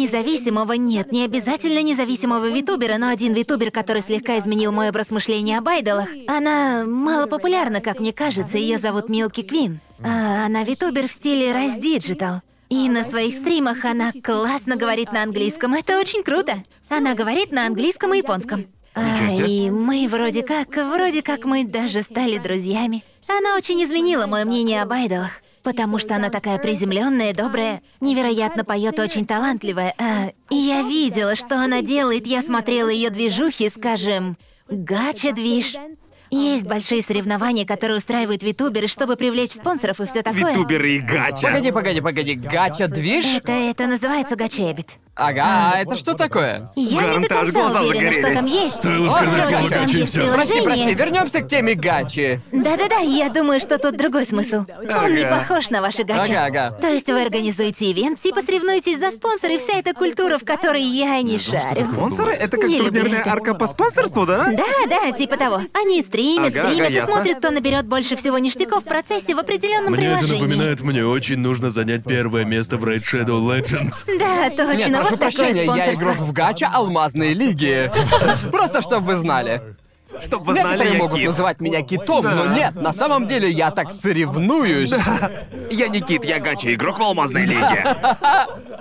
Speaker 4: Независимого нет, не обязательно независимого витубера, но один витубер, который слегка изменил мой образ мышления об айдолах. Она мало популярна, как мне кажется, ее зовут Милки Квин. А она витубер в стиле Rise Digital. И на своих стримах она классно говорит на английском. Это очень круто. Она говорит на английском и японском. А,
Speaker 2: Ничего себе.
Speaker 4: и мы вроде как, вроде как мы даже стали друзьями. Она очень изменила мое мнение об айдолах, потому что она такая приземленная, добрая, невероятно поет, очень талантливая. А, и я видела, что она делает, я смотрела ее движухи, скажем, гача движ. Есть большие соревнования, которые устраивают витуберы, чтобы привлечь спонсоров и все такое.
Speaker 2: Витуберы и гача.
Speaker 1: Погоди, погоди, погоди, гача движ?
Speaker 4: Это, это называется гачебит.
Speaker 1: Ага, а это что такое?
Speaker 4: Я не
Speaker 2: Гарнт,
Speaker 4: до
Speaker 2: аж
Speaker 4: конца
Speaker 2: глаза
Speaker 4: уверена, что там
Speaker 2: загорелись.
Speaker 4: есть.
Speaker 3: Стоило сказать
Speaker 4: Вроде
Speaker 3: слово
Speaker 4: там
Speaker 3: «гача» и
Speaker 4: есть
Speaker 3: всё.
Speaker 1: Прости, прости,
Speaker 4: приложение.
Speaker 1: вернемся к теме гачи.
Speaker 4: Да-да-да, я думаю, что тут другой смысл. Он не похож на ваши гачи.
Speaker 1: Ага, ага.
Speaker 4: То есть вы организуете ивент, типа соревнуетесь за спонсор, и вся эта культура, в которой я
Speaker 3: ну,
Speaker 4: не шарю.
Speaker 2: Спонсоры? Это как
Speaker 4: Не люблю
Speaker 2: турнирная
Speaker 4: это.
Speaker 2: арка по спонсорству, да?
Speaker 4: Да, да, типа того. Они стримят,
Speaker 2: Ага, ага,
Speaker 4: стримят и
Speaker 2: ясно.
Speaker 4: смотрят, кто наберет больше всего ништяков в процессе в определенном
Speaker 3: Мне это
Speaker 4: приложении.
Speaker 3: напоминает, мне очень нужно занять первое место в Raid Shadow Legends.
Speaker 4: Да, точно,
Speaker 1: Нет, ну,
Speaker 4: вот
Speaker 1: прошу
Speaker 4: такое
Speaker 1: прощения, я
Speaker 4: спонсорство.
Speaker 1: игрок в гача алмазной лиги. Просто чтобы вы знали.
Speaker 2: Чтоб вы знали,
Speaker 1: Некоторые
Speaker 2: я
Speaker 1: могут
Speaker 2: кит.
Speaker 1: называть меня китом, но нет, на самом деле я так соревнуюсь.
Speaker 2: Я не кит, я гача, игрок в алмазной лиге.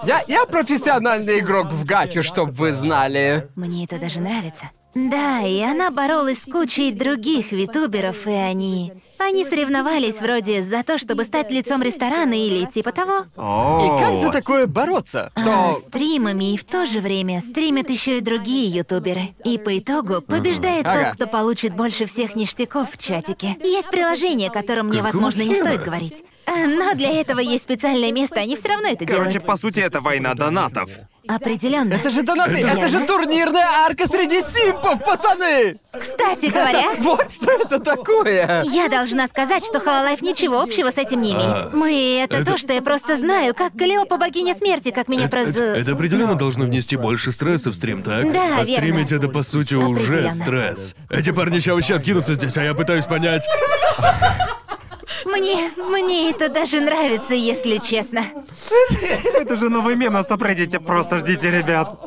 Speaker 1: Я, я профессиональный игрок в гаче, чтобы вы знали.
Speaker 4: Мне это даже нравится. Да, и она боролась с кучей других витуберов, и они... Они соревновались вроде за то, чтобы стать лицом ресторана или типа того.
Speaker 1: И
Speaker 2: О,
Speaker 1: как за такое бороться?
Speaker 4: А,
Speaker 1: Что...
Speaker 4: стримами и в то же время стримят еще и другие ютуберы. И по итогу побеждает
Speaker 1: Ага.
Speaker 4: тот, кто получит больше всех ништяков в чатике. Есть приложение, о котором мне,
Speaker 3: Какого
Speaker 4: возможно, не
Speaker 3: хера?
Speaker 4: стоит говорить. А, Но для этого есть специальное место, они все равно это
Speaker 2: Короче,
Speaker 4: делают.
Speaker 2: по сути, это война донатов.
Speaker 4: Определенно.
Speaker 1: Это же донаты, это же турнирная арка среди симпов, пацаны!
Speaker 4: Кстати говоря,
Speaker 1: Вот что это такое!
Speaker 4: я должна сказать, что Хололайф ничего общего с этим не имеет. Мы это,
Speaker 3: А, это-
Speaker 4: то, что я просто знаю, как Калиопа богиня смерти, как меня
Speaker 3: Это,
Speaker 4: проз...
Speaker 3: это- это определенно должно внести больше стресса в стрим, так?
Speaker 4: Да,
Speaker 3: а стримить
Speaker 4: верно.
Speaker 3: это по сути уже
Speaker 4: Определенно.
Speaker 3: стресс. Эти парни сейчас вообще откинутся здесь, а я пытаюсь понять.
Speaker 4: Мне... мне это даже нравится, если честно.
Speaker 2: Это же новый мем на сабреддите, просто ждите, ребят.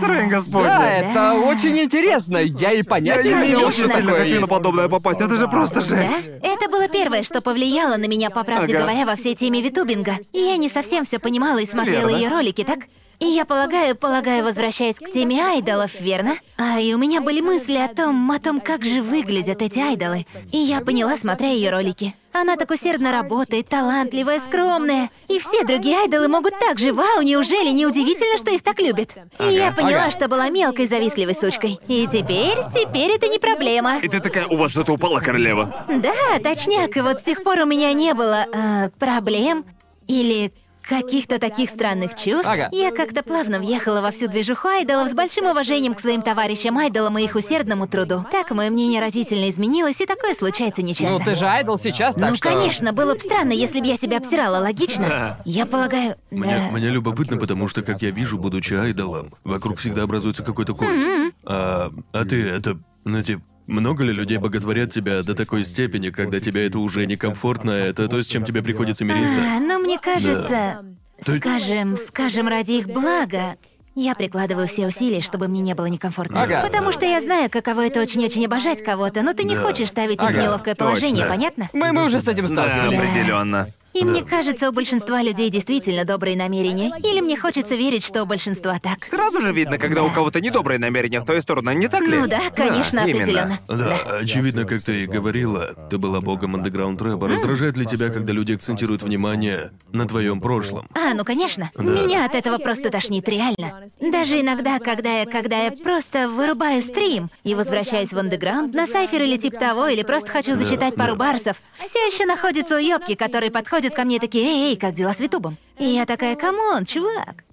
Speaker 2: Срань господи.
Speaker 1: Да, это очень интересно, я и
Speaker 2: Я,
Speaker 1: понятия
Speaker 2: я,
Speaker 1: не
Speaker 2: я
Speaker 1: имел,
Speaker 2: очень
Speaker 1: что
Speaker 2: сильно
Speaker 1: такое
Speaker 2: хочу на
Speaker 1: есть.
Speaker 2: подобное попасть, это же просто
Speaker 4: Да?
Speaker 2: жесть.
Speaker 4: Это было первое, что повлияло на меня, по правде
Speaker 2: Ага.
Speaker 4: говоря, во всей теме витубинга. И я не совсем все понимала и смотрела
Speaker 2: Верно.
Speaker 4: ее ролики, так? И я полагаю, полагаю, возвращаясь к теме айдолов, верно? А и у меня были мысли о том, о том, как же выглядят эти айдолы. И я поняла, смотря ее ролики. Она так усердно работает, талантливая, скромная. И все другие айдолы могут так же. Вау, неужели неудивительно, что их так любят? И я поняла,
Speaker 1: ага.
Speaker 4: что была мелкой завистливой сучкой. И теперь, теперь это не проблема.
Speaker 2: И ты такая, у вас что-то упало, королева.
Speaker 4: Да, точняк, и вот с тех пор у меня не было э, проблем или каких-то таких странных чувств.
Speaker 1: Ага.
Speaker 4: Я как-то плавно въехала во всю движуху айдолов с большим уважением к своим товарищам айдолам и их усердному труду. Так мое мнение разительно изменилось, и такое случается нечасто.
Speaker 1: Ну ты же айдол сейчас, так
Speaker 4: Ну,
Speaker 1: что...
Speaker 4: конечно, было бы странно, если бы я себя обсирала, логично? Я полагаю,
Speaker 3: Мне,
Speaker 4: да.
Speaker 3: мне любопытно, потому что, как я вижу, будучи айдолом, вокруг всегда образуется какой-то культ. А, а ты это, ну типа, много ли людей боготворят тебя до такой степени, когда тебе это уже некомфортно, это то, с чем тебе приходится мириться?
Speaker 4: А, но мне кажется,
Speaker 3: Ты-
Speaker 4: скажем, скажем, ради их блага, я прикладываю все усилия, чтобы мне не было некомфортно.
Speaker 1: Ага.
Speaker 4: Потому что я знаю, каково это очень-очень обожать кого-то, но ты не
Speaker 3: Да.
Speaker 4: хочешь ставить их в
Speaker 1: Ага,
Speaker 4: неловкое положение,
Speaker 3: точно.
Speaker 4: понятно?
Speaker 1: Мы, мы уже с этим
Speaker 2: Да,
Speaker 1: сталкивались.
Speaker 2: определенно.
Speaker 4: И мне кажется, у большинства людей действительно добрые намерения. Или мне хочется верить, что у большинства так.
Speaker 2: Сразу же видно, когда у кого-то недобрые намерения в твою сторону, не так ли?
Speaker 4: Ну да, конечно,
Speaker 2: именно.
Speaker 4: определенно.
Speaker 3: Да, очевидно, как ты и говорила, ты была богом андеграунд рэпа. Раздражает ли тебя, когда люди акцентируют внимание на твоем прошлом?
Speaker 4: А, ну конечно. Меня от этого просто тошнит, реально. Даже иногда, когда я, когда я просто вырубаю стрим и возвращаюсь в андеграунд на сайфер или типа того, или просто хочу зачитать пару барсов, все еще находятся уёбки, которые подходят ко мне такие, эй, эй, как дела с Витубом? И я такая, камон, чувак.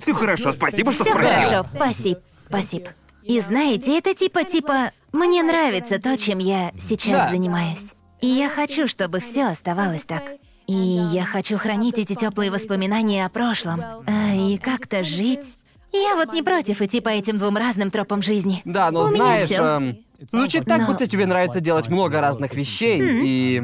Speaker 2: Все хорошо, спасибо, что
Speaker 4: Все
Speaker 2: спросил.
Speaker 4: хорошо, спасибо, спасибо. И знаете, это типа, типа, мне нравится то, чем я сейчас
Speaker 1: Да.
Speaker 4: занимаюсь. И я хочу, чтобы все оставалось так. И я хочу хранить эти теплые воспоминания о прошлом. А, и как-то жить. Я вот не против идти по этим двум разным тропам жизни.
Speaker 1: Да, но
Speaker 4: У меня
Speaker 1: знаешь,
Speaker 4: всё.
Speaker 1: эм, звучит так,
Speaker 4: Но-
Speaker 1: будто тебе нравится делать много разных вещей, и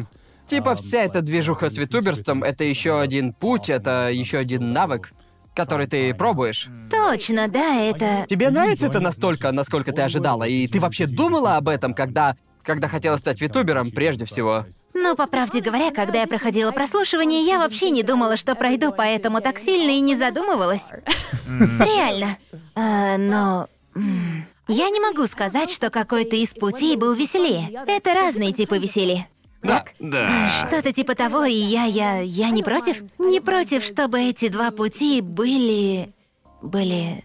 Speaker 1: типа вся эта движуха с витуберством — это еще один путь, это еще один навык, который ты пробуешь.
Speaker 4: Точно, да, это...
Speaker 1: Тебе нравится это настолько, насколько ты ожидала, и ты вообще думала об этом, когда когда хотела стать витубером прежде всего.
Speaker 4: Но, по правде говоря, когда я проходила прослушивание, я вообще не думала, что пройду по этому так сильно и не задумывалась. Реально. А, но... м, Я не могу сказать, что какой-то из путей был веселее. Это разные типы веселья. Так?
Speaker 2: Да.
Speaker 4: Что-то типа того, и я, я, я не против. Не против, чтобы эти два пути были... были...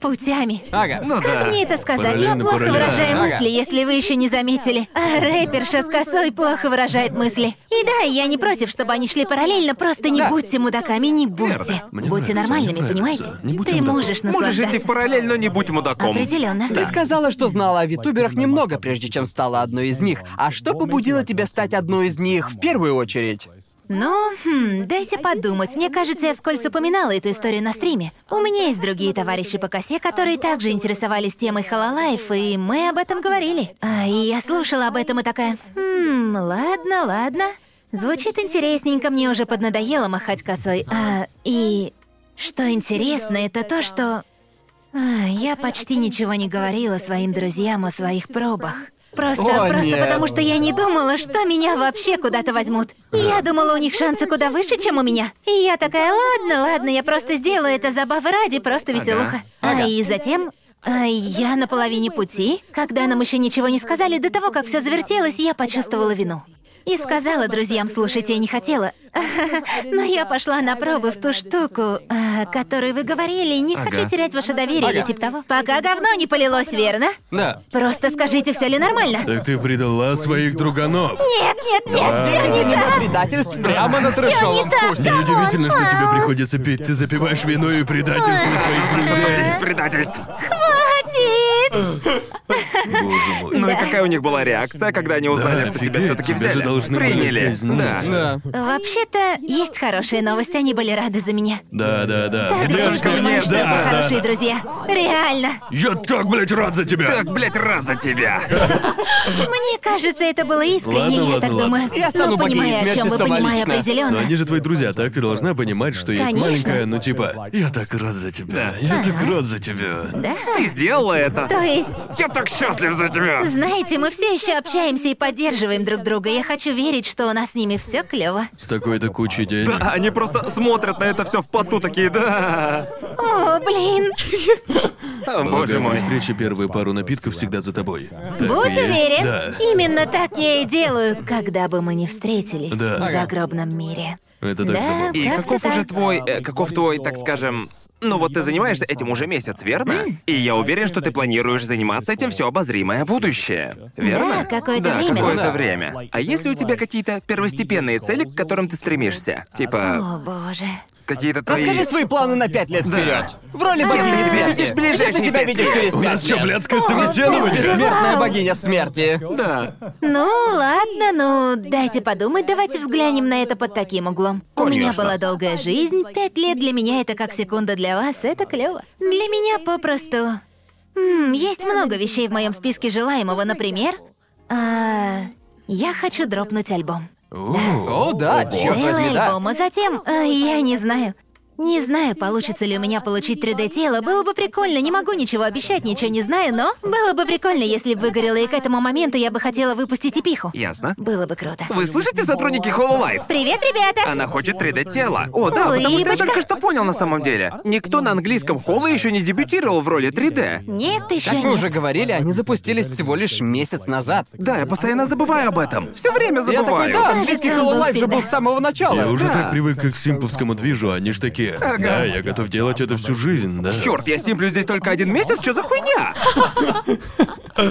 Speaker 4: путями.
Speaker 1: Ага.
Speaker 2: Ну
Speaker 4: Как
Speaker 2: да.
Speaker 4: мне это сказать? Я
Speaker 3: Параллельно,
Speaker 4: плохо
Speaker 3: параллельно.
Speaker 4: выражаю
Speaker 1: Ага.
Speaker 4: мысли, если вы еще не заметили. А рэперша с косой плохо выражает мысли. И да, я не против, чтобы они шли параллельно, просто не
Speaker 1: Да.
Speaker 4: будьте мудаками, не будьте.
Speaker 2: Верно.
Speaker 3: Мне
Speaker 4: будьте
Speaker 3: нравится,
Speaker 4: нормальными,
Speaker 3: мне нравится.
Speaker 4: понимаете?
Speaker 3: Не будьте
Speaker 4: Ты
Speaker 3: мудаком.
Speaker 4: можешь
Speaker 2: Можешь идти
Speaker 4: наслаждаться.
Speaker 2: в параллель, но не будь мудаком.
Speaker 4: Определенно.
Speaker 1: Ты сказала, что знала о витуберах немного, прежде чем стала одной из них. А что побудило тебя стать одной из них в первую очередь?
Speaker 4: Ну, хм, дайте подумать. Мне кажется, я вскользь упоминала эту историю на стриме. У меня есть другие товарищи по косе, которые также интересовались темой Хололайф, и мы об этом говорили. А, и я слушала об этом и такая, хм, ладно, ладно. Звучит интересненько, мне уже поднадоело махать косой. А, и что интересно, это то, что... а, я почти ничего не говорила своим друзьям о своих пробах. Просто,
Speaker 1: О,
Speaker 4: просто
Speaker 1: нет.
Speaker 4: потому что я не думала, что меня вообще куда-то возьмут. Я думала, у них шансы куда выше, чем у меня. И я такая, ладно, ладно, я просто сделаю это забавы ради, просто веселуха. А и затем... а, я на половине пути. Когда нам еще ничего не сказали, до того, как все завертелось, я почувствовала вину. И сказала друзьям, слушайте, я не хотела. Но я пошла на пробы в ту штуку, о которой вы говорили. Не хочу терять ваше доверие или
Speaker 1: Ага.
Speaker 4: типа того. Пока говно не полилось, верно?
Speaker 1: Да.
Speaker 4: Просто скажите, все ли нормально.
Speaker 3: Так ты предала своих друганов.
Speaker 4: Нет, нет, нет, все не так.
Speaker 1: Предательство прямо на трешовом
Speaker 4: так.
Speaker 1: вкусе.
Speaker 3: Неудивительно, что тебе приходится пить. Ты запиваешь вино и предательство своих друзей.
Speaker 2: Предательств.
Speaker 4: Хватит!
Speaker 3: Боже мой.
Speaker 2: Ну и какая у них была реакция, когда они узнали, что тебя
Speaker 3: офигеть,
Speaker 2: все-таки
Speaker 3: тебя же
Speaker 2: взяли?
Speaker 3: должны были
Speaker 2: Приняли.
Speaker 3: признать.
Speaker 1: Да.
Speaker 4: Вообще-то, есть хорошие новости, они были рады за меня.
Speaker 3: Да, да, да.
Speaker 4: Так
Speaker 2: Девушка,
Speaker 4: я понимаю,
Speaker 2: нет,
Speaker 4: что
Speaker 2: да,
Speaker 4: это
Speaker 2: да.
Speaker 4: хорошие друзья. Реально.
Speaker 3: Я так, блядь, рад за тебя.
Speaker 2: Так, блядь, рад за тебя.
Speaker 4: Мне кажется, это было искренне,
Speaker 3: Ладно,
Speaker 4: я
Speaker 3: ладно,
Speaker 4: так
Speaker 3: ладно.
Speaker 4: думаю.
Speaker 1: Я стану
Speaker 4: ну,
Speaker 1: богиней
Speaker 4: понимаю, о чем
Speaker 1: смерти
Speaker 4: вы понимаю
Speaker 1: самолично.
Speaker 3: Но
Speaker 4: определенно.
Speaker 3: они же твои друзья, так ты должна понимать, что есть
Speaker 4: Конечно.
Speaker 3: маленькая, ну типа, я так рад за тебя, я так рад за тебя.
Speaker 4: Да.
Speaker 2: Ты сделала это.
Speaker 4: То есть,
Speaker 2: Я так счастлив за тебя.
Speaker 4: знаете, мы все еще общаемся и поддерживаем друг друга. Я хочу верить, что у нас с ними все клево.
Speaker 3: С такой-то кучей денег.
Speaker 2: Да, они просто смотрят на это все в поту такие, да.
Speaker 4: О, блин,
Speaker 2: О, Боже
Speaker 3: Полагаю, при
Speaker 2: мой.
Speaker 3: встрече первые пару напитков всегда за тобой. Так и
Speaker 4: будь
Speaker 3: есть.
Speaker 4: уверен.
Speaker 3: Да.
Speaker 4: Именно так я и делаю, когда бы мы ни встретились
Speaker 3: Да.
Speaker 4: в загробном мире.
Speaker 3: Это так
Speaker 4: Да.
Speaker 3: забавно.
Speaker 2: И
Speaker 4: Как-то
Speaker 2: каков уже
Speaker 4: так.
Speaker 2: твой, э, каков твой, так скажем, ну вот ты занимаешься этим уже месяц, верно? И я уверен, что ты планируешь заниматься этим все обозримое будущее, верно?
Speaker 4: Да, какое-то
Speaker 2: Да,
Speaker 4: время.
Speaker 2: какое-то
Speaker 1: Да.
Speaker 2: время. А есть ли у тебя какие-то первостепенные цели, к которым ты стремишься? Типа,
Speaker 4: О, боже.
Speaker 2: какие-то твои...
Speaker 1: Расскажи свои планы на пять лет вперед. В роли богини
Speaker 2: ты
Speaker 1: смерти.
Speaker 2: видишь ближайшие
Speaker 1: Где ты себя
Speaker 2: пять
Speaker 1: видишь
Speaker 2: лет?
Speaker 1: через
Speaker 3: У нас
Speaker 1: пять
Speaker 3: что,
Speaker 1: лет?
Speaker 3: блядское
Speaker 4: О,
Speaker 3: собеседование?
Speaker 4: блин.
Speaker 1: Бессмертная
Speaker 4: Вау.
Speaker 1: богиня смерти.
Speaker 2: Да.
Speaker 4: Ну, ладно, ну, дайте подумать, давайте взглянем на это под таким углом. У меня
Speaker 2: Конечно.
Speaker 4: была долгая жизнь, пять лет для меня это как секунда для вас, это клево. Для меня попросту... М, есть много вещей в моем списке желаемого, например... а, я хочу дропнуть альбом.
Speaker 3: О,
Speaker 1: О, да, черт возьми,
Speaker 4: Целый
Speaker 1: да.
Speaker 4: альбом, а затем... э, я не знаю. Не знаю, получится ли у меня получить 3D-тело. Было бы прикольно, не могу ничего обещать, ничего не знаю, но... Было бы прикольно, если бы выгорело, и к этому моменту я бы хотела выпустить эпиху.
Speaker 2: Ясно.
Speaker 4: Было бы круто.
Speaker 2: Вы слышите, сотрудники Hololive?
Speaker 4: Привет, ребята!
Speaker 2: Она хочет 3D-тело. О, да, потому что я
Speaker 4: Улыбочка.
Speaker 2: только что понял на самом деле. Никто на английском холла еще не дебютировал в роли 3D.
Speaker 4: Нет, еще
Speaker 1: Как мы
Speaker 4: нет.
Speaker 1: уже говорили, они запустились всего лишь месяц назад.
Speaker 2: Да, я постоянно забываю об этом. Все время
Speaker 1: Я такой,
Speaker 2: забываю.
Speaker 1: да, английский
Speaker 4: Кажется, он был
Speaker 1: Hololive же был с
Speaker 4: всегда.
Speaker 1: самого начала.
Speaker 3: Я уже
Speaker 2: Да.
Speaker 3: так привык как к симповскому движу, они ж такие. Да, я готов делать это всю жизнь, да.
Speaker 2: Черт, я симплю здесь только один месяц, что за хуйня?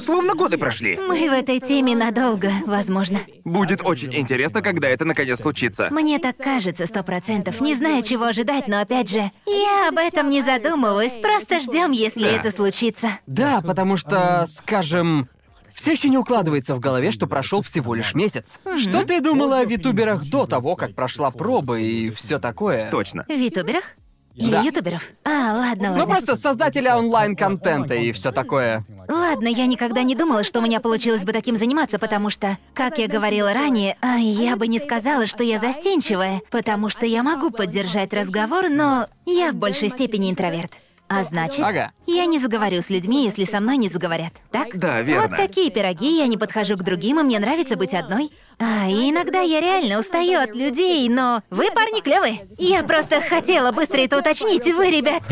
Speaker 2: Словно годы прошли.
Speaker 4: Мы в этой теме надолго, возможно.
Speaker 2: Будет очень интересно, когда это наконец случится.
Speaker 4: Мне так кажется, сто процентов. Не знаю, чего ожидать, но опять же, я об этом не задумываюсь. Просто ждем, если это случится.
Speaker 1: Да, потому что, скажем, Все еще не укладывается в голове, что прошел всего лишь месяц. Что ты думала о витуберах до того, как прошла проба и все такое?
Speaker 2: Точно.
Speaker 4: В ютуберах? Или
Speaker 1: Да.
Speaker 4: ютуберов? А, ладно, ладно.
Speaker 1: Ну просто создателя онлайн-контента и все такое. Ну,
Speaker 4: Ладно, я никогда не думала, что у меня получилось бы таким заниматься, потому что, как я говорила ранее, а, я бы не сказала, что я застенчивая, потому что я могу поддержать разговор, но я в большей степени интроверт. А значит,
Speaker 1: Ага.
Speaker 4: я не заговорю с людьми, если со мной не заговорят. Так?
Speaker 2: Да, верно.
Speaker 4: Вот такие пироги, я не подхожу к другим, и мне нравится быть одной. А, и иногда я реально устаю от людей, но вы, парни, клевые. Я просто хотела быстро это уточнить, и вы, ребят.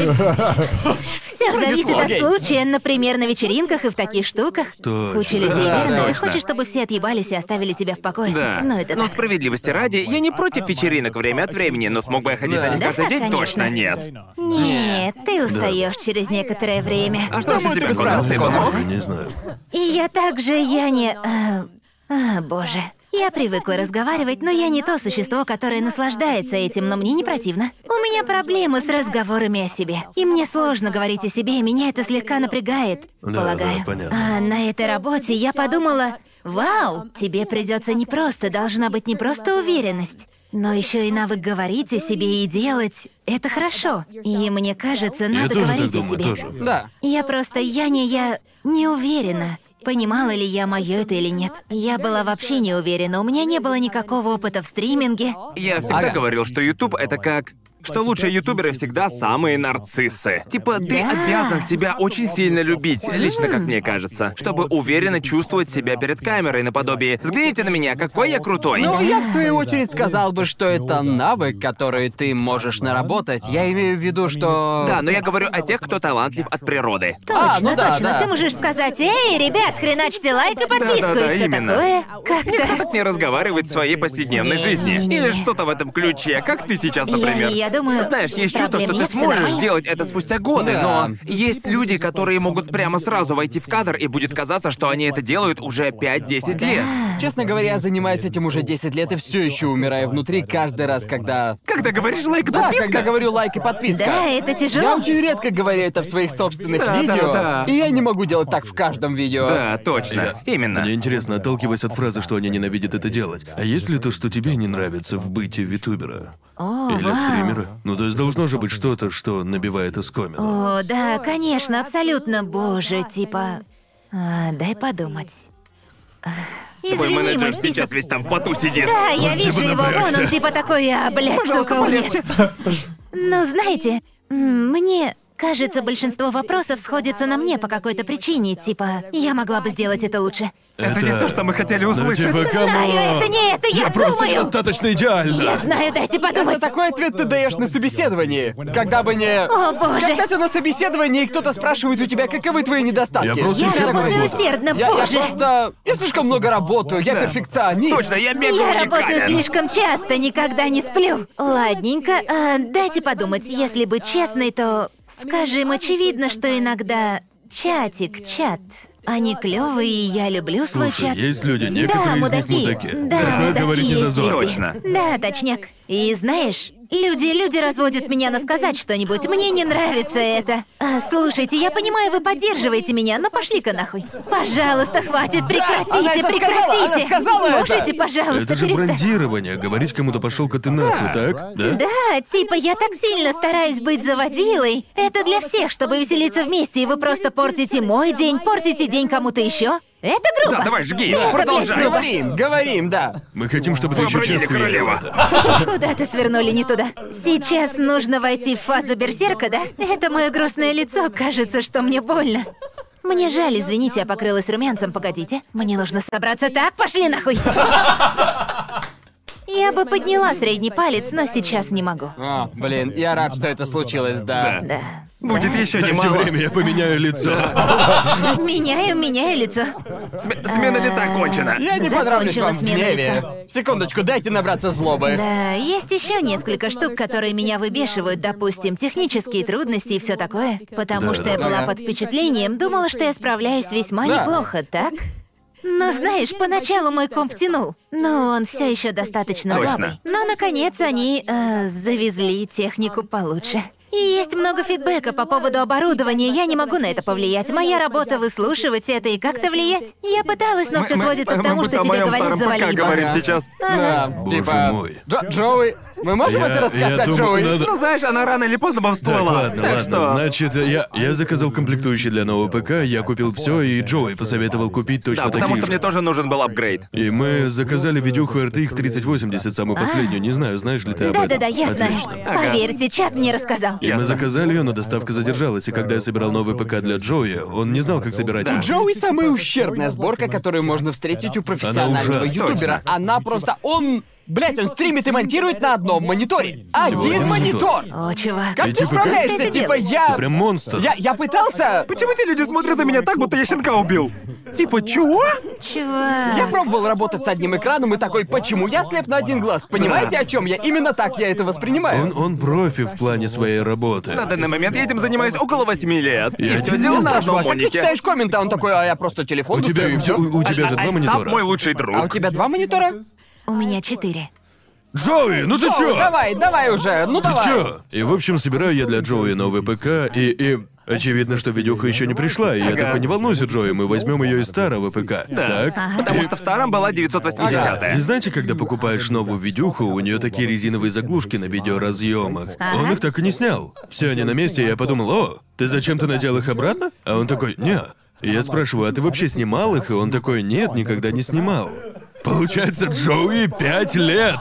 Speaker 4: Все зависит от
Speaker 1: Окей.
Speaker 4: случая, например, на вечеринках и в таких штуках.
Speaker 3: Точно.
Speaker 4: Куча людей,
Speaker 2: Да,
Speaker 4: верно? Ты
Speaker 2: точно.
Speaker 4: хочешь, чтобы все отъебались и оставили тебя в покое?
Speaker 2: Да.
Speaker 4: Ну, это
Speaker 2: Но
Speaker 4: так.
Speaker 2: справедливости ради, я не против вечеринок время от времени, но смог бы я ходить
Speaker 1: Да.
Speaker 2: на них
Speaker 1: Да,
Speaker 2: каждый день?
Speaker 4: конечно.
Speaker 2: Точно нет.
Speaker 4: Нет, ты устаешь через некоторое время.
Speaker 2: А что же
Speaker 1: Думаю,
Speaker 2: тебя,
Speaker 1: ты бы справился,
Speaker 2: Конор?
Speaker 1: Конор.
Speaker 3: Я Не знаю.
Speaker 4: И я также, я не... а, а, боже. Я привыкла разговаривать, но я не то существо, которое наслаждается этим, но мне не противно. У меня проблемы с разговорами о себе. И мне сложно говорить о себе, и меня это слегка напрягает,
Speaker 3: Да,
Speaker 4: полагаю.
Speaker 3: да, понятно.
Speaker 4: А на этой работе я подумала, вау, тебе придется не просто, должна быть не просто уверенность. Но еще и навык говорить о себе и делать — это хорошо. И мне кажется, надо
Speaker 3: тоже так
Speaker 4: говорить о
Speaker 3: думаю,
Speaker 4: себе.
Speaker 3: тоже.
Speaker 1: Да.
Speaker 4: Я просто, я не, я не уверена, понимала ли я мое это или нет. Я была вообще не уверена, у меня не было никакого опыта в стриминге.
Speaker 2: Я всегда
Speaker 1: Ага.
Speaker 2: говорил, что YouTube это как что лучшие ютуберы всегда самые нарциссы. Типа, ты
Speaker 4: Да.
Speaker 2: обязан себя очень сильно любить, лично как мне кажется, чтобы уверенно чувствовать себя перед камерой наподобие «Взгляните на меня, какой я крутой!»
Speaker 1: Ну, я в свою очередь сказал бы, что это навык, который ты можешь наработать. Я имею в виду, что...
Speaker 2: Да, но я говорю о тех, кто талантлив от природы.
Speaker 1: А, ну
Speaker 4: Точно,
Speaker 1: да,
Speaker 4: точно.
Speaker 1: да.
Speaker 4: Ты можешь сказать, эй, ребят, хреначьте лайк и подписку,
Speaker 2: Да-да-да,
Speaker 4: и все
Speaker 2: именно.
Speaker 4: такое. Как-то.
Speaker 2: Не разговаривать в своей повседневной
Speaker 4: Не,
Speaker 2: жизни.
Speaker 4: не, не,
Speaker 2: Или
Speaker 4: не.
Speaker 2: что-то в этом ключе, как ты сейчас,
Speaker 4: Я-
Speaker 2: например.
Speaker 4: я думаю,
Speaker 2: Знаешь, есть чувство,
Speaker 4: проблем
Speaker 2: что ты
Speaker 4: нет, всё
Speaker 2: сможешь
Speaker 4: нормально.
Speaker 2: делать это спустя годы,
Speaker 1: Да.
Speaker 2: но есть люди, которые могут прямо сразу войти в кадр, и будет казаться, что они это делают уже 5-10 лет.
Speaker 1: Честно говоря, я занимаюсь этим уже 10 лет и все еще умираю внутри каждый раз, когда...
Speaker 2: Когда говоришь лайк,
Speaker 1: Да,
Speaker 2: подписка.
Speaker 1: когда говорю лайк и подписка.
Speaker 4: Да, это
Speaker 1: Я
Speaker 4: тяжело.
Speaker 1: очень редко говорю это в своих собственных
Speaker 2: Да, да,
Speaker 1: видео,
Speaker 2: да.
Speaker 1: и я не могу делать так в каждом видео.
Speaker 2: Да, точно. Именно.
Speaker 3: Мне интересно, отталкиваясь от фразы, что они ненавидят это делать, а есть ли то, что тебе не нравится в быте витубера?
Speaker 4: О,
Speaker 3: Или
Speaker 4: вау.
Speaker 3: стримера? Ну, то есть должно же быть что-то, что набивает оскомину.
Speaker 4: О, да, конечно, абсолютно, боже, типа... а, дай подумать. А,
Speaker 2: Твой
Speaker 4: извини,
Speaker 2: менеджер
Speaker 4: мой список
Speaker 2: сейчас весь там в поту сидит.
Speaker 4: Да, я
Speaker 3: Он
Speaker 4: вижу
Speaker 3: типа
Speaker 4: его,
Speaker 3: напрягся.
Speaker 4: вон он типа такой, а, блядь, сука, у меня». Ну, знаете, м, мне кажется, большинство вопросов сходится на мне по какой-то причине, типа, я могла бы сделать это лучше.
Speaker 2: Это не то, что мы хотели услышать.
Speaker 3: Ну, типа, камон.
Speaker 4: Знаю, это не это, я,
Speaker 3: Я просто
Speaker 4: думаю!
Speaker 3: недостаточно идеально.
Speaker 4: Я знаю, дайте
Speaker 1: Это
Speaker 4: подумать.
Speaker 1: такой ответ ты даешь на собеседовании. Когда бы не...
Speaker 4: О, боже.
Speaker 1: Когда ты на собеседовании, и кто-то спрашивает у тебя, каковы твои недостатки.
Speaker 3: Я просто
Speaker 4: Я
Speaker 3: Слушай,
Speaker 4: работаю
Speaker 3: такой-
Speaker 4: усердно,
Speaker 1: Я, я
Speaker 4: боже.
Speaker 1: просто... Я слишком много работаю, я перфекционист.
Speaker 2: Точно, я мега
Speaker 4: Я работаю
Speaker 2: уникален.
Speaker 4: слишком часто, никогда не сплю. Ладненько, а, дайте подумать, если быть честной, то скажем, очевидно, что иногда чатик, чат. Они клевые, и я люблю свой
Speaker 3: Слушай,
Speaker 4: чат.
Speaker 3: есть люди, некоторые
Speaker 4: да,
Speaker 3: из
Speaker 4: мудаки.
Speaker 3: них мудаки.
Speaker 4: Да,
Speaker 3: Такое
Speaker 4: мудаки
Speaker 3: говорить не
Speaker 4: есть
Speaker 3: зазорно.
Speaker 4: везде.
Speaker 2: Точно.
Speaker 4: Да, точняк. И знаешь, люди, люди разводят меня на сказать что-нибудь. Мне не нравится это. А, слушайте, я понимаю, вы поддерживаете меня, но пошли-ка нахуй. Пожалуйста, хватит, прекратите,
Speaker 1: она это
Speaker 4: прекратите.
Speaker 1: сказала, она сказала это.
Speaker 4: Можете, пожалуйста,
Speaker 3: Это же
Speaker 4: перестать.
Speaker 3: брендирование, говорить кому-то пошел-ка ты нахуй, так? Да?
Speaker 4: Да, типа я так сильно стараюсь быть заводилой. Это для всех, чтобы веселиться вместе, и вы просто портите мой день, портите день кому-то еще. Это грубо.
Speaker 2: Да, давай, жги.
Speaker 4: Продолжай.
Speaker 2: Продолжай.
Speaker 1: Говорим, говорим, да.
Speaker 3: Мы хотим, чтобы ты еще
Speaker 2: Побронили
Speaker 3: честно верил в
Speaker 2: королева.
Speaker 3: это.
Speaker 4: Куда-то свернули не туда. Сейчас нужно войти в фазу берсерка, да? Это мое грустное лицо, кажется, что мне больно. Мне жаль, извините, я покрылась румянцем, погодите. Мне нужно собраться так, пошли нахуй. Я бы подняла средний палец, но сейчас не могу.
Speaker 1: А, блин, я рад, что это случилось, да.
Speaker 4: Да.
Speaker 2: Будет еще
Speaker 3: Дайте
Speaker 2: немало.
Speaker 3: время, я поменяю лицо.
Speaker 4: Меняю, меняю лицо.
Speaker 2: Сме- Смена лица кончена.
Speaker 1: Я не
Speaker 4: Закончила
Speaker 1: понравлюсь вам в
Speaker 4: смена
Speaker 1: гневе. Секундочку, дайте набраться
Speaker 2: Э,
Speaker 1: злобы.
Speaker 4: Да, есть еще несколько штук, которые меня выбешивают, допустим, технические трудности и все такое. Потому
Speaker 3: Да,
Speaker 4: что
Speaker 3: да.
Speaker 4: я была
Speaker 1: Ага.
Speaker 4: под впечатлением, думала, что я справляюсь весьма
Speaker 1: Да.
Speaker 4: неплохо, так? Но знаешь, поначалу мой комп тянул, но он все еще достаточно
Speaker 2: Точно.
Speaker 4: слабый. Но наконец они э, завезли технику получше. И есть много фидбэка по поводу оборудования, я не могу на это повлиять. Моя работа выслушивать это и как-то влиять. Я пыталась, но все
Speaker 2: Мы- мы-
Speaker 4: сводится к
Speaker 2: мы
Speaker 4: тому,
Speaker 2: будто
Speaker 4: что
Speaker 2: о
Speaker 4: тебе
Speaker 2: моем
Speaker 4: говорит
Speaker 2: старом ПК
Speaker 4: завали.
Speaker 2: говорим
Speaker 1: Ага.
Speaker 2: сейчас.
Speaker 1: Да,
Speaker 3: Боже
Speaker 1: типа...
Speaker 3: мой.
Speaker 1: Джо- Джоуи, мы можем
Speaker 3: Я-
Speaker 1: это рассказать
Speaker 3: я думаю,
Speaker 1: Джоуи?
Speaker 3: надо-
Speaker 2: Ну знаешь, она рано или поздно бы всплыла.
Speaker 3: Так, ладно,
Speaker 2: Так
Speaker 3: ладно.
Speaker 2: что...
Speaker 3: Значит, я, я заказал комплектующие для нового ПК, я купил все, и Джоуи посоветовал купить точно
Speaker 2: Да, потому
Speaker 3: такие
Speaker 2: что
Speaker 3: же.
Speaker 2: мне тоже нужен был апгрейд.
Speaker 3: И мы заказали видюху RTX 3080, самую последнюю. Не знаю, знаешь ли ты об этом.
Speaker 4: А? Да-да-да, я знаю.
Speaker 3: Отлично.
Speaker 4: Поверьте, чат мне рассказал.
Speaker 3: И мы
Speaker 2: Ясно.
Speaker 3: заказали ее, но доставка задержалась, и когда я собирал новый ПК для Джоуи, он не знал, как собирать
Speaker 1: У
Speaker 3: его.
Speaker 1: Джоуи самая ущербная сборка, которую можно встретить у профессионального
Speaker 3: ужасна,
Speaker 1: ютубера. Она просто... Он... Блять, он стримит и монтирует на одном мониторе. Один
Speaker 3: один монитор.
Speaker 1: монитор!
Speaker 4: О, чувак.
Speaker 1: Как
Speaker 3: И
Speaker 1: ты
Speaker 3: типа, как-
Speaker 4: Ты
Speaker 1: справляешься?
Speaker 4: это
Speaker 1: Типа,
Speaker 4: делаешь?
Speaker 1: я...
Speaker 3: Прям монстр.
Speaker 1: Я, я пытался...
Speaker 2: Почему эти люди смотрят на меня так, будто я щенка убил? Типа, чего?
Speaker 4: Чувак.
Speaker 1: Я пробовал работать с одним экраном и такой, почему я слеп на один глаз? Понимаете, о чем я? Именно так я это воспринимаю.
Speaker 3: Он, он профи в плане своей работы.
Speaker 2: На данный момент я этим занимаюсь около 8 лет. И
Speaker 3: Я
Speaker 2: все
Speaker 3: тебя
Speaker 2: дело
Speaker 1: Я
Speaker 2: на
Speaker 1: спрашиваю,
Speaker 2: одном
Speaker 1: а как ты
Speaker 2: монике.
Speaker 1: читаешь комменты? А Он такой, а я просто телефон
Speaker 3: У тебя,
Speaker 1: достаю, и всё».
Speaker 3: у, у тебя же
Speaker 2: Альтап
Speaker 3: два
Speaker 2: а, мой
Speaker 3: монитора.
Speaker 2: лучший
Speaker 1: А у
Speaker 2: друг.
Speaker 1: тебя два монитора?
Speaker 4: У меня четыре.
Speaker 3: Джоуи, ну ты
Speaker 1: О,
Speaker 3: чё?
Speaker 1: давай, давай уже, ну давай.
Speaker 3: Чё? И в общем, собираю я для Джоуи новый ПК, и, и очевидно, что видюха еще не пришла, и я такой, не волнуйся, Джоуи, мы возьмем ее из старого ПК. Так?
Speaker 2: Потому что в старом была
Speaker 3: И
Speaker 2: 980
Speaker 3: знаете, когда покупаешь новую видюху, у нее такие резиновые заглушки на видеоразъемах.
Speaker 4: Ага.
Speaker 3: Он их так и не снял. Все они на месте, и я подумал, о, ты зачем-то надел их обратно? А он такой, не. И я спрашиваю, а ты вообще снимал их? И он такой, нет, никогда не снимал. Получается, Джоуи пять лет.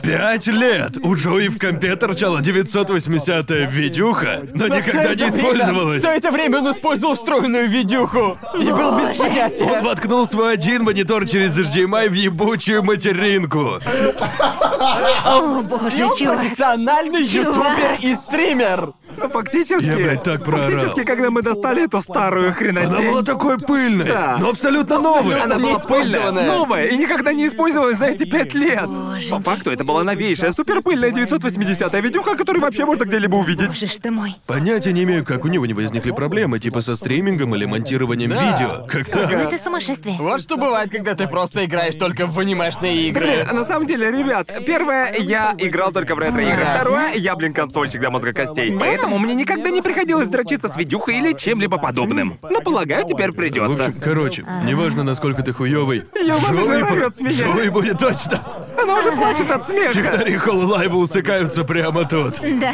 Speaker 3: Пять лет. У Джоуи в компе торчала 980-я видюха, но никогда не использовалась.
Speaker 1: Все это время он использовал встроенную видюху. И был без
Speaker 3: Он
Speaker 1: понятия.
Speaker 3: воткнул свой один монитор через HDMI в ебучую материнку.
Speaker 2: А, ну,
Speaker 4: О,
Speaker 1: И
Speaker 4: боже,
Speaker 1: он
Speaker 4: чувак.
Speaker 1: профессиональный ютубер и стример.
Speaker 2: Ну, фактически...
Speaker 3: Я, блядь, так проорал.
Speaker 2: Фактически, когда мы достали эту старую
Speaker 3: Она была
Speaker 2: хренотень...
Speaker 3: такой пыльной,
Speaker 2: Да.
Speaker 3: но абсолютно новая.
Speaker 1: Она была
Speaker 2: пыльная,
Speaker 1: неиспользованная.
Speaker 2: новая, и никогда не использовалась за эти пять лет. По факту, это была новейшая, суперпыльная 980-я видюха, которую вообще можно где-либо увидеть.
Speaker 4: Боже ж ты мой.
Speaker 3: Понятия не имею, как у него не возникли проблемы, типа со стримингом или монтированием видео. Как
Speaker 4: Ну
Speaker 3: так?
Speaker 4: это сумасшествие.
Speaker 1: Вот что бывает, когда ты просто играешь только в анимешные игры.
Speaker 2: Блин, на самом деле, ребят, первое, я играл только в ретро-игры.
Speaker 1: Да.
Speaker 2: Второе, я, блин, консольщик до мозга костей. Поэтому мне никогда не приходилось дрочиться с видюхой или чем-либо подобным. Но, полагаю, теперь
Speaker 3: В
Speaker 2: придется.
Speaker 3: общем, короче, неважно, насколько ты хуёвый,
Speaker 2: Ёбаный
Speaker 3: Джоуи
Speaker 2: же
Speaker 3: бу-
Speaker 2: орёт с меня.
Speaker 3: Джоуи будет точно.
Speaker 2: Она уже плачет от смеха.
Speaker 3: Чехари Холлайва усыкаются прямо тут.
Speaker 4: Да.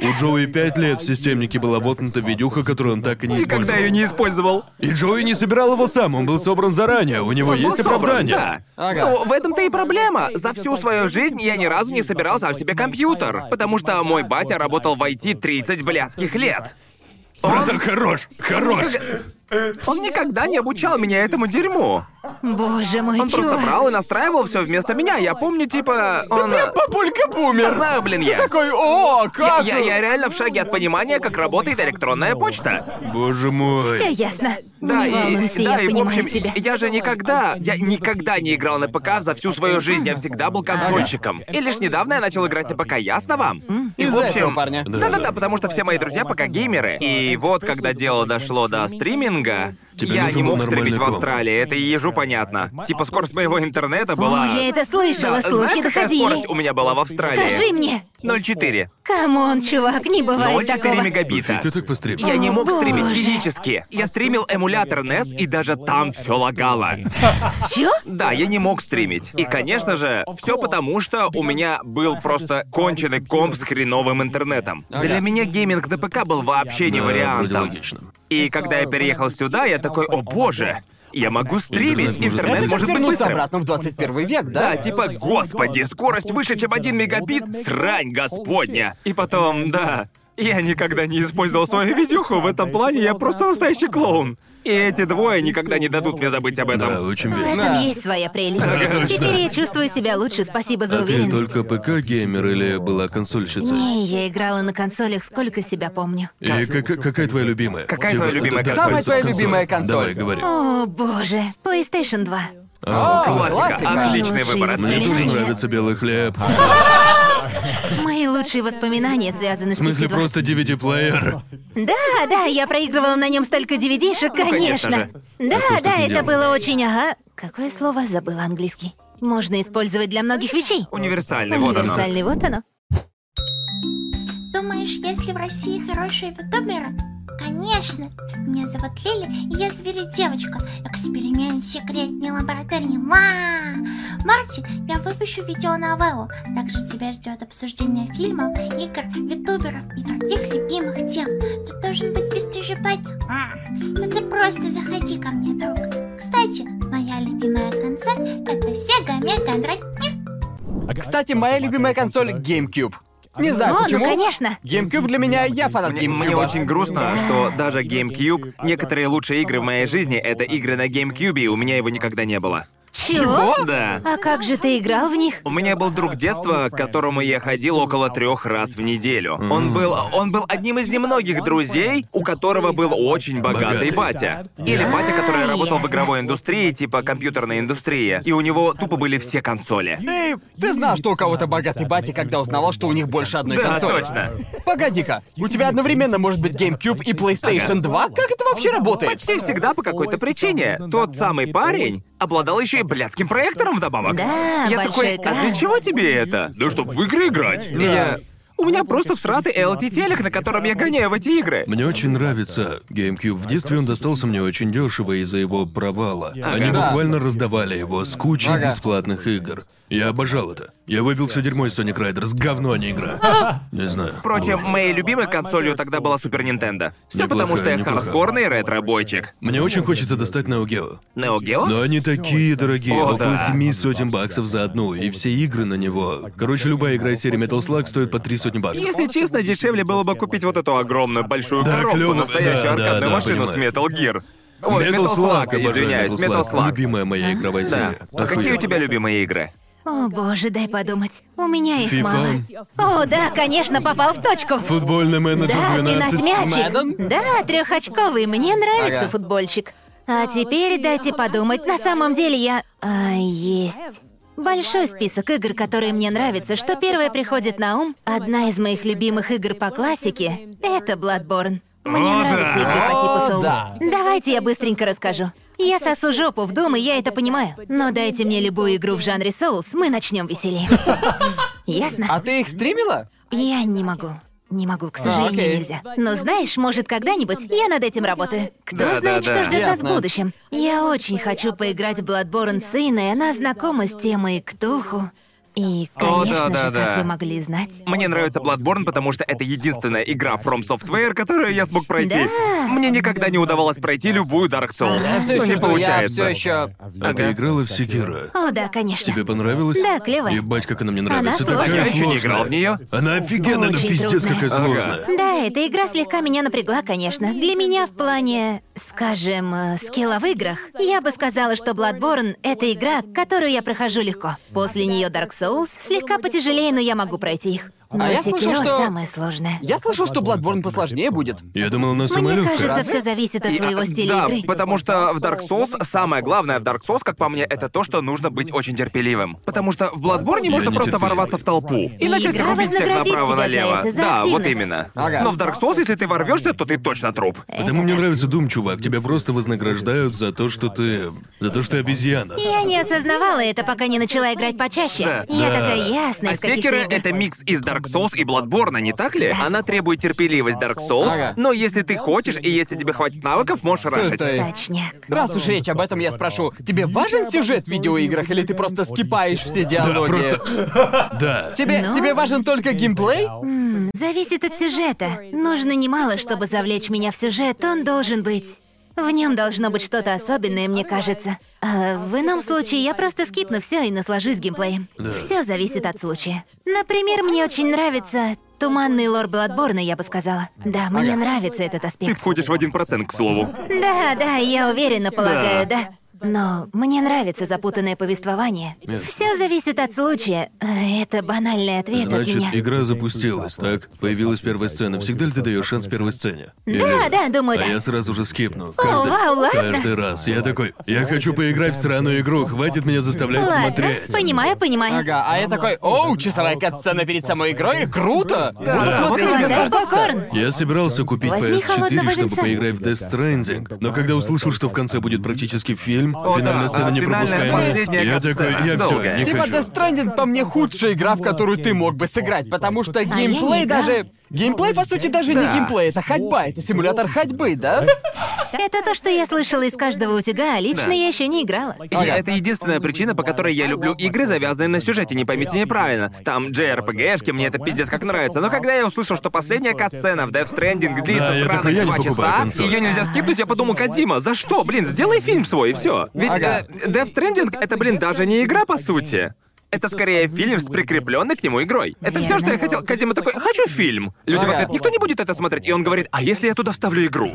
Speaker 3: У Джоуи пять лет в системнике была воткнута видюха, которую он так и не
Speaker 2: Никогда ее
Speaker 3: использовал.
Speaker 2: не использовал.
Speaker 3: И Джоуи не собирал его сам, он был собран заранее, у него есть
Speaker 2: Ну, собран,
Speaker 3: оправдание.
Speaker 2: Да.
Speaker 1: Ага.
Speaker 2: Но в этом-то и проблема. За всю свою жизнь я ни разу не собирал сам себе компьютер, потому что мой батя работал в IT 30 блядских лет.
Speaker 3: Братан, хорош, хорош.
Speaker 2: Он никогда не обучал меня этому дерьму.
Speaker 4: Боже мой,
Speaker 2: Он просто
Speaker 4: чувак.
Speaker 2: брал и настраивал все вместо меня. Я помню, типа, он...
Speaker 1: Папулька
Speaker 2: Я
Speaker 1: бумер.
Speaker 2: знаю, блин, я.
Speaker 1: Такой, о,
Speaker 2: Я,
Speaker 1: как...
Speaker 2: я- я реально в шаге от понимания, как работает электронная почта.
Speaker 3: Боже мой.
Speaker 4: Все ясно.
Speaker 2: Да,
Speaker 4: не волнуйся,
Speaker 2: и, да,
Speaker 4: я
Speaker 2: и в
Speaker 4: понимаю
Speaker 2: общем,
Speaker 4: тебя.
Speaker 2: я же никогда, я никогда не играл на ПК за всю свою жизнь, я всегда был консольщиком. И лишь недавно я начал играть на ПК, ясно вам? И в
Speaker 1: Из-за этого
Speaker 2: общем,
Speaker 1: парня.
Speaker 2: Да-да-да, потому что все мои друзья пока геймеры. И вот, когда дело дошло до стриминга,
Speaker 3: Тебе
Speaker 2: я
Speaker 3: нужен
Speaker 2: не
Speaker 3: был
Speaker 2: мог стримить
Speaker 3: нормальный
Speaker 2: в
Speaker 3: комп.
Speaker 2: Австралии, это и ежу понятно. Типа скорость моего интернета была...
Speaker 4: О, я это слышала,
Speaker 2: Да,
Speaker 4: слухи
Speaker 2: знаешь, какая скорость
Speaker 4: доходили.
Speaker 2: у меня была в Австралии?
Speaker 4: Скажи мне,
Speaker 2: 0,4.
Speaker 4: камон, чувак, не бывает
Speaker 2: 0,4
Speaker 4: такого.
Speaker 2: мегабита.
Speaker 3: Фиг ты так постримил.
Speaker 2: Я не
Speaker 4: О,
Speaker 2: мог стримить
Speaker 4: боже.
Speaker 2: физически. Я стримил эмулятор NES, и даже там все лагало.
Speaker 4: Чё?
Speaker 2: Да, я не мог стримить. И, конечно же, все потому, что у меня был просто конченый комп с хреновым интернетом. Для меня гейминг на ПК был вообще не
Speaker 3: Да, вроде
Speaker 2: вариантом.
Speaker 3: логично.
Speaker 2: И когда я переехал сюда, я такой, о боже, я могу стримить,
Speaker 3: Интернет может
Speaker 2: интернет
Speaker 3: быть
Speaker 1: Это
Speaker 2: может
Speaker 1: как
Speaker 2: быть
Speaker 1: вернуться
Speaker 2: быстрым.
Speaker 1: обратно в 21 век,
Speaker 2: Да,
Speaker 1: да?
Speaker 2: типа, господи, скорость выше, чем 1 мегабит, срань господня. И потом, да, я никогда не использовал свою видюху, в этом плане я просто настоящий клоун. И эти двое никогда не дадут мне забыть об
Speaker 3: Да,
Speaker 2: этом.
Speaker 3: очень
Speaker 4: В
Speaker 3: весело.
Speaker 1: Да.
Speaker 4: этом есть своя прелесть. Теперь я чувствую себя лучше, спасибо за
Speaker 3: А ты
Speaker 4: уверенность.
Speaker 3: только ПК-геймер или была консольщица?
Speaker 4: Не, я играла на консолях, сколько себя помню.
Speaker 3: И как- какая твоя любимая?
Speaker 2: Какая
Speaker 3: Типа,
Speaker 2: твоя любимая
Speaker 3: да,
Speaker 2: консоль?
Speaker 1: Самая твоя
Speaker 3: консоль.
Speaker 1: любимая консоль.
Speaker 3: Давай, говори.
Speaker 4: О, боже, PlayStation 2.
Speaker 3: А,
Speaker 1: О,
Speaker 2: Классика,
Speaker 1: классика.
Speaker 2: отличный
Speaker 4: Лучшие
Speaker 2: выбор,
Speaker 3: Мне
Speaker 2: отличный.
Speaker 3: тоже
Speaker 4: Воспоминания.
Speaker 3: нравится белый хлеб.
Speaker 4: Мои лучшие воспоминания связаны
Speaker 3: В
Speaker 4: с
Speaker 3: смысле,
Speaker 4: PC2.
Speaker 3: просто DVD-плеер.
Speaker 4: Да, да, я проигрывала на нем столько DVD-шек,
Speaker 2: конечно
Speaker 4: конечно.
Speaker 2: же.
Speaker 4: Да,
Speaker 3: что ж ты
Speaker 4: да, это
Speaker 3: делаешь?
Speaker 4: было очень, ага. Какое слово забыла английский? Можно использовать для многих вещей.
Speaker 2: Универсальный, вот оно.
Speaker 4: Универсальный, вот оно.
Speaker 5: Думаешь, если в России хорошие ютуберы? Конечно! Меня зовут Лили, и я звери-девочка. Эксперимент в секретной лаборатории. Ма! Марти, я выпущу видеоновеллу. Также тебя ждет обсуждение фильмов, игр, ютуберов и других любимых тем. Ты должен быть бесстыжебать. Да ты просто заходи ко мне, друг. Кстати, моя любимая консоль — это Sega Mega Drive.
Speaker 1: Кстати, моя любимая консоль GameCube. Не знаю
Speaker 4: О,
Speaker 1: почему.
Speaker 4: ну конечно.
Speaker 1: GameCube для меня я фанат
Speaker 2: Мне, мне
Speaker 1: GameCube.
Speaker 2: очень грустно, что даже GameCube, некоторые лучшие игры в моей жизни — это игры на GameCube, и у меня его никогда не было.
Speaker 4: Чего?
Speaker 2: Да.
Speaker 4: А как же ты играл в них?
Speaker 2: У меня был друг детства, к которому я ходил около трех раз в неделю. Он был, он был одним из немногих друзей, у которого был очень богатый
Speaker 3: Богатый.
Speaker 2: батя. Или
Speaker 4: А,
Speaker 2: батя, который работал в
Speaker 4: ясно.
Speaker 2: игровой индустрии, типа компьютерной индустрии. И у него тупо были все консоли.
Speaker 1: Ты, ты знал, что у кого-то богатый батя, когда узнавал, что у них больше одной
Speaker 2: Да,
Speaker 1: консоли.
Speaker 2: точно.
Speaker 1: Погоди-ка, у тебя одновременно может быть GameCube и PlayStation 2? Как это вообще работает?
Speaker 2: Почти всегда по какой-то причине. Тот самый парень обладал еще и блядским проектором вдобавок.
Speaker 4: Да,
Speaker 2: Я такой,
Speaker 4: большой экран.
Speaker 2: а для чего тебе это? Да чтоб в игры играть. И я... У меня просто всратый LT телек, на котором я гоняю в эти игры.
Speaker 3: Мне очень нравится GameCube. В детстве он достался мне очень дешево из-за его провала. Они
Speaker 1: Да.
Speaker 3: буквально раздавали его с кучей
Speaker 1: Ага.
Speaker 3: бесплатных игр. Я обожал это. Я выбил все дерьмо из Sonic Riders. Говно, а не игра. Не знаю.
Speaker 2: Впрочем, моей любимой консолью тогда была Супер Нинтендо. Все
Speaker 3: Неплохо,
Speaker 2: потому, что я
Speaker 3: неплохо.
Speaker 2: хардкорный ретро-бойчик.
Speaker 3: Мне очень хочется достать Neo Geo.
Speaker 2: Нео Гео?
Speaker 3: Но они такие дорогие,
Speaker 2: О,
Speaker 3: около
Speaker 2: да.
Speaker 3: семи сотен баксов за одну, и все игры на него. Короче, любая игра из серии Metal Slug стоит по три сотни баксов.
Speaker 2: Если честно, дешевле было бы купить вот эту огромную большую
Speaker 3: Да,
Speaker 2: коробку,
Speaker 3: клёво,
Speaker 2: настоящую
Speaker 3: да,
Speaker 2: аркадную
Speaker 3: да, да,
Speaker 2: машину
Speaker 3: понимаю.
Speaker 2: с Metal Gear. Ой, Metal Slug,
Speaker 3: обожаю
Speaker 2: извиняюсь, Metal Slug.
Speaker 3: Любимая моя игровая
Speaker 2: Да.
Speaker 3: серия.
Speaker 2: А какие у тебя любимые игры?
Speaker 4: О боже, дай подумать. У меня их мало.
Speaker 3: FIFA,
Speaker 4: О, да, конечно, попал в точку.
Speaker 3: футбольный менеджер
Speaker 4: Да,
Speaker 3: 12.
Speaker 4: пинать мячик.
Speaker 1: Мэдден?
Speaker 4: Да, трехочковый. Мне нравится
Speaker 1: Ага.
Speaker 4: футбольщик. А теперь дайте подумать. На самом деле я... А, есть. Большой список игр, которые мне нравятся. Что первое приходит на ум? Одна из моих любимых игр по классике — это Bloodborne. Мне
Speaker 2: О,
Speaker 4: нравятся
Speaker 2: да.
Speaker 4: игры по типу
Speaker 1: О,
Speaker 4: Souls.
Speaker 1: да.
Speaker 4: Давайте я быстренько расскажу. Я сосу жопу в дом, и я это понимаю. Но дайте мне любую игру в жанре Souls, мы начнем веселее. Ясно?
Speaker 1: А ты их стримила?
Speaker 4: Я не могу. Не могу,
Speaker 2: А,
Speaker 4: к сожалению,
Speaker 1: окей.
Speaker 4: нельзя. Но знаешь, может, когда-нибудь я над этим работаю. Кто
Speaker 2: Да, да,
Speaker 4: знает,
Speaker 2: да.
Speaker 4: что ждет нас в
Speaker 1: Ясно.
Speaker 4: будущем. Я очень хочу поиграть в Bloodborne с Иной, она знакома с темой Ктулху. И,
Speaker 2: О, да,
Speaker 4: конечно
Speaker 2: да,
Speaker 4: же,
Speaker 2: да.
Speaker 4: как вы могли знать.
Speaker 2: Мне нравится Bloodborne, потому что это единственная игра From Software, которую я смог пройти.
Speaker 4: Да.
Speaker 2: Мне никогда не удавалось пройти любую Dark Souls.
Speaker 1: Я все
Speaker 2: Ну,
Speaker 1: еще
Speaker 2: не
Speaker 1: я
Speaker 2: получается.
Speaker 1: все еще.
Speaker 3: А ты играла в Секира?
Speaker 4: О, да, конечно.
Speaker 3: Тебе понравилось?
Speaker 4: Да, клево.
Speaker 3: Ебать, как она мне нравится.
Speaker 4: Она
Speaker 3: Такая
Speaker 2: Я еще не
Speaker 3: сложная.
Speaker 2: играл в нее.
Speaker 3: Она офигенная, но
Speaker 4: Очень
Speaker 3: пиздец
Speaker 4: трудная.
Speaker 3: какая
Speaker 2: Ага.
Speaker 3: сложная.
Speaker 4: Да, эта игра слегка меня напрягла, конечно. Для меня в плане, скажем, э, скилла в играх, я бы сказала, что Bloodborne — это игра, которую я прохожу легко. После нее Dark Souls слегка потяжелее, но я могу пройти их. Но
Speaker 1: А я
Speaker 4: Sekiro
Speaker 1: слышал, что-
Speaker 4: самое сложное.
Speaker 1: Я слышал, что Bloodborne посложнее будет.
Speaker 3: Я думал, она самая
Speaker 4: Мне
Speaker 3: легкая.
Speaker 4: кажется, все зависит от
Speaker 2: И, а,
Speaker 4: твоего стиля
Speaker 2: да,
Speaker 4: игры.
Speaker 2: потому что в Dark Souls самое главное в Dark Souls, как по мне, это то, что нужно быть очень терпеливым. Потому что в Bloodborne
Speaker 3: Я
Speaker 2: можно
Speaker 3: не
Speaker 2: просто
Speaker 3: терпеливый.
Speaker 2: ворваться в толпу и
Speaker 4: И
Speaker 2: начать
Speaker 4: игра
Speaker 2: рубить всех
Speaker 4: вознаградит
Speaker 2: направо-налево.
Speaker 4: тебя за это, за
Speaker 2: да, вот
Speaker 4: активность.
Speaker 2: именно.
Speaker 1: Ага.
Speaker 2: Но в Dark Souls, если ты ворвешься, то ты точно труп.
Speaker 3: Потому мне нравится Дум, чувак. Тебя просто вознаграждают за то, что ты... За то, что ты обезьяна.
Speaker 4: Я не осознавала это, пока не начала играть почаще. Я такая ясная,
Speaker 2: А
Speaker 4: из каких-то
Speaker 2: Секера —
Speaker 4: игр.
Speaker 2: это микс из Dark Souls и Bloodborne, не так ли? Она требует терпеливость Dark Souls,
Speaker 1: Ага.
Speaker 2: но если ты хочешь и если тебе хватит навыков, можешь рашить.
Speaker 1: стой.
Speaker 4: Точняк.
Speaker 1: Раз уж речь об этом, я спрошу, тебе важен сюжет в видеоиграх или ты просто скипаешь все диалоги?
Speaker 3: Да.
Speaker 1: Тебе,
Speaker 4: Ну?
Speaker 1: тебе важен только геймплей?
Speaker 4: Зависит от сюжета. Нужно немало, чтобы завлечь меня в сюжет. Он должен быть. В нем должно быть что-то особенное, мне кажется. А в ином случае я просто скипну все и наслажусь геймплеем. Все зависит от случая. Например, мне очень нравится туманный лор Бладборна, я бы сказала. Да, мне нравится этот
Speaker 2: Ты
Speaker 4: аспект.
Speaker 2: входишь в один процент, к слову.
Speaker 4: Да, да, я уверена, полагаю, да. Но мне нравится запутанное повествование. Все зависит от случая. А, Это банальный ответ от
Speaker 3: Значит,
Speaker 4: меня.
Speaker 3: игра запустилась, так? Появилась первая сцена. Всегда ли ты даешь шанс первой сцене?
Speaker 4: Да,
Speaker 3: Или-
Speaker 4: да, думаю,
Speaker 3: А
Speaker 4: да.
Speaker 3: я сразу же скипну.
Speaker 4: О,
Speaker 3: Каждый,
Speaker 4: вау, ладно.
Speaker 3: каждый раз. Я такой, я хочу поиграть в сраную игру, хватит меня заставлять
Speaker 4: Ладно,
Speaker 3: смотреть.
Speaker 4: понимаю, понимаю.
Speaker 1: Ага, а я такой, оу, часовая катсцена перед самой игрой, круто! Ну, Буду
Speaker 3: Да.
Speaker 1: смотреть и
Speaker 4: Ладно, дай
Speaker 1: наслаждаться.
Speaker 4: Ну, попкорн.
Speaker 3: Я собирался купить
Speaker 4: Возьми
Speaker 3: PS4,
Speaker 4: холодного
Speaker 3: чтобы
Speaker 4: винца.
Speaker 3: поиграть в Death Stranding, но когда услышал, что в конце будет практически фильм,
Speaker 2: О,
Speaker 3: финальная
Speaker 2: да,
Speaker 3: сцена
Speaker 2: а
Speaker 3: не
Speaker 2: финальная последняя
Speaker 3: пропускаемая, я
Speaker 2: катсцена.
Speaker 3: такой, я все,
Speaker 2: Долгая.
Speaker 3: не
Speaker 1: Типа
Speaker 3: хочу.
Speaker 1: Death Stranding по мне худшая игра, в которую ты мог бы сыграть, потому что геймплей
Speaker 4: играла.
Speaker 1: даже... Геймплей, по сути, даже не
Speaker 2: Да.
Speaker 1: геймплей, это ходьба, это симулятор ходьбы, да?
Speaker 4: Это то, что я слышала из каждого утюга, а лично
Speaker 2: Да.
Speaker 4: я еще не играла.
Speaker 2: Я- это единственная причина, по которой я люблю игры, завязанные на сюжете, не поймите неправильно. Там JRPG-шки, мне это пиздец как нравится. Но когда я услышал, что последняя катсцена в Death Stranding длится
Speaker 3: Да, я
Speaker 2: странных
Speaker 3: такой, я не
Speaker 2: два
Speaker 3: покупаю
Speaker 2: часа,
Speaker 3: консоль.
Speaker 2: ее нельзя скипнуть, я подумал, Кадима, за что, блин, сделай фильм свой, и все. Ведь
Speaker 1: Ага.
Speaker 2: э, Death Stranding — это, блин, даже не игра, по сути. Это скорее фильм с прикрепленной к нему игрой. Это все, что я хотел. Кадима такой, хочу фильм. Люди в
Speaker 1: Ага.
Speaker 2: ответ, никто не будет это смотреть. И он говорит, а если я туда вставлю игру?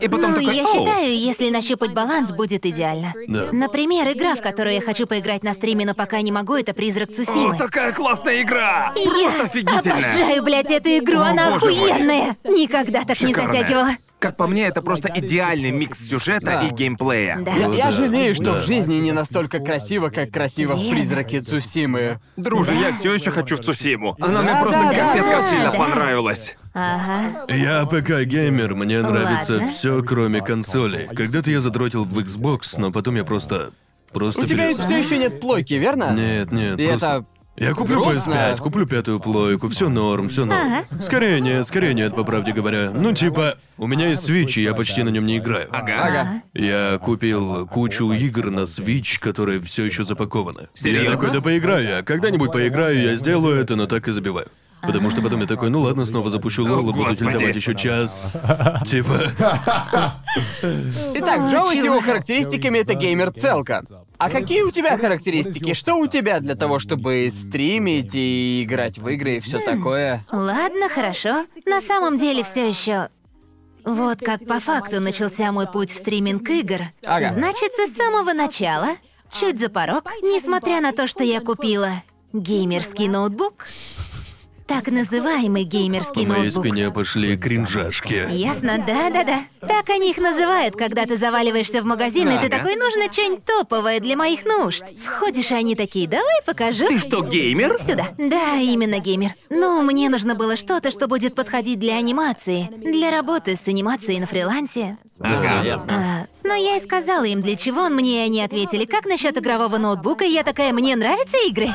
Speaker 2: И потом
Speaker 4: Ну,
Speaker 2: такой,
Speaker 4: я
Speaker 2: «Оу».
Speaker 4: считаю, если нащупать баланс, будет идеально.
Speaker 3: Да.
Speaker 4: Например, игра, в которую я хочу поиграть на стриме, но пока не могу, это «Призрак
Speaker 2: О,
Speaker 4: Цусимы».
Speaker 2: такая классная игра!
Speaker 4: И
Speaker 2: Просто
Speaker 4: Я
Speaker 2: офигительная!
Speaker 4: обожаю, блядь, эту игру, она
Speaker 2: боже мой.
Speaker 4: охуенная. Никогда так не
Speaker 2: Шикарная.
Speaker 4: затягивала.
Speaker 2: Как по мне, это просто идеальный микс сюжета
Speaker 1: Да.
Speaker 2: и геймплея.
Speaker 4: Да.
Speaker 1: Я,
Speaker 4: Ну
Speaker 1: я
Speaker 3: да,
Speaker 1: жалею, что
Speaker 3: да.
Speaker 1: в жизни не настолько красиво, как красиво в
Speaker 4: Верно.
Speaker 1: призраке Цусимы.
Speaker 2: Друже, я все еще хочу в Цусиму. Она мне
Speaker 1: Да,
Speaker 2: просто
Speaker 1: да,
Speaker 2: капец
Speaker 1: да,
Speaker 2: как сильно
Speaker 4: да.
Speaker 2: понравилась.
Speaker 4: Ага.
Speaker 3: Я ПК-геймер, мне нравится
Speaker 4: Ладно.
Speaker 3: все, кроме консолей. Когда-то я затротил в Xbox, но потом я просто... Просто...
Speaker 1: У тебя
Speaker 3: перес-
Speaker 1: ведь все еще нет плойки, верно?
Speaker 3: Нет, нет,
Speaker 1: И
Speaker 3: просто-
Speaker 1: это
Speaker 3: Я куплю
Speaker 1: грустно.
Speaker 3: PS5, куплю пятую плойку, все норм, все норм. Скорее нет, скорее нет, по правде говоря. Ну, типа, у меня есть Switch, и я почти на нем не играю.
Speaker 2: Ага.
Speaker 1: Ага.
Speaker 3: Я купил кучу игр на Switch, которые все еще запакованы.
Speaker 2: Серьёзно?
Speaker 3: Я такой, да поиграю я. Когда-нибудь поиграю, я сделаю это, но так и забиваю. Потому что потом я такой, ну ладно, снова запущу Лолу, буду
Speaker 2: господи.
Speaker 3: давать еще час. Типа,
Speaker 1: Итак, Джоуи с его характеристиками это геймер целка. А какие у тебя характеристики? Что у тебя для того, чтобы стримить и играть в игры и все такое?
Speaker 4: Ладно, хорошо. На самом деле все еще. Вот как по факту начался мой путь в стриминг игр.
Speaker 1: Ага.
Speaker 4: Значит, с самого начала, чуть за порог, несмотря на то, что я купила геймерский ноутбук, так называемый
Speaker 3: по
Speaker 4: геймерский
Speaker 3: моей
Speaker 4: ноутбук.
Speaker 3: спине пошли кринжашки.
Speaker 4: Ясно, да-да-да. Так они их называют, когда ты заваливаешься в магазин, и ты
Speaker 2: Ага.
Speaker 4: такой, нужно что-нибудь топовое для моих нужд. Входишь, и они такие, давай покажу.
Speaker 2: Ты что, геймер?
Speaker 4: Сюда. Да, именно геймер. Ну, мне нужно было что-то, что будет подходить для анимации, для работы с анимацией на фрилансе.
Speaker 2: Ага.
Speaker 4: А, но я и сказала им, для чего он мне, и они ответили, как насчет игрового ноутбука, и я такая, мне нравятся игры.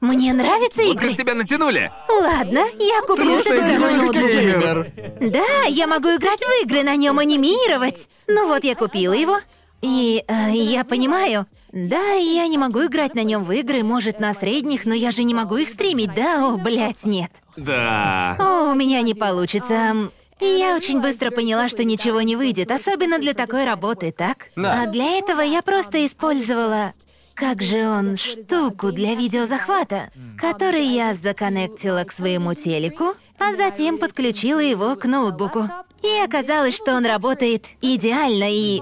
Speaker 4: Мне нравятся
Speaker 2: Вот
Speaker 4: игры.
Speaker 2: как тебя натянули.
Speaker 4: Ладно, я куплю этот
Speaker 2: Трусая
Speaker 4: игровой
Speaker 2: девочка
Speaker 4: Ну ноутбук.
Speaker 2: геймер.
Speaker 4: Да, я могу играть в игры, на нем анимировать. Ну вот я купила его. И э, я понимаю. Да, я не могу играть на нем в игры, может, на средних, но я же не могу их стримить, да, о, блядь, нет.
Speaker 2: Да.
Speaker 4: О, у меня не получится. М, Я очень быстро поняла, что ничего не выйдет, особенно для такой работы, так?
Speaker 1: Да.
Speaker 4: А для этого я просто использовала... Как же он, штуку для видеозахвата, который я законнектила к своему телеку, а затем подключила его к ноутбуку. И оказалось, что он работает идеально, и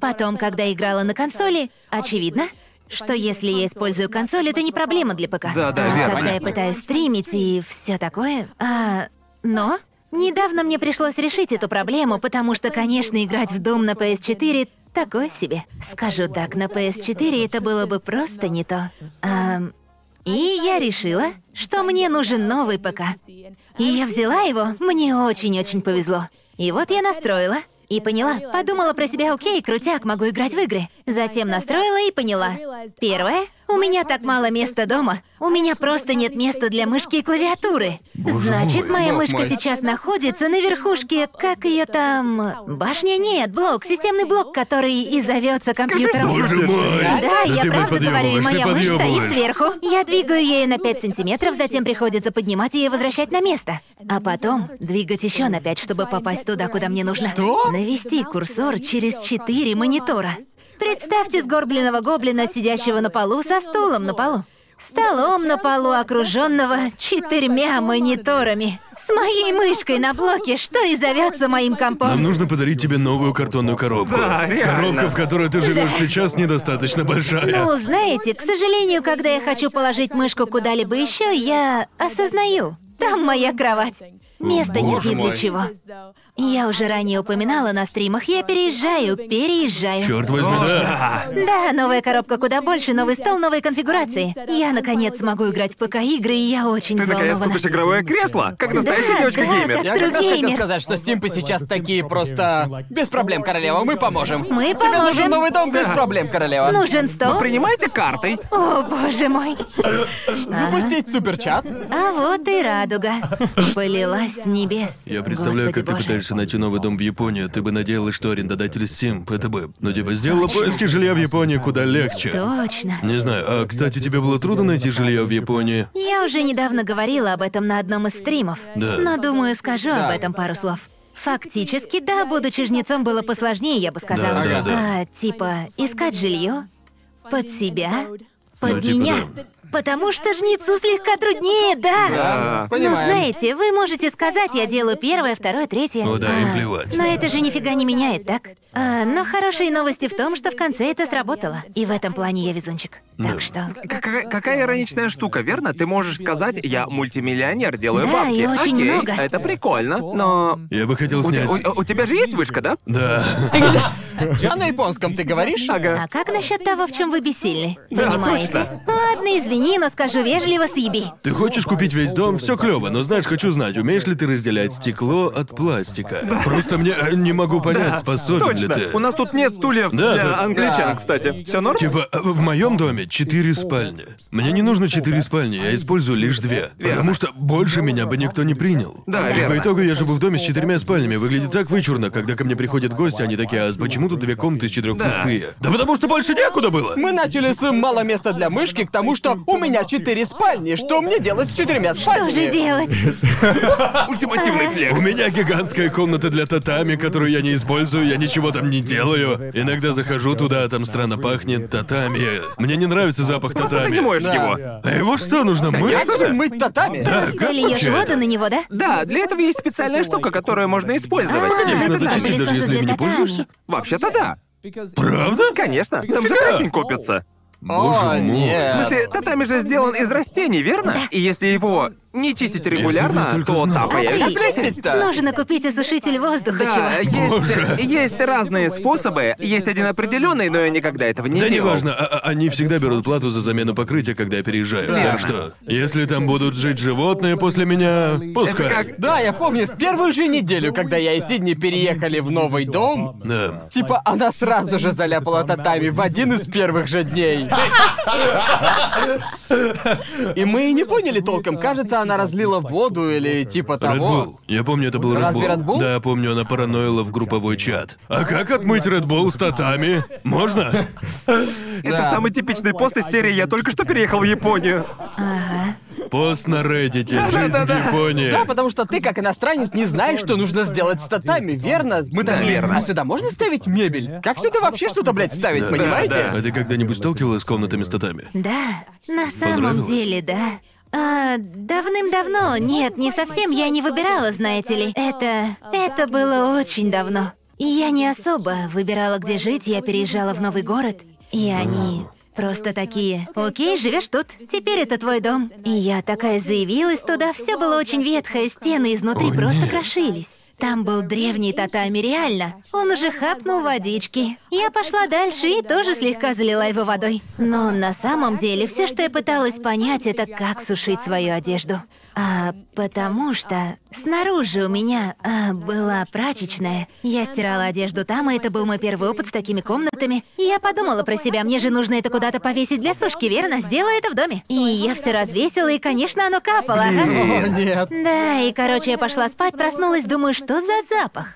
Speaker 4: потом, когда играла на консоли, очевидно, что если я использую консоль, это не проблема для ПК.
Speaker 2: Да, да,
Speaker 4: А
Speaker 2: верно.
Speaker 4: Когда я пытаюсь стримить и все такое. А, но недавно мне пришлось решить эту проблему, потому что, конечно, играть в Doom на PS4 такое себе. Скажу так, на PS4 это было бы просто не то. Ам, и я решила, что мне нужен новый ПК. И я взяла его, мне очень-очень повезло. И вот я настроила. И поняла, подумала про себя, окей, крутяк, могу играть в игры. Затем настроила и поняла. Первое, у меня так мало места дома. У меня просто нет места для мышки и клавиатуры. Значит, моя
Speaker 1: бог
Speaker 4: мышка
Speaker 1: мой.
Speaker 4: сейчас находится на верхушке, как ее там... Башня нет, блок, системный блок, который и зовется компьютером.
Speaker 3: Боже мой!
Speaker 4: Да, я
Speaker 3: ты, блядь,
Speaker 4: правда говорю, и
Speaker 3: подъёбываешь,
Speaker 4: моя
Speaker 3: ты
Speaker 4: мышь стоит
Speaker 3: подъёбываешь.
Speaker 4: сверху. Я двигаю ею на 5 сантиметров, затем приходится поднимать ее и возвращать на место. А потом двигать еще на 5, чтобы попасть туда, куда мне нужно.
Speaker 1: Что?
Speaker 4: Навести курсор через 4 монитора. Представьте сгорбленного гоблина, сидящего на полу, со стулом на полу. Столом на полу, окруженного четырьмя мониторами. С моей мышкой на блоке, что и зовется моим компом.
Speaker 3: Нам нужно подарить тебе новую картонную коробку.
Speaker 2: Да, реально.
Speaker 3: Коробка, в которой ты живешь сейчас, недостаточно большая.
Speaker 4: Ну, знаете, к сожалению, когда я хочу положить мышку куда-либо еще, я осознаю. Там моя кровать. Места нет
Speaker 3: боже
Speaker 4: ни для
Speaker 3: мой.
Speaker 4: чего. Я уже ранее упоминала на стримах, я переезжаю, переезжаю.
Speaker 3: Черт возьми, да.
Speaker 4: Да, новая коробка куда больше, новый стол, новые конфигурации. Я наконец смогу играть в ПК-игры, и я очень
Speaker 2: Ты наконец
Speaker 4: взволнована.
Speaker 2: купишь игровое кресло, как настоящая
Speaker 4: Да,
Speaker 2: девочка-геймер.
Speaker 4: да,
Speaker 1: Я как раз
Speaker 4: Тру-геймер.
Speaker 1: хотел сказать, что стимпы сейчас такие просто... Без проблем, королева, мы поможем.
Speaker 4: Мы
Speaker 1: Тебе нужен
Speaker 4: поможем. Ну,
Speaker 1: новый дом без проблем, королева.
Speaker 4: Нужен стол?
Speaker 2: Принимайте картой.
Speaker 4: О, боже мой.
Speaker 1: Запустить суперчат.
Speaker 4: А вот и радуга. Полилась с небес.
Speaker 3: Я представляю,
Speaker 4: Господи
Speaker 3: как ты
Speaker 4: боже.
Speaker 3: пытаешься найти новый дом в Японии. Ты бы надеялась, что арендодатель Симп, это бы... Ну, типа, сделала поиски жилья в Японии куда легче.
Speaker 4: Точно.
Speaker 3: Не знаю, а, кстати, тебе было трудно найти жилье в Японии?
Speaker 4: Я уже недавно говорила об этом на одном из стримов.
Speaker 3: Да.
Speaker 4: Но думаю, скажу об
Speaker 1: Да.
Speaker 4: этом пару слов. Фактически, да, будучи жнецом было посложнее, я бы сказала.
Speaker 1: Да,
Speaker 3: да, да.
Speaker 4: А, типа, искать жилье под себя, под
Speaker 3: Ну, типа,
Speaker 4: меня.
Speaker 3: да.
Speaker 4: Потому что жнецу слегка труднее, да.
Speaker 1: Да,
Speaker 4: Но
Speaker 1: понимаем.
Speaker 4: А, ну, знаете, вы можете сказать, я делаю первое, второе, третье.
Speaker 3: Ну да, им
Speaker 4: А,
Speaker 3: плевать.
Speaker 4: Но это же нифига не меняет, так? А, но хорошие новости в том, что в конце это сработало. И в этом плане я везунчик. Так что.
Speaker 2: Какая, какая ироничная штука, верно? Ты можешь сказать, я мультимиллионер, делаю
Speaker 4: Да,
Speaker 2: бабки.
Speaker 4: и очень
Speaker 2: Окей,
Speaker 4: много.
Speaker 2: это прикольно, но...
Speaker 3: Я бы хотел
Speaker 2: У, те-
Speaker 3: снять...
Speaker 2: у- у тебя же есть вышка, да?
Speaker 3: Да.
Speaker 1: А на японском ты говоришь?
Speaker 2: Ага.
Speaker 4: А как насчет того, в чем вы бессильны?
Speaker 2: Да,
Speaker 4: Понимаете?
Speaker 2: точно.
Speaker 4: Ладно, извини, но скажу вежливо, съеби.
Speaker 3: Ты хочешь купить весь дом, все клево, но знаешь, хочу знать, умеешь ли ты разделять стекло от пластика. Просто мне э, не могу понять, способен ли
Speaker 2: Точно.
Speaker 3: ты.
Speaker 2: У нас тут нет стульев
Speaker 3: э. Да,
Speaker 2: для
Speaker 3: тут-
Speaker 2: англичан,
Speaker 1: Да.
Speaker 2: кстати. Все норм?
Speaker 3: Типа, э, в моем доме четыре спальни. Мне не нужно четыре спальни, я использую лишь две. Потому что больше меня бы никто не принял.
Speaker 2: Да,
Speaker 3: И
Speaker 2: верно.
Speaker 3: по итогу я живу в доме с четырьмя спальнями. Выглядит так вычурно, когда ко мне приходят гости, они такие, а почему тут две комнаты из четырех пустые? Да потому что больше некуда было!
Speaker 1: Мы начали с мало места для мышки, к тому, что у меня четыре спальни. Что мне делать с четырьмя спальнями?
Speaker 4: Что же делать?
Speaker 2: Ультимативный
Speaker 3: Типа, У
Speaker 2: флекс.
Speaker 3: меня гигантская комната для татами, которую я не использую, я ничего там не делаю. Иногда захожу туда, а там странно пахнет татами. Мне не нравится запах
Speaker 2: Просто ты
Speaker 3: татами.
Speaker 2: не моешь
Speaker 1: Да.
Speaker 2: его.
Speaker 3: А его что, нужно мыть?
Speaker 1: Как же мыть татами?
Speaker 3: Да, как
Speaker 4: Дольешь
Speaker 3: вообще
Speaker 4: воду
Speaker 3: это?
Speaker 4: на него, да?
Speaker 2: Да, для этого есть специальная штука, которую можно использовать.
Speaker 4: А,
Speaker 3: Надо
Speaker 4: это да,
Speaker 3: чистить, даже
Speaker 4: пылесосы
Speaker 3: если
Speaker 4: для
Speaker 3: им не
Speaker 4: татами.
Speaker 3: пользуешься.
Speaker 2: Вообще-то да.
Speaker 3: Правда?
Speaker 2: Конечно, там же красень копится.
Speaker 1: О,
Speaker 3: Боже мой.
Speaker 1: нет.
Speaker 2: В смысле, татами же сделан из растений, верно? И если его не чистить
Speaker 3: бы
Speaker 2: регулярно,
Speaker 3: только
Speaker 2: то
Speaker 3: знал.
Speaker 2: там появится
Speaker 4: Отлично.
Speaker 2: плесень.
Speaker 1: Чистить-то?
Speaker 4: Нужно купить осушитель воздуха,
Speaker 2: Да,
Speaker 4: чувак.
Speaker 2: есть, есть разные способы. Есть один определенный, но я никогда этого не
Speaker 3: Да
Speaker 2: делал.
Speaker 3: неважно, а- а- они всегда берут плату за замену покрытия, когда я переезжаю.
Speaker 2: Верно.
Speaker 3: Так что, если там будут жить животные после меня, пускай.
Speaker 2: как-
Speaker 1: Да, я помню, в первую же неделю, когда я и Сидни переехали в новый дом,
Speaker 3: Да.
Speaker 1: типа она сразу же заляпала татами в один из первых же дней. И мы и не поняли толком, кажется, она разлила воду или типа
Speaker 3: Red Bull.
Speaker 1: того.
Speaker 3: Я помню, это был Red
Speaker 1: Разве
Speaker 3: Bull.
Speaker 1: Red Bull?
Speaker 3: Да, помню, она параноила в групповой чат. А как отмыть Red Bull с татами? Можно?
Speaker 2: Это самый типичный пост из серии «Я только что переехал в Японию».
Speaker 3: Пост на Reddit. Жизнь в
Speaker 2: Да-да-да.
Speaker 3: Японии.
Speaker 1: Да, потому что ты, как иностранец, не знаешь, что нужно сделать с татами, верно? Мы
Speaker 2: Да,
Speaker 1: такие,
Speaker 2: верно.
Speaker 1: а сюда можно ставить мебель? Как сюда вообще что-то, блядь, ставить, понимаете?
Speaker 2: да.
Speaker 3: А ты когда-нибудь сталкивалась с комнатами с татами?
Speaker 4: Да, на самом
Speaker 3: Понравилось?
Speaker 4: деле, да. А, давным-давно, нет, не совсем, я не выбирала, знаете ли. Это... это было очень давно. И я не особо выбирала, где жить, я переезжала в новый город. И они просто такие, окей, живешь тут, теперь это твой дом. И я такая заявилась туда, все было очень ветхое, стены изнутри
Speaker 3: О,
Speaker 4: просто
Speaker 3: нет.
Speaker 4: крошились. Там был древний татами, реально. Он уже хапнул водички. Я пошла дальше и тоже слегка залила его водой. Но на самом деле все, что я пыталась понять, это как сушить свою одежду. А потому что снаружи у меня а, была прачечная. Я стирала одежду там, и это был мой первый опыт с такими комнатами. И я подумала про себя, мне же нужно это куда-то повесить для сушки, верно? Сделаю это в доме. И я все развесила, и, конечно, оно капало. ага.
Speaker 1: О, нет.
Speaker 4: Да, и короче, я пошла спать, проснулась, думаю, что за запах?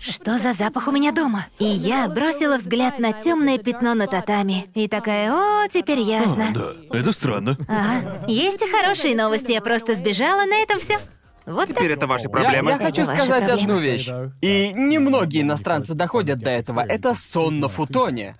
Speaker 4: Что за запах у меня дома? И я бросила взгляд на темное пятно на татами. И такая, о, теперь ясно.
Speaker 3: Да. Это странно.
Speaker 4: Ага. Есть и хорошие новости, я просто сбежала, на этом все. Вот
Speaker 2: Теперь
Speaker 4: так.
Speaker 2: это ваши
Speaker 1: Я-
Speaker 2: проблемы.
Speaker 1: Я, хочу
Speaker 4: Это ваши
Speaker 1: сказать
Speaker 4: проблемы.
Speaker 1: одну вещь. И немногие иностранцы доходят до этого. Это сон на футоне.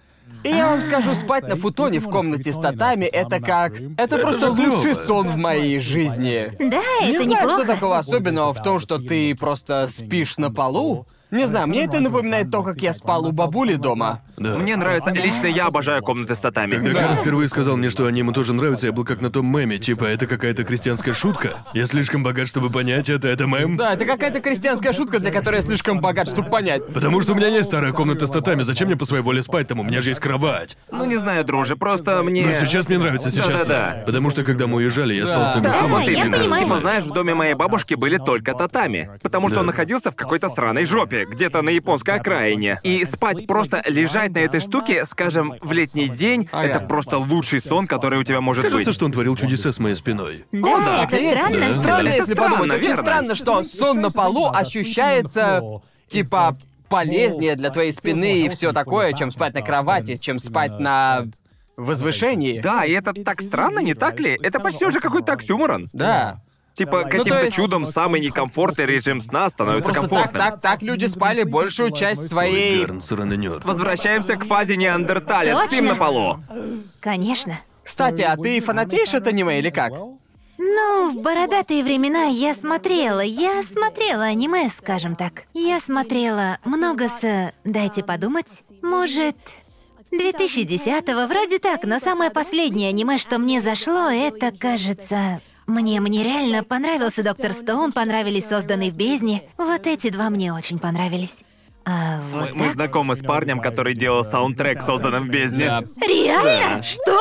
Speaker 1: И я вам скажу, спать на футоне в комнате с татами — это как... Это просто
Speaker 3: же клёво.
Speaker 1: лучший сон в моей жизни.
Speaker 4: Да,
Speaker 1: Не
Speaker 4: это
Speaker 1: знаю,
Speaker 4: неплохо.
Speaker 1: что такого особенного в том, что ты просто спишь на полу, Не знаю, мне это напоминает то, как я спал у бабули дома.
Speaker 3: Да.
Speaker 2: Мне нравится, лично я обожаю комнаты с татами.
Speaker 3: Когда Гарри впервые сказал мне, что они ему тоже нравятся, я был как на том меме, типа, это какая-то крестьянская шутка. Я слишком богат, чтобы понять это, это мем.
Speaker 1: Да, это какая-то крестьянская шутка, для которой я слишком богат, чтобы понять.
Speaker 3: Потому что у меня есть старая комната с татами, зачем мне по своей воле спать там, у меня же есть кровать.
Speaker 2: Ну не знаю, друже, просто мне.
Speaker 3: Ну, сейчас мне нравится, сейчас.
Speaker 2: Да-да-да.
Speaker 3: Потому что когда мы уезжали, я спал в том
Speaker 2: Да,
Speaker 4: Да,
Speaker 2: вот
Speaker 4: я
Speaker 2: именно.
Speaker 4: понимаю.
Speaker 2: Типа, знаешь, в доме моей бабушки были только татами. Потому что
Speaker 3: Да.
Speaker 2: он находился в какой-то сраной жопе, где-то на японской окраине. И спать просто лежать на этой штуке, скажем, в летний день,
Speaker 1: Ага.
Speaker 2: это просто лучший сон, который у тебя может
Speaker 3: Кажется,
Speaker 2: быть.
Speaker 3: что он творил чудеса с моей спиной.
Speaker 4: Да, это
Speaker 1: Конечно.
Speaker 4: странно.
Speaker 1: Странно,
Speaker 2: Это
Speaker 1: если
Speaker 2: странно,
Speaker 1: подумать. Очень
Speaker 2: верно.
Speaker 1: странно, что сон на полу ощущается, типа, полезнее для твоей спины и все такое, чем спать на кровати, чем спать на возвышении.
Speaker 2: Да, и это Ну, так странно, не так ли? Это почти уже какой-то оксюморон.
Speaker 1: Да.
Speaker 2: Типа,
Speaker 6: Ну,
Speaker 2: каким-то
Speaker 1: то есть-
Speaker 2: чудом самый некомфортный режим сна становится
Speaker 1: Просто так,
Speaker 2: комфортным.
Speaker 1: так, так люди спали большую часть своей...
Speaker 3: Гарн, сраный нёд.
Speaker 2: Возвращаемся к фазе неандерталя.
Speaker 4: Точно.
Speaker 2: Спим на полу.
Speaker 4: Конечно.
Speaker 1: Кстати, а ты фанатеешь от аниме или как?
Speaker 4: Ну, в бородатые времена я смотрела, я смотрела аниме, скажем так. Я смотрела много с... Дайте подумать. Может, 2010-го, вроде так, но самое последнее аниме, что мне зашло, это, кажется... Мне, мне реально понравился Доктор Стоун, понравились созданные в бездне. Вот эти два мне очень понравились. А вот
Speaker 2: Мы, мы
Speaker 4: так-
Speaker 2: знакомы с парнем, который делал саундтрек, созданным в бездне.
Speaker 4: Реально? Что?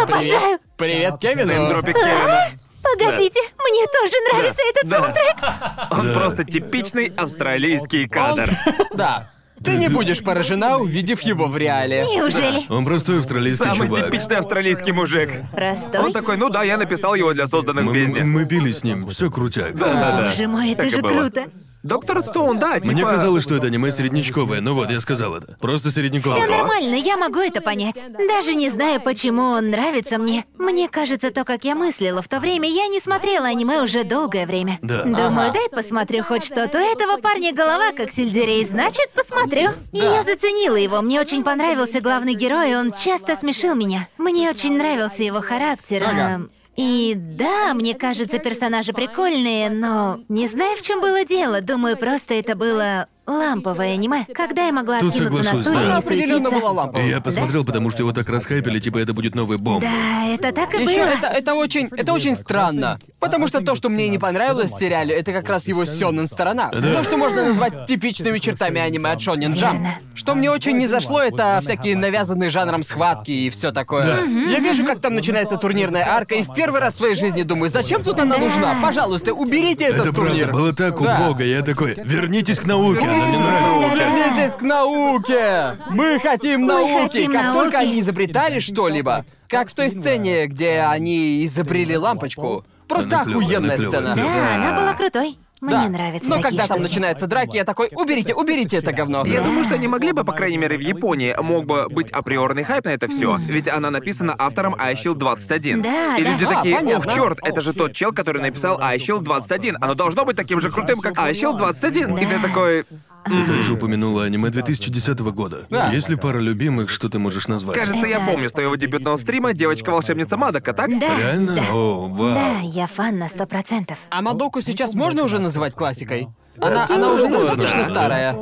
Speaker 4: Обожаю!
Speaker 1: Привет, Кевин.
Speaker 2: Дропик Кевина.
Speaker 4: Погодите, мне тоже нравится этот
Speaker 2: Да.
Speaker 4: саундтрек.
Speaker 2: Он просто типичный австралийский кадр.
Speaker 1: Да. Ты не будешь поражена, увидев его в реале.
Speaker 4: Неужели?
Speaker 3: Он простой австралийский
Speaker 2: Самый
Speaker 3: чувак.
Speaker 2: типичный австралийский мужик.
Speaker 4: Простой?
Speaker 2: Он такой, ну да, я написал его для созданных в
Speaker 3: Мы, мы-
Speaker 2: бездне.
Speaker 3: мы пили с ним, все крутяк.
Speaker 2: Да-да-да.
Speaker 4: Боже мой, это
Speaker 2: Так и
Speaker 4: же
Speaker 2: было.
Speaker 4: круто.
Speaker 2: Доктор Стоун, да, типа...
Speaker 3: Мне казалось, что это аниме среднячковое, но вот я сказал это. Просто среднячковое.
Speaker 4: Все
Speaker 2: Ага.
Speaker 4: нормально, я могу это понять. Даже не знаю, почему он нравится мне. Мне кажется, то, как я мыслила в то время, я не смотрела аниме уже долгое время.
Speaker 3: Да.
Speaker 4: Думаю, дай посмотрю хоть что-то. У этого парня голова как сельдерей, значит, посмотрю. И я заценила его. Мне очень понравился главный герой, он часто смешил меня. Мне очень нравился его характер. а,
Speaker 1: Ага.
Speaker 4: И да, мне кажется, персонажи прикольные, но не знаю, в чем было дело. Думаю, просто это было ламповое аниме. Когда я могла
Speaker 3: Тут
Speaker 4: откинуться на
Speaker 3: соглашусь,
Speaker 4: стуле
Speaker 3: да.
Speaker 4: и
Speaker 1: Определенно
Speaker 4: суетиться.
Speaker 1: была лампа.
Speaker 3: И я посмотрел, потому что его так расхайпили, типа это будет новый бомб.
Speaker 4: Да, это так
Speaker 1: Еще
Speaker 4: и было.
Speaker 1: это, это очень, это очень странно. Потому что то, что мне не понравилось в сериале, это как раз его сёнэн сторона. То, что можно назвать типичными чертами аниме от Шонин Джамп.
Speaker 4: Верно.
Speaker 1: Что мне очень не зашло, это всякие навязанные жанром схватки и все такое. Я вижу, как там начинается турнирная арка, и в первый раз в своей жизни думаю, зачем тут она нужна? Пожалуйста, уберите этот
Speaker 3: Это
Speaker 1: турнир.
Speaker 3: правда было так
Speaker 1: Да.
Speaker 3: убого, я такой, вернитесь к науке, она мне нравится.
Speaker 1: Вернитесь к науке! Мы хотим науки!
Speaker 4: хотим
Speaker 1: как
Speaker 4: науки.
Speaker 1: только они изобретали что-либо, как в той сцене, где они изобрели лампочку. Просто
Speaker 3: Она клёвая,
Speaker 1: охуенная
Speaker 3: она клёвая.
Speaker 1: сцена.
Speaker 4: Да, она была крутой. Ну, Мне
Speaker 1: Да.
Speaker 4: нравится.
Speaker 1: Но
Speaker 4: такие
Speaker 1: когда там
Speaker 4: штуки.
Speaker 1: начинаются драки, я такой, уберите, уберите это говно.
Speaker 2: Я
Speaker 1: Да.
Speaker 2: думаю, что они могли бы, по крайней мере, в Японии, мог бы быть априорный хайп на это все. Ведь она написана автором iShield 21.
Speaker 4: Да,
Speaker 2: И
Speaker 4: да.
Speaker 2: люди
Speaker 1: А,
Speaker 2: такие,
Speaker 1: понятно.
Speaker 2: ох, черт, это же тот чел, который написал iShield 21. Оно должно быть таким же крутым, как iShield 21. И ты такой,
Speaker 3: Ты уже упомянула аниме 2010 года.
Speaker 1: Да.
Speaker 3: Есть ли пара любимых, что ты можешь назвать?
Speaker 2: кажется, я
Speaker 4: Это-
Speaker 2: помню с твоего дебютного стрима девочка-волшебница Мадока, так?
Speaker 4: Да,
Speaker 3: Реально?
Speaker 4: да.
Speaker 3: О, вау.
Speaker 4: Да, я фан на сто процентов.
Speaker 1: А Мадоку сейчас можно уже называть классикой? Она, она уже
Speaker 2: можно.
Speaker 1: достаточно старая.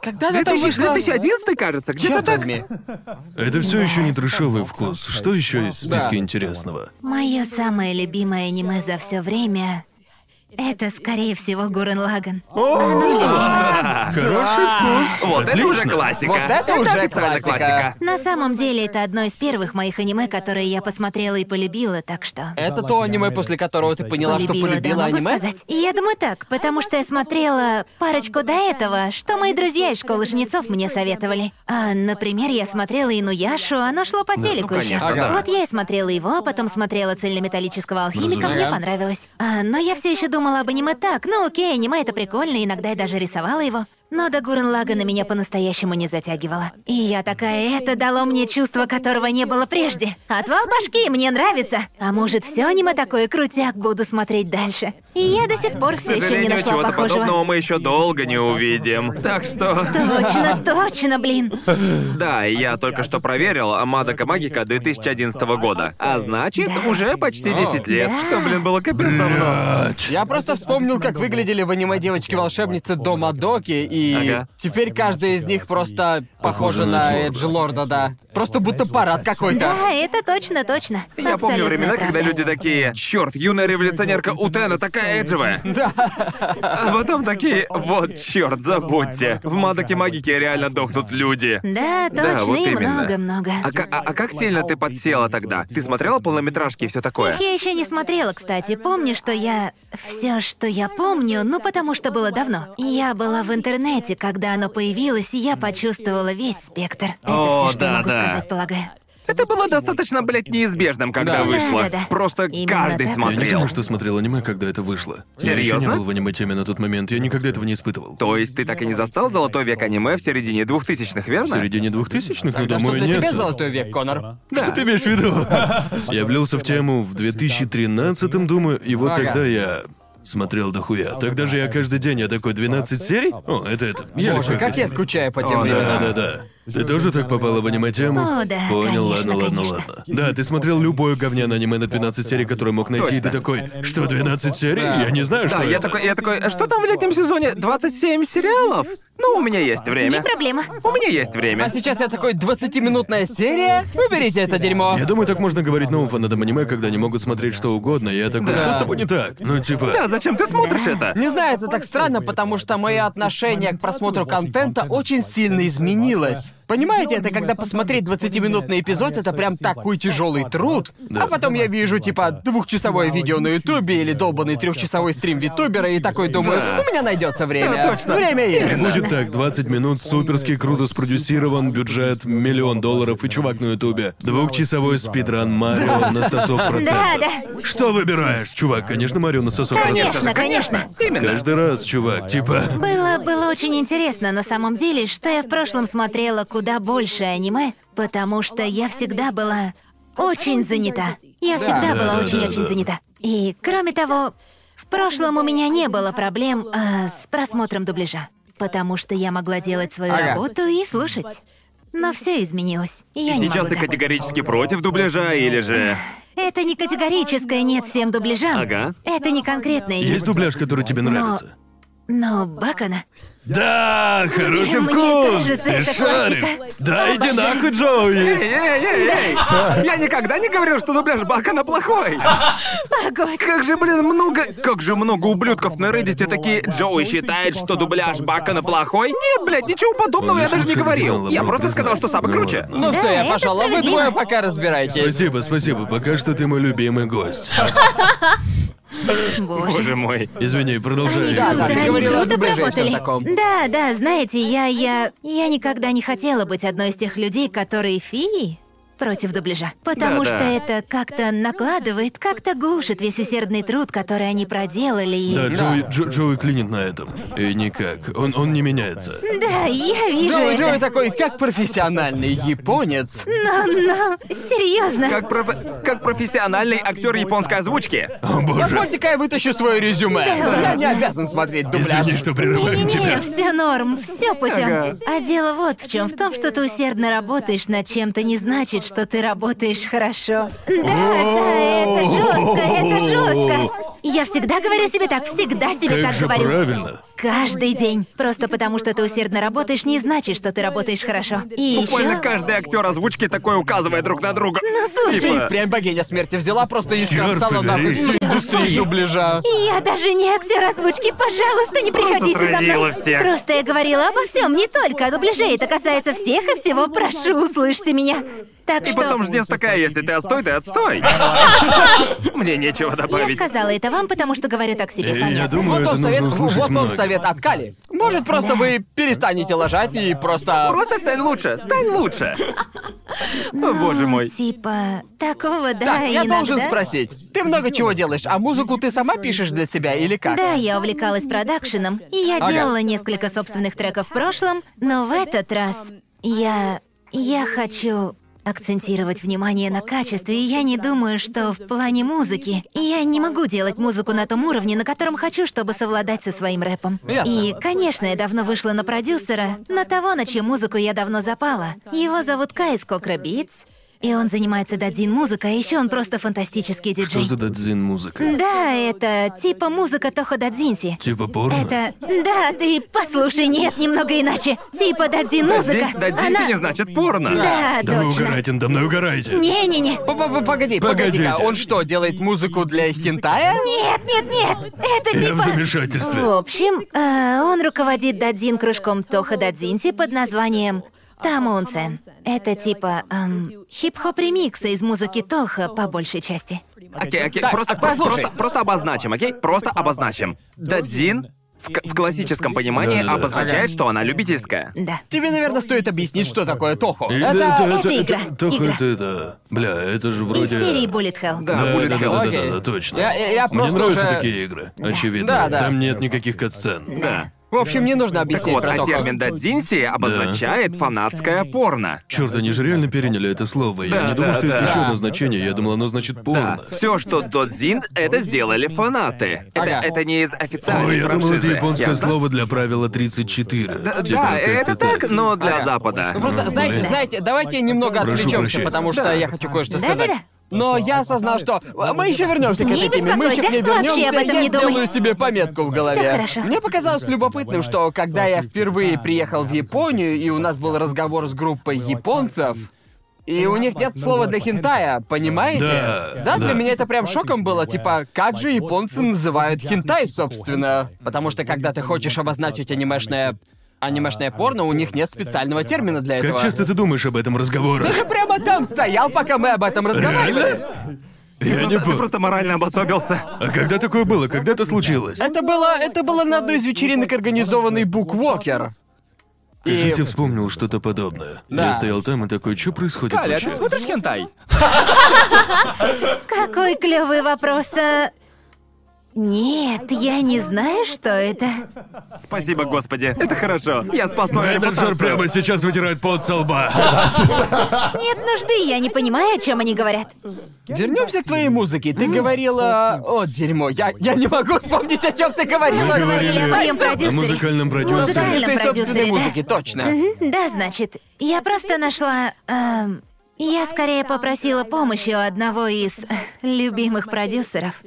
Speaker 1: Когда она там
Speaker 2: 2000-
Speaker 1: вышла?
Speaker 2: 2011, кажется, где-то
Speaker 1: Чёрт
Speaker 2: так.
Speaker 1: возьми.
Speaker 3: Это все еще не трешовый вкус. Что еще из списка
Speaker 1: Да.
Speaker 3: интересного?
Speaker 4: Мое самое любимое аниме за все время. Это, скорее всего, Гурен Лаган.
Speaker 3: Хороший вкус.
Speaker 2: Вот это
Speaker 3: Отлично.
Speaker 2: уже классика.
Speaker 1: Вот это уже
Speaker 2: официально
Speaker 1: классика.
Speaker 4: На самом деле, это одно из первых моих аниме, которые я посмотрела и полюбила, так что...
Speaker 1: Это то аниме, после которого ты поняла, что полюбила
Speaker 4: да, могу
Speaker 1: аниме?
Speaker 4: сказать. И Я думаю так, потому что я смотрела парочку до этого, что мои друзья из школы жнецов мне советовали. А, например, я смотрела Инуяшу, оно шло по телеку
Speaker 2: ну,
Speaker 4: ещё.
Speaker 2: конечно, да.
Speaker 4: Вот я и смотрела его, а потом смотрела цельнометаллического алхимика,
Speaker 1: Разумеется.
Speaker 4: мне понравилось. А, но я все еще думала об аниме так. Ну окей, аниме это прикольно, иногда я даже рисовала его. Но до Гурен Лагана меня по-настоящему не затягивала. И я такая, это дало мне чувство, которого не было прежде. Отвал башки, мне нравится. А может, все аниме такое крутяк, буду смотреть дальше. И я до сих пор
Speaker 2: К
Speaker 4: все еще не
Speaker 2: сожалению,
Speaker 4: нашла
Speaker 2: чего-то подобного
Speaker 4: похожего.
Speaker 2: мы еще долго не увидим. Так что...
Speaker 4: Точно, точно, блин.
Speaker 2: Да, я только что проверил, Амада Магика 2011 года. А значит, уже почти 10 лет,
Speaker 4: Да.
Speaker 2: что, блин, было капец давно.
Speaker 3: Блядь.
Speaker 1: Я просто вспомнил, как выглядели в аниме девочки-волшебницы до Мадоки, и
Speaker 2: Ага.
Speaker 1: теперь каждая из них просто похожа на Эджи Лорда, да. Просто будто парад какой-то.
Speaker 4: Да, это точно, точно.
Speaker 2: Я помню
Speaker 4: Абсолютная
Speaker 2: времена,
Speaker 4: правда.
Speaker 2: когда люди такие, черт, юная революционерка Утена такая эджевая. Да. А потом такие, вот черт, забудьте. В Мадоке Магике реально дохнут люди.
Speaker 4: Да,
Speaker 2: Да,
Speaker 4: точно,
Speaker 2: вот
Speaker 4: и
Speaker 2: именно.
Speaker 4: много-много.
Speaker 2: А, ка- а- а как сильно ты подсела тогда? Ты смотрела полнометражки и все такое?
Speaker 4: Их я еще не смотрела, кстати. Помню, что я... Все, что я помню, ну потому что было давно. Я была в интернете, когда оно появилось, и я почувствовала весь спектр. Это
Speaker 2: О,
Speaker 4: все, что
Speaker 2: да,
Speaker 4: могу
Speaker 2: да.
Speaker 4: сказать, полагаю.
Speaker 2: Это было достаточно, блядь, неизбежным, когда
Speaker 1: Да.
Speaker 2: вышло.
Speaker 4: Да-да-да.
Speaker 2: Просто
Speaker 4: Именно
Speaker 2: каждый
Speaker 4: так.
Speaker 3: Я не
Speaker 2: смотрел.
Speaker 3: знаю, что смотрел аниме, когда это вышло. Я еще
Speaker 2: Серьезно?
Speaker 3: не был в аниме-теме на тот момент, я никогда этого не испытывал.
Speaker 2: То есть ты так и не застал золотой век аниме в середине двухтысячных,
Speaker 3: В
Speaker 2: верно?
Speaker 3: середине двухтысячных, ну,
Speaker 1: Тогда что
Speaker 3: думаю,
Speaker 1: для
Speaker 3: нет.
Speaker 1: тебя золотой век, Конор?
Speaker 3: Что ты имеешь в виду? Я влился в тему в 2013-м, думаю, и вот
Speaker 1: Ага.
Speaker 3: тогда я смотрел
Speaker 2: А
Speaker 3: дохуя. Тогда же я каждый день, я такой, 12 серий? О, это это. Я
Speaker 1: Боже,
Speaker 3: легко
Speaker 1: как я
Speaker 3: объясню.
Speaker 1: скучаю по тем
Speaker 2: О,
Speaker 1: временам.
Speaker 3: Да, да, да. Ты тоже так попала в аниме-тему?
Speaker 4: О, да,
Speaker 3: Понял,
Speaker 4: конечно,
Speaker 3: ладно,
Speaker 4: конечно.
Speaker 3: ладно, ладно. Да, ты смотрел любое говняное аниме на 12 серий, которое мог найти, и ты
Speaker 2: Точно.
Speaker 3: такой, что, 12 серий?
Speaker 1: Да.
Speaker 3: Я не знаю, что
Speaker 2: Да, я
Speaker 3: это».
Speaker 2: такой, я такой, «А что там в летнем сезоне? 27 сериалов? Ну, у меня есть
Speaker 4: Не
Speaker 2: время.
Speaker 4: проблема.
Speaker 2: У меня есть
Speaker 1: А
Speaker 2: время.
Speaker 1: сейчас я такой 20-минутная серия? Уберите это дерьмо.
Speaker 3: Я думаю, так можно говорить новым фанатам аниме, когда они могут смотреть что угодно. и Я такой,
Speaker 2: Да.
Speaker 3: что с тобой не так? Ну, типа...
Speaker 2: Да, зачем ты смотришь это?
Speaker 1: Не знаю, это так странно, потому что мое отношение к просмотру контента очень сильно изменилось. Понимаете, это когда посмотреть
Speaker 2: а
Speaker 1: 20-минутный эпизод, это прям такой тяжелый труд. А потом я вижу, типа, двухчасовое видео на Ютубе или долбанный трехчасовой стрим Витубера и такой думаю,
Speaker 2: Да.
Speaker 1: у меня найдется время.
Speaker 2: Да, точно.
Speaker 1: Время есть.
Speaker 3: Будет так, 20 минут, суперски круто спродюсирован, бюджет миллион долларов и чувак на ютубе. Двухчасовой спидран Марио на сосок
Speaker 4: Да,
Speaker 3: процентов.
Speaker 4: да.
Speaker 3: Что выбираешь? Чувак, конечно, Марио на сосок процентов.
Speaker 4: Конечно, конечно.
Speaker 2: Именно.
Speaker 3: Каждый раз, чувак, типа...
Speaker 4: Было, было очень интересно на самом деле, что я в прошлом смотрела куда больше аниме, потому что я всегда была очень занята. Я всегда была
Speaker 3: Да, да, да,
Speaker 4: очень-очень
Speaker 3: да.
Speaker 4: занята. И, кроме того, в прошлом у меня не было проблем а, с просмотром дубляжа, потому что я могла делать свою
Speaker 1: Ага.
Speaker 4: работу и слушать. Но все изменилось. И я
Speaker 2: И
Speaker 4: не
Speaker 2: сейчас
Speaker 4: могу
Speaker 2: ты
Speaker 4: так.
Speaker 2: категорически против дубляжа или же...
Speaker 4: Это не категорическое нет всем дубляжам.
Speaker 2: Ага.
Speaker 4: Это не конкретное нет.
Speaker 3: Есть дубляж, который тебе нравится?
Speaker 4: Но Бакана.
Speaker 3: Да, хороший
Speaker 4: Мне
Speaker 3: вкус!
Speaker 4: кажется,
Speaker 3: Ты
Speaker 4: это
Speaker 3: шаришь!
Speaker 4: классика.
Speaker 3: Да, иди
Speaker 4: Обожаю.
Speaker 3: нахуй, Джоуи!
Speaker 2: Эй, эй, эй, эй! Я никогда не говорил, что дубляж Бакана плохой!
Speaker 4: Погодь.
Speaker 2: Как же, блин, много... Как же много ублюдков на Reddit такие... Джоуи считает, что дубляж Бакана плохой? Нет, блядь, ничего подобного ну,
Speaker 3: Он
Speaker 2: я
Speaker 3: не
Speaker 2: даже не
Speaker 3: слушает
Speaker 2: говорил.
Speaker 3: оригинала,
Speaker 2: Я
Speaker 3: брат,
Speaker 2: просто
Speaker 3: не
Speaker 2: сказал,
Speaker 3: знаю.
Speaker 2: что самый
Speaker 3: Ну
Speaker 2: круче.
Speaker 3: ладно.
Speaker 1: Ну
Speaker 4: Да,
Speaker 1: что, я
Speaker 4: это
Speaker 1: пошел, а вы
Speaker 4: справедливо.
Speaker 1: двое пока разбирайтесь.
Speaker 3: Спасибо, спасибо. Пока что ты мой любимый гость.
Speaker 4: Боже.
Speaker 2: Боже мой.
Speaker 3: Извини, продолжай.
Speaker 1: Да,
Speaker 4: Круто,
Speaker 1: да, ты
Speaker 4: они
Speaker 1: говорила о
Speaker 4: круто
Speaker 1: дубляже и всем
Speaker 4: поработали.
Speaker 1: таком.
Speaker 4: Да, да, знаете, я, я, я никогда не хотела быть одной из тех людей, которые фи против дубляжа. Потому
Speaker 2: Да,
Speaker 4: что
Speaker 2: да.
Speaker 4: это как-то накладывает, как-то глушит весь усердный труд, который они проделали. и-
Speaker 3: Да,
Speaker 4: Да,
Speaker 3: Джоуи, Джо- Джоуи клинит на этом. И никак. Он, он не меняется.
Speaker 4: я вижу
Speaker 1: Джоуи
Speaker 4: это.
Speaker 1: Джоуи такой, как профессиональный японец.
Speaker 4: Но, но, серьезно.
Speaker 2: Как, проф- как профессиональный актер японской озвучки.
Speaker 3: О боже.
Speaker 1: Позвольте-ка я вытащу свое резюме. Я не обязан смотреть дубляж.
Speaker 3: Извини, что прерываем
Speaker 4: Не-не-не,
Speaker 3: тебя.
Speaker 4: все норм, все путем.
Speaker 2: Ага.
Speaker 4: А дело вот в чем. В том, что ты усердно работаешь над чем-то, не значит, что ты работаешь хорошо. Да, да, это жестко, это жестко. Я всегда говорю себе так, всегда себе
Speaker 3: Как
Speaker 4: так
Speaker 3: же
Speaker 4: говорю.
Speaker 3: правильно.
Speaker 4: Каждый день. Просто потому, что ты усердно работаешь, не значит, что ты работаешь хорошо. И
Speaker 2: Буквально
Speaker 4: еще...
Speaker 2: каждый актер озвучки такое указывает друг на друга.
Speaker 4: Ну, слушай.
Speaker 1: Ты
Speaker 2: Типа,
Speaker 1: впрямь богиня смерти взяла просто и
Speaker 3: Чёрт
Speaker 1: скромсала нахуй
Speaker 3: побери.
Speaker 1: всю Ну, индустрию дубляжа.
Speaker 4: Я даже не актер озвучки, пожалуйста, не приходите за
Speaker 2: сразила
Speaker 4: мной.
Speaker 2: всех.
Speaker 4: Просто я говорила обо всем, не только о дубляже. Это касается всех и всего. Прошу, услышьте меня. Так
Speaker 2: И
Speaker 4: что...
Speaker 2: потом ждешь такая, если ты отстой, ты отстой. Мне нечего
Speaker 4: Я
Speaker 2: добавить.
Speaker 4: сказала это вам, потому что говорю так себе,
Speaker 1: Э,
Speaker 3: И я
Speaker 4: понятно.
Speaker 3: думаю,
Speaker 1: вот
Speaker 3: это
Speaker 1: вам совет,
Speaker 3: нужно услышать
Speaker 1: вот вам
Speaker 3: многим.
Speaker 1: совет от Кали. Может, просто вы перестанете лажать и просто...
Speaker 2: Просто стань лучше, стань лучше. О, боже мой.
Speaker 4: Типа, такого, да,
Speaker 1: Так, я
Speaker 4: иногда.
Speaker 1: должен спросить. Ты много чего делаешь, а музыку ты сама пишешь для себя или как?
Speaker 4: Да, я увлекалась продакшеном, и я
Speaker 1: Ага.
Speaker 4: делала несколько собственных треков в прошлом, но в этот раз я... Я хочу... акцентировать внимание на качестве, и я не думаю, что в плане музыки. Я не могу делать музыку на том уровне, на котором хочу, чтобы совладать со своим рэпом.
Speaker 1: Ясно.
Speaker 4: И, конечно, я давно вышла на продюсера, на того, на чью музыку я давно запала. Его зовут Кай из Кокра Битс, и он занимается дадзин музыкой, а еще он просто фантастический
Speaker 3: Что
Speaker 4: диджей.
Speaker 3: за дадзин музыка?
Speaker 4: Да, это типа музыка Тохо Дадзинси.
Speaker 3: Типа порно?
Speaker 4: Это... Да, ты послушай, нет, немного иначе. Типа дадзин музыка.
Speaker 2: Дадзин- дадзинси
Speaker 4: Она...
Speaker 2: не значит порно.
Speaker 4: Да,
Speaker 3: Да вы
Speaker 4: точно.
Speaker 3: угорайте надо мной, угорайте.
Speaker 4: Не-не-не.
Speaker 1: П-п-п- Погоди, погоди,
Speaker 3: Погодите.
Speaker 1: а он что, делает музыку для хентая?
Speaker 4: Нет, нет, нет. Это
Speaker 3: Я в
Speaker 4: типа... В
Speaker 3: замешательстве.
Speaker 4: общем, э, он руководит дадзин кружком Тоха Дадзинси под названием Тамоунсен. Это типа эм, хип-хоп ремикса из музыки Тоха по большей части.
Speaker 2: Окей, окей,
Speaker 1: Так,
Speaker 2: просто,
Speaker 1: а послушай.
Speaker 2: просто, просто обозначим, окей? Просто обозначим. Дадзин в, к- в классическом понимании
Speaker 3: Да-да-да.
Speaker 2: обозначает, что она любительская.
Speaker 4: Да.
Speaker 1: Тебе, наверное, стоит объяснить, что такое Тохо.
Speaker 3: И
Speaker 1: Это...
Speaker 4: это игра,
Speaker 3: только
Speaker 4: игра.
Speaker 3: это, это- Бля, это же
Speaker 4: Из
Speaker 3: вроде...
Speaker 4: серии Bullet Hell.
Speaker 2: Да,
Speaker 3: Да,
Speaker 2: Bullet
Speaker 3: да,
Speaker 2: Hell.
Speaker 3: да, да,
Speaker 1: Окей.
Speaker 3: да, да, точно.
Speaker 1: Я- я- я
Speaker 3: Мне
Speaker 1: просто
Speaker 3: нравятся
Speaker 1: уже-
Speaker 3: такие игры, очевидно.
Speaker 1: Да, да.
Speaker 3: Там нет никаких катсцен.
Speaker 2: Да.
Speaker 1: В общем, не нужно
Speaker 2: Так
Speaker 1: объяснять
Speaker 2: вот,
Speaker 1: про
Speaker 2: а
Speaker 1: Тохо.
Speaker 2: термин дадзинси обозначает фанатское порно.
Speaker 3: Черт, они же реально переняли это слово. Я
Speaker 2: Да,
Speaker 3: не думал,
Speaker 2: да,
Speaker 3: что есть
Speaker 2: да.
Speaker 3: еще одно значение. Я думал, оно значит
Speaker 2: Да.
Speaker 3: порно.
Speaker 2: Все, что додзин, это сделали фанаты. Это,
Speaker 1: Ага.
Speaker 2: это не из
Speaker 3: Ой,
Speaker 2: официальной
Speaker 3: я думал,
Speaker 2: франшизы.
Speaker 3: это японское
Speaker 2: ясно?
Speaker 3: слово для правила 34.
Speaker 2: Да,
Speaker 3: Типа,
Speaker 2: да,
Speaker 3: как-то
Speaker 2: это так, но для
Speaker 1: Ага.
Speaker 2: Запада.
Speaker 1: Ну, Просто,
Speaker 3: Ну,
Speaker 1: знаете,
Speaker 3: блин.
Speaker 1: знаете, давайте немного
Speaker 3: Прошу
Speaker 1: отвлечемся,
Speaker 3: прощения.
Speaker 1: потому что
Speaker 2: Да.
Speaker 1: я хочу кое-что
Speaker 4: Да-да-да.
Speaker 1: сказать. Но я осознал, что мы еще вернемся к
Speaker 4: Не
Speaker 1: этой теме, мы еще к ней
Speaker 4: беспокойся, вообще
Speaker 1: вернемся,
Speaker 4: об этом
Speaker 1: я
Speaker 4: не думай.
Speaker 1: сделаю себе пометку в голове.
Speaker 4: Всё хорошо.
Speaker 1: Мне показалось любопытным, что когда я впервые приехал в Японию, и у нас был разговор с группой японцев, и у них нет слова для хентая, понимаете?
Speaker 3: Да,
Speaker 1: для
Speaker 3: да.
Speaker 1: меня это прям шоком было, типа, как же японцы называют хентай, собственно? Потому что когда ты хочешь обозначить анимешное... анимешное порно, у них нет специального термина для этого.
Speaker 3: Как часто ты думаешь об этом разговоре?
Speaker 1: Ты же прямо там стоял, пока мы об этом разговаривали.
Speaker 3: Я не
Speaker 2: Просто- ты
Speaker 3: понял.
Speaker 2: просто морально обособился.
Speaker 3: А когда такое было? Когда это случилось?
Speaker 1: Это было, это было на одной из вечеринок, организованной Буквокер.
Speaker 3: Кажется, я вспомнил что-то подобное.
Speaker 1: Да.
Speaker 3: Я стоял там и такой, что происходит
Speaker 2: Каля,
Speaker 3: вообще?
Speaker 2: а ты смотришь хентай?
Speaker 4: Какой клевый вопрос. а. Нет, я не знаю, что это.
Speaker 2: Спасибо, господи. Это хорошо. Я спас твою
Speaker 3: Менеджер
Speaker 2: репутацию.
Speaker 3: прямо сейчас вытирает пот со лба.
Speaker 4: Нет нужды, я не понимаю, о чем они говорят.
Speaker 1: Вернемся к твоей музыке. Ты говорила. О, дерьмо, я, я не могу вспомнить, о чем ты говорила.
Speaker 4: Мы говорили о моем
Speaker 3: О
Speaker 4: продюсере.
Speaker 3: музыкальном
Speaker 1: О
Speaker 3: продюсере.
Speaker 4: Музыкальном
Speaker 1: своей собственной
Speaker 4: продюсере, да.
Speaker 1: музыке, точно.
Speaker 4: Мгм, Да, значит, я просто нашла... эм, я скорее попросила помощи у одного из э, любимых продюсеров.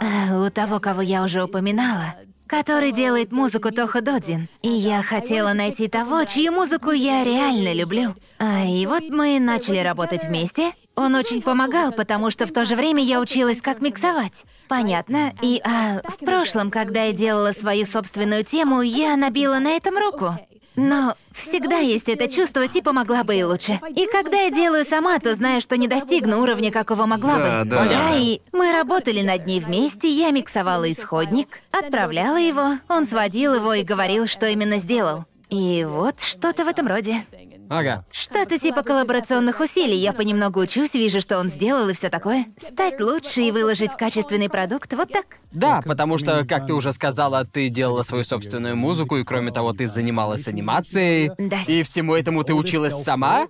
Speaker 4: Э, у того, кого я уже упоминала. Который делает музыку Тохо Додзин. И я хотела найти того, чью музыку я реально люблю. А, и вот мы начали работать вместе. Он очень помогал, потому что в то же время я училась, как миксовать. Понятно. И а, в прошлом, когда я делала свою собственную тему, я набила на этом руку. Но всегда есть это чувство, типа могла бы и лучше. И когда я делаю сама, то знаю, что не достигну уровня, какого могла
Speaker 2: Да,
Speaker 4: бы.
Speaker 2: да.
Speaker 4: и мы работали над ней вместе, я миксовала исходник, отправляла его, он сводил его и говорил, что именно сделал. И вот что-то в этом роде.
Speaker 1: Ага.
Speaker 4: Что-то типа коллаборационных усилий. Я понемногу учусь, вижу, что он сделал и все такое. Стать лучше и выложить качественный продукт вот так.
Speaker 1: Да, потому что, как ты уже сказала, ты делала свою собственную музыку, и кроме того, ты занималась анимацией.
Speaker 4: Да.
Speaker 1: И всему этому ты училась сама?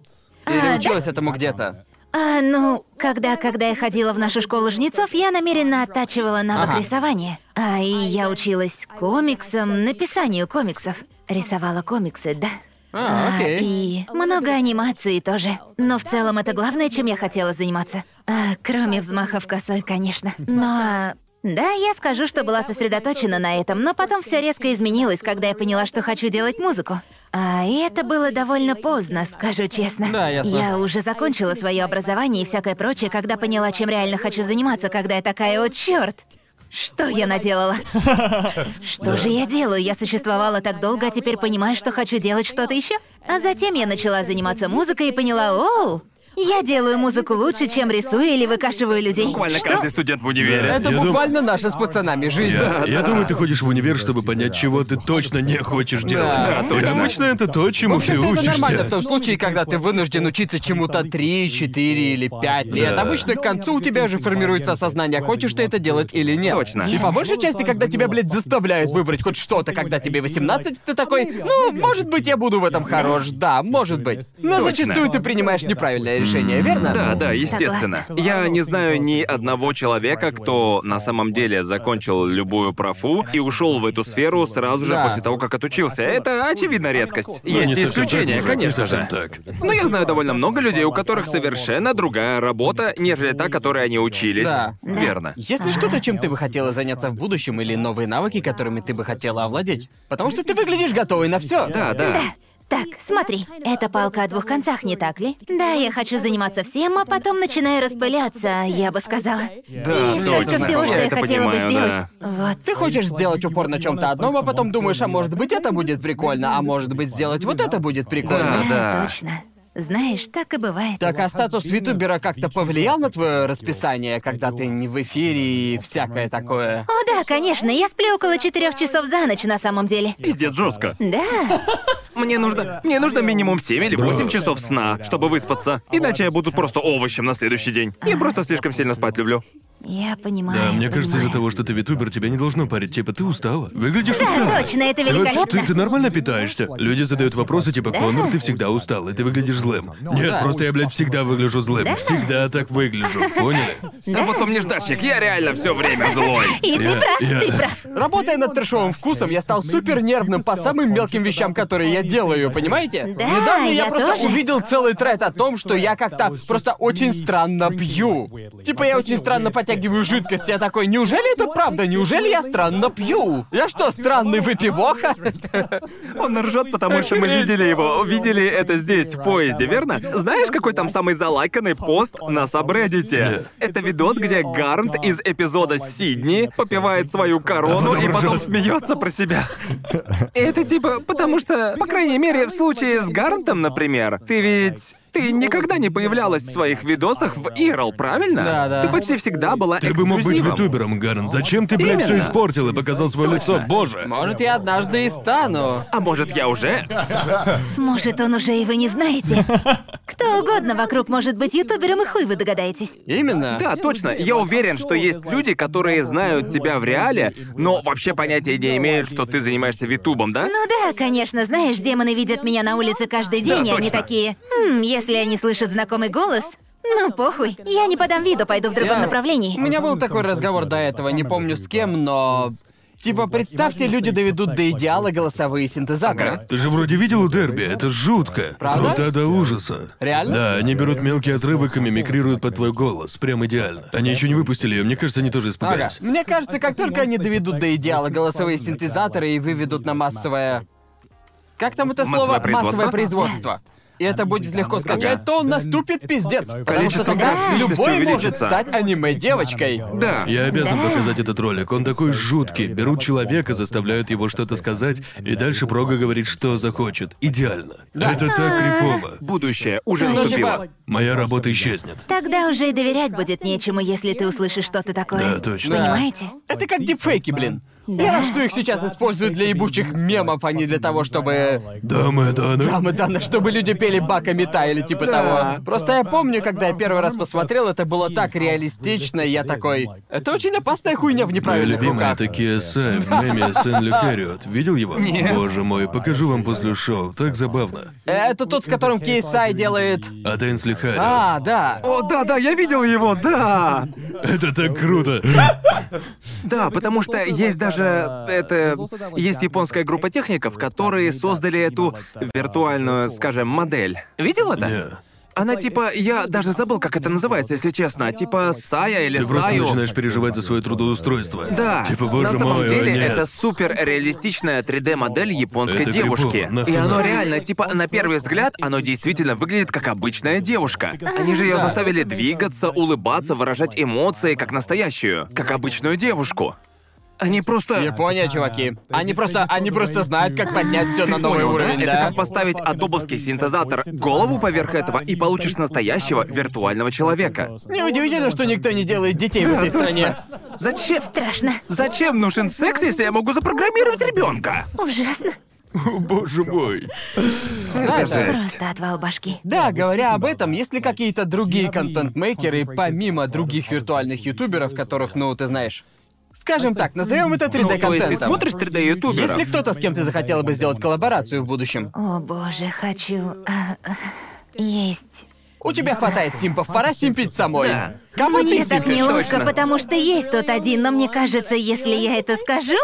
Speaker 1: Или
Speaker 4: А,
Speaker 1: училась этому где-то?
Speaker 4: А, ну, когда, когда я ходила в нашу школу жнецов, я намеренно оттачивала навык
Speaker 1: Ага.
Speaker 4: рисования. А и я училась комиксам, написанию комиксов. Рисовала комиксы, да.
Speaker 1: А, окей.
Speaker 4: и много анимации тоже. Но в целом это главное, чем я хотела заниматься. А, кроме взмахов косой, конечно. Но... а, Да, я скажу, что была сосредоточена на этом, но потом все резко изменилось, когда я поняла, что хочу делать музыку. А и это было довольно поздно, скажу честно.
Speaker 1: Да, ясно.
Speaker 4: Я уже закончила свое образование и всякое прочее, когда поняла, чем реально хочу заниматься, когда я такая, о, черт! Что я наделала? Что же я делаю? Я существовала так долго, а теперь понимаю, что хочу делать что-то еще. А затем я начала заниматься музыкой и поняла, оу, я делаю музыку лучше, чем рисую или выкашиваю людей.
Speaker 2: Буквально
Speaker 4: Что?
Speaker 2: каждый студент в универе.
Speaker 1: Это
Speaker 3: я дум-
Speaker 1: буквально наша с пацанами жизнь.
Speaker 3: Я, я думаю, ты ходишь в универ, чтобы понять, чего ты точно не хочешь делать.
Speaker 2: да,
Speaker 3: И
Speaker 2: точно.
Speaker 3: обычно это то, чему ты
Speaker 1: общем-то, это нормально в
Speaker 3: учишься.
Speaker 1: том случае, когда ты вынужден учиться чему-то 3, 4 или 5 лет.
Speaker 3: Да.
Speaker 1: Обычно к концу у тебя же формируется осознание, хочешь ты это делать или нет.
Speaker 2: Точно.
Speaker 1: И по большей части, когда тебя, блядь, заставляют выбрать хоть что-то, когда тебе 18, ты такой, ну, может быть, я буду в этом хорош, да, может быть. Но
Speaker 2: Точно.
Speaker 1: зачастую ты принимаешь неправильное решение, верно?
Speaker 2: Да, да, естественно.
Speaker 4: Согласна.
Speaker 2: Я не знаю ни одного человека, кто на самом деле закончил любую профу и ушел в эту сферу сразу же
Speaker 1: Да.
Speaker 2: после того, как отучился. Это очевидно редкость.
Speaker 3: Ну, не
Speaker 2: Есть
Speaker 3: совсем
Speaker 2: исключения,
Speaker 3: так, мужик, не
Speaker 2: конечно же.
Speaker 3: совсем так.
Speaker 2: Но я знаю довольно много людей, у которых совершенно другая работа, нежели та, которой они учились.
Speaker 1: Да.
Speaker 2: Верно.
Speaker 1: Если что-то, чем ты бы хотела заняться в будущем, или новые навыки, которыми ты бы хотела овладеть. Потому что ты выглядишь готовой на все.
Speaker 2: Да, да.
Speaker 4: Так, смотри, это палка о двух концах, не так ли? Да, я хочу заниматься всем, а потом начинаю распыляться, я бы сказала.
Speaker 2: Да,
Speaker 4: И
Speaker 2: точно.
Speaker 4: столько всего, что
Speaker 2: Я
Speaker 4: я
Speaker 2: это
Speaker 4: хотела бы
Speaker 2: понимаю,
Speaker 4: сделать.
Speaker 2: да.
Speaker 4: Вот.
Speaker 1: Ты хочешь сделать упор на чем-то одном, а потом думаешь, а может быть это будет прикольно, а может быть сделать вот это будет прикольно.
Speaker 2: Да, да.
Speaker 4: Точно. Знаешь, так и бывает.
Speaker 1: Так а статус ютубера как-то повлиял на твое расписание, когда ты не в эфире и всякое такое?
Speaker 4: О, да, конечно, я сплю около четырех часов за ночь на самом деле.
Speaker 2: Пиздец жестко.
Speaker 4: Да,
Speaker 2: Мне нужно, мне нужно минимум 7 или 8 часов сна, чтобы выспаться. Иначе я буду просто овощем на следующий день. Я просто слишком сильно спать люблю.
Speaker 4: А, я понимаю.
Speaker 3: Да, мне кажется,
Speaker 4: понимаю.
Speaker 3: из-за того, что ты витубер, тебя не должно парить. Типа, ты устала. Выглядишь
Speaker 4: Да,
Speaker 3: устала.
Speaker 4: точно, это
Speaker 3: Ты, вообще-
Speaker 4: великолепно.
Speaker 3: ты, ты нормально питаешься? Люди задают вопросы типа, Конор, ты всегда устал, и ты выглядишь злым. Нет, просто я, блядь, всегда выгляжу злым. Всегда так выгляжу, поняли?
Speaker 2: А вот вам неждачник, я реально все время злой.
Speaker 4: И ты
Speaker 3: Я-
Speaker 4: прав,
Speaker 3: я-
Speaker 4: ты прав.
Speaker 1: Работая над трешовым вкусом, я стал супер нервным по самым мелким вещам, которые я делаю, понимаете?
Speaker 4: Да,
Speaker 1: Недавно я,
Speaker 4: я
Speaker 1: просто
Speaker 4: тоже.
Speaker 1: увидел целый тред о том, что я как-то просто очень странно пью. Типа я очень странно подтягиваю жидкость, я такой, неужели это правда? Неужели я странно пью? Я что, странный выпивоха?
Speaker 2: Он ржет, потому что мы видели его, видели это здесь, в поезде, верно? Знаешь, какой там самый залайканный пост на сабреддите? Это видос, где Гарнт из эпизода Сидни попивает свою корону и потом смеется про себя. И Это типа, потому что, по крайней мере, в случае с Гарнтом, например, ты ведь... Ты никогда не появлялась в своих видосах в Ирл, правильно?
Speaker 1: Да, да.
Speaker 2: Ты почти всегда была
Speaker 3: Ты бы мог быть
Speaker 2: эксклюзивом.
Speaker 3: витубером, Гарн. Зачем ты, блядь, все
Speaker 2: Именно.
Speaker 3: испортил и показал свое лицо? Боже!
Speaker 1: Может, я однажды и стану.
Speaker 2: А может, я уже?
Speaker 4: Может, он уже и вы не знаете. Кто угодно вокруг может быть ютубером, и хуй вы догадаетесь.
Speaker 1: Именно.
Speaker 2: Да, точно. Я уверен, что есть люди, которые знают тебя в реале, но вообще понятия не имеют, что ты занимаешься витубом, да?
Speaker 4: Ну да, конечно, знаешь, демоны видят меня на улице каждый день, и они
Speaker 2: точно.
Speaker 4: такие. «Хм, если они слышат знакомый голос, ну похуй, я не подам виду, пойду в другом
Speaker 1: Я-
Speaker 4: направлении.
Speaker 1: У меня был такой разговор до этого, не помню с кем, но... Типа, представьте, люди доведут до идеала голосовые синтезаторы.
Speaker 3: Ты же вроде видел у Дерби, это жутко.
Speaker 1: Правда?
Speaker 3: Круто до ужаса.
Speaker 1: Реально?
Speaker 3: Да, они берут мелкие отрывоками, мимикрируют под твой голос. Прям идеально. Они еще не выпустили ее, мне кажется, они тоже
Speaker 1: Ага.
Speaker 3: испугались.
Speaker 1: Мне кажется, как только они доведут до идеала голосовые синтезаторы и выведут на массовое... Как там это слово?
Speaker 2: Массовое производство?
Speaker 1: Массовое производство. И это будет легко скачать, то наступит пиздец. Потому что
Speaker 2: Количество
Speaker 1: тогда
Speaker 2: граф личности
Speaker 1: любой может
Speaker 2: увеличится.
Speaker 1: стать аниме-девочкой.
Speaker 2: Да. а
Speaker 3: Я обязан
Speaker 4: Да.
Speaker 3: показать этот ролик. Он такой жуткий. Берут человека, заставляют его что-то сказать, и дальше Прога говорит, что захочет. Идеально. Это так крипово.
Speaker 2: Будущее уже
Speaker 1: Ну,
Speaker 2: наступило.
Speaker 1: типа,
Speaker 3: Моя работа исчезнет.
Speaker 4: Тогда уже и доверять будет нечему, если ты услышишь что-то такое.
Speaker 3: Да, точно.
Speaker 4: Понимаете?
Speaker 1: это как дипфейки, блин. Я рад, что их сейчас используют для ебучих мемов, а не для того, чтобы
Speaker 3: Дамы, да, да.
Speaker 1: Там и Дана, чтобы люди пели Бака Мета или типа того. Просто я помню, когда я первый раз посмотрел, это было так реалистично, и я такой... Это очень опасная хуйня в
Speaker 3: Моя
Speaker 1: неправильных
Speaker 3: любимая
Speaker 1: руках.
Speaker 3: такие Киэсэ в меме Сенли Хэриот. Видел его? Боже мой, покажу вам после шоу. Так забавно.
Speaker 1: Это тот, с которым KSI делает...
Speaker 3: А Тенсли Хэриот.
Speaker 1: А, да.
Speaker 2: О, да, да, я видел его, да.
Speaker 3: Это так круто!
Speaker 2: Да, потому что есть даже это есть японская группа техников, которые создали эту виртуальную, скажем, модель. Видел это?
Speaker 3: Не.
Speaker 2: Она типа, я даже забыл, как это называется, если честно, типа Сая или
Speaker 3: Ты просто
Speaker 2: Саю.
Speaker 3: начинаешь переживать за свое трудоустройство.
Speaker 2: Да.
Speaker 3: Типа, боже
Speaker 2: на самом
Speaker 3: мой, о,
Speaker 2: деле
Speaker 3: нет.
Speaker 2: это супер реалистичная 3D модель японской
Speaker 3: Это
Speaker 2: девушки.
Speaker 3: крипово, нахрена.
Speaker 2: и оно реально, типа, на первый взгляд, оно действительно выглядит как обычная девушка. Они же ее заставили двигаться, улыбаться, выражать эмоции как настоящую, как обычную девушку. Они просто.
Speaker 1: Япония, чуваки. Они просто, они просто знают, как поднять все на новый
Speaker 2: Понял, да?
Speaker 1: уровень,
Speaker 2: Это
Speaker 1: да?
Speaker 2: как поставить адобовский синтезатор голову поверх этого и получишь настоящего виртуального человека.
Speaker 1: Неудивительно, что никто не делает детей в этой стране.
Speaker 2: Зачем?
Speaker 4: Страшно.
Speaker 2: Зачем нужен секс, если я могу запрограммировать ребенка?
Speaker 4: Ужасно.
Speaker 3: О, боже мой.
Speaker 1: Да,
Speaker 2: Это
Speaker 1: это-
Speaker 2: жесть.
Speaker 4: Просто отвал башки.
Speaker 1: Да, говоря об этом, если какие-то другие контент-мейкеры, помимо других виртуальных ютуберов, которых, ну, ты знаешь, скажем так, назовем это
Speaker 2: Ну, то есть ты
Speaker 1: 3D-контентом.
Speaker 2: смотришь 3D ютуберов?
Speaker 1: Если кто-то с кем ты захотела
Speaker 2: А,
Speaker 1: бы сделать коллаборацию в будущем.
Speaker 4: О боже, хочу. а, а, есть
Speaker 1: У тебя хватает симпов, пора симпить самой.
Speaker 2: Да.
Speaker 1: Кому
Speaker 4: Мне
Speaker 1: ты
Speaker 4: так
Speaker 1: симпишь?
Speaker 4: неловко,
Speaker 2: точно.
Speaker 4: потому что есть тот один, но мне кажется, если я это скажу...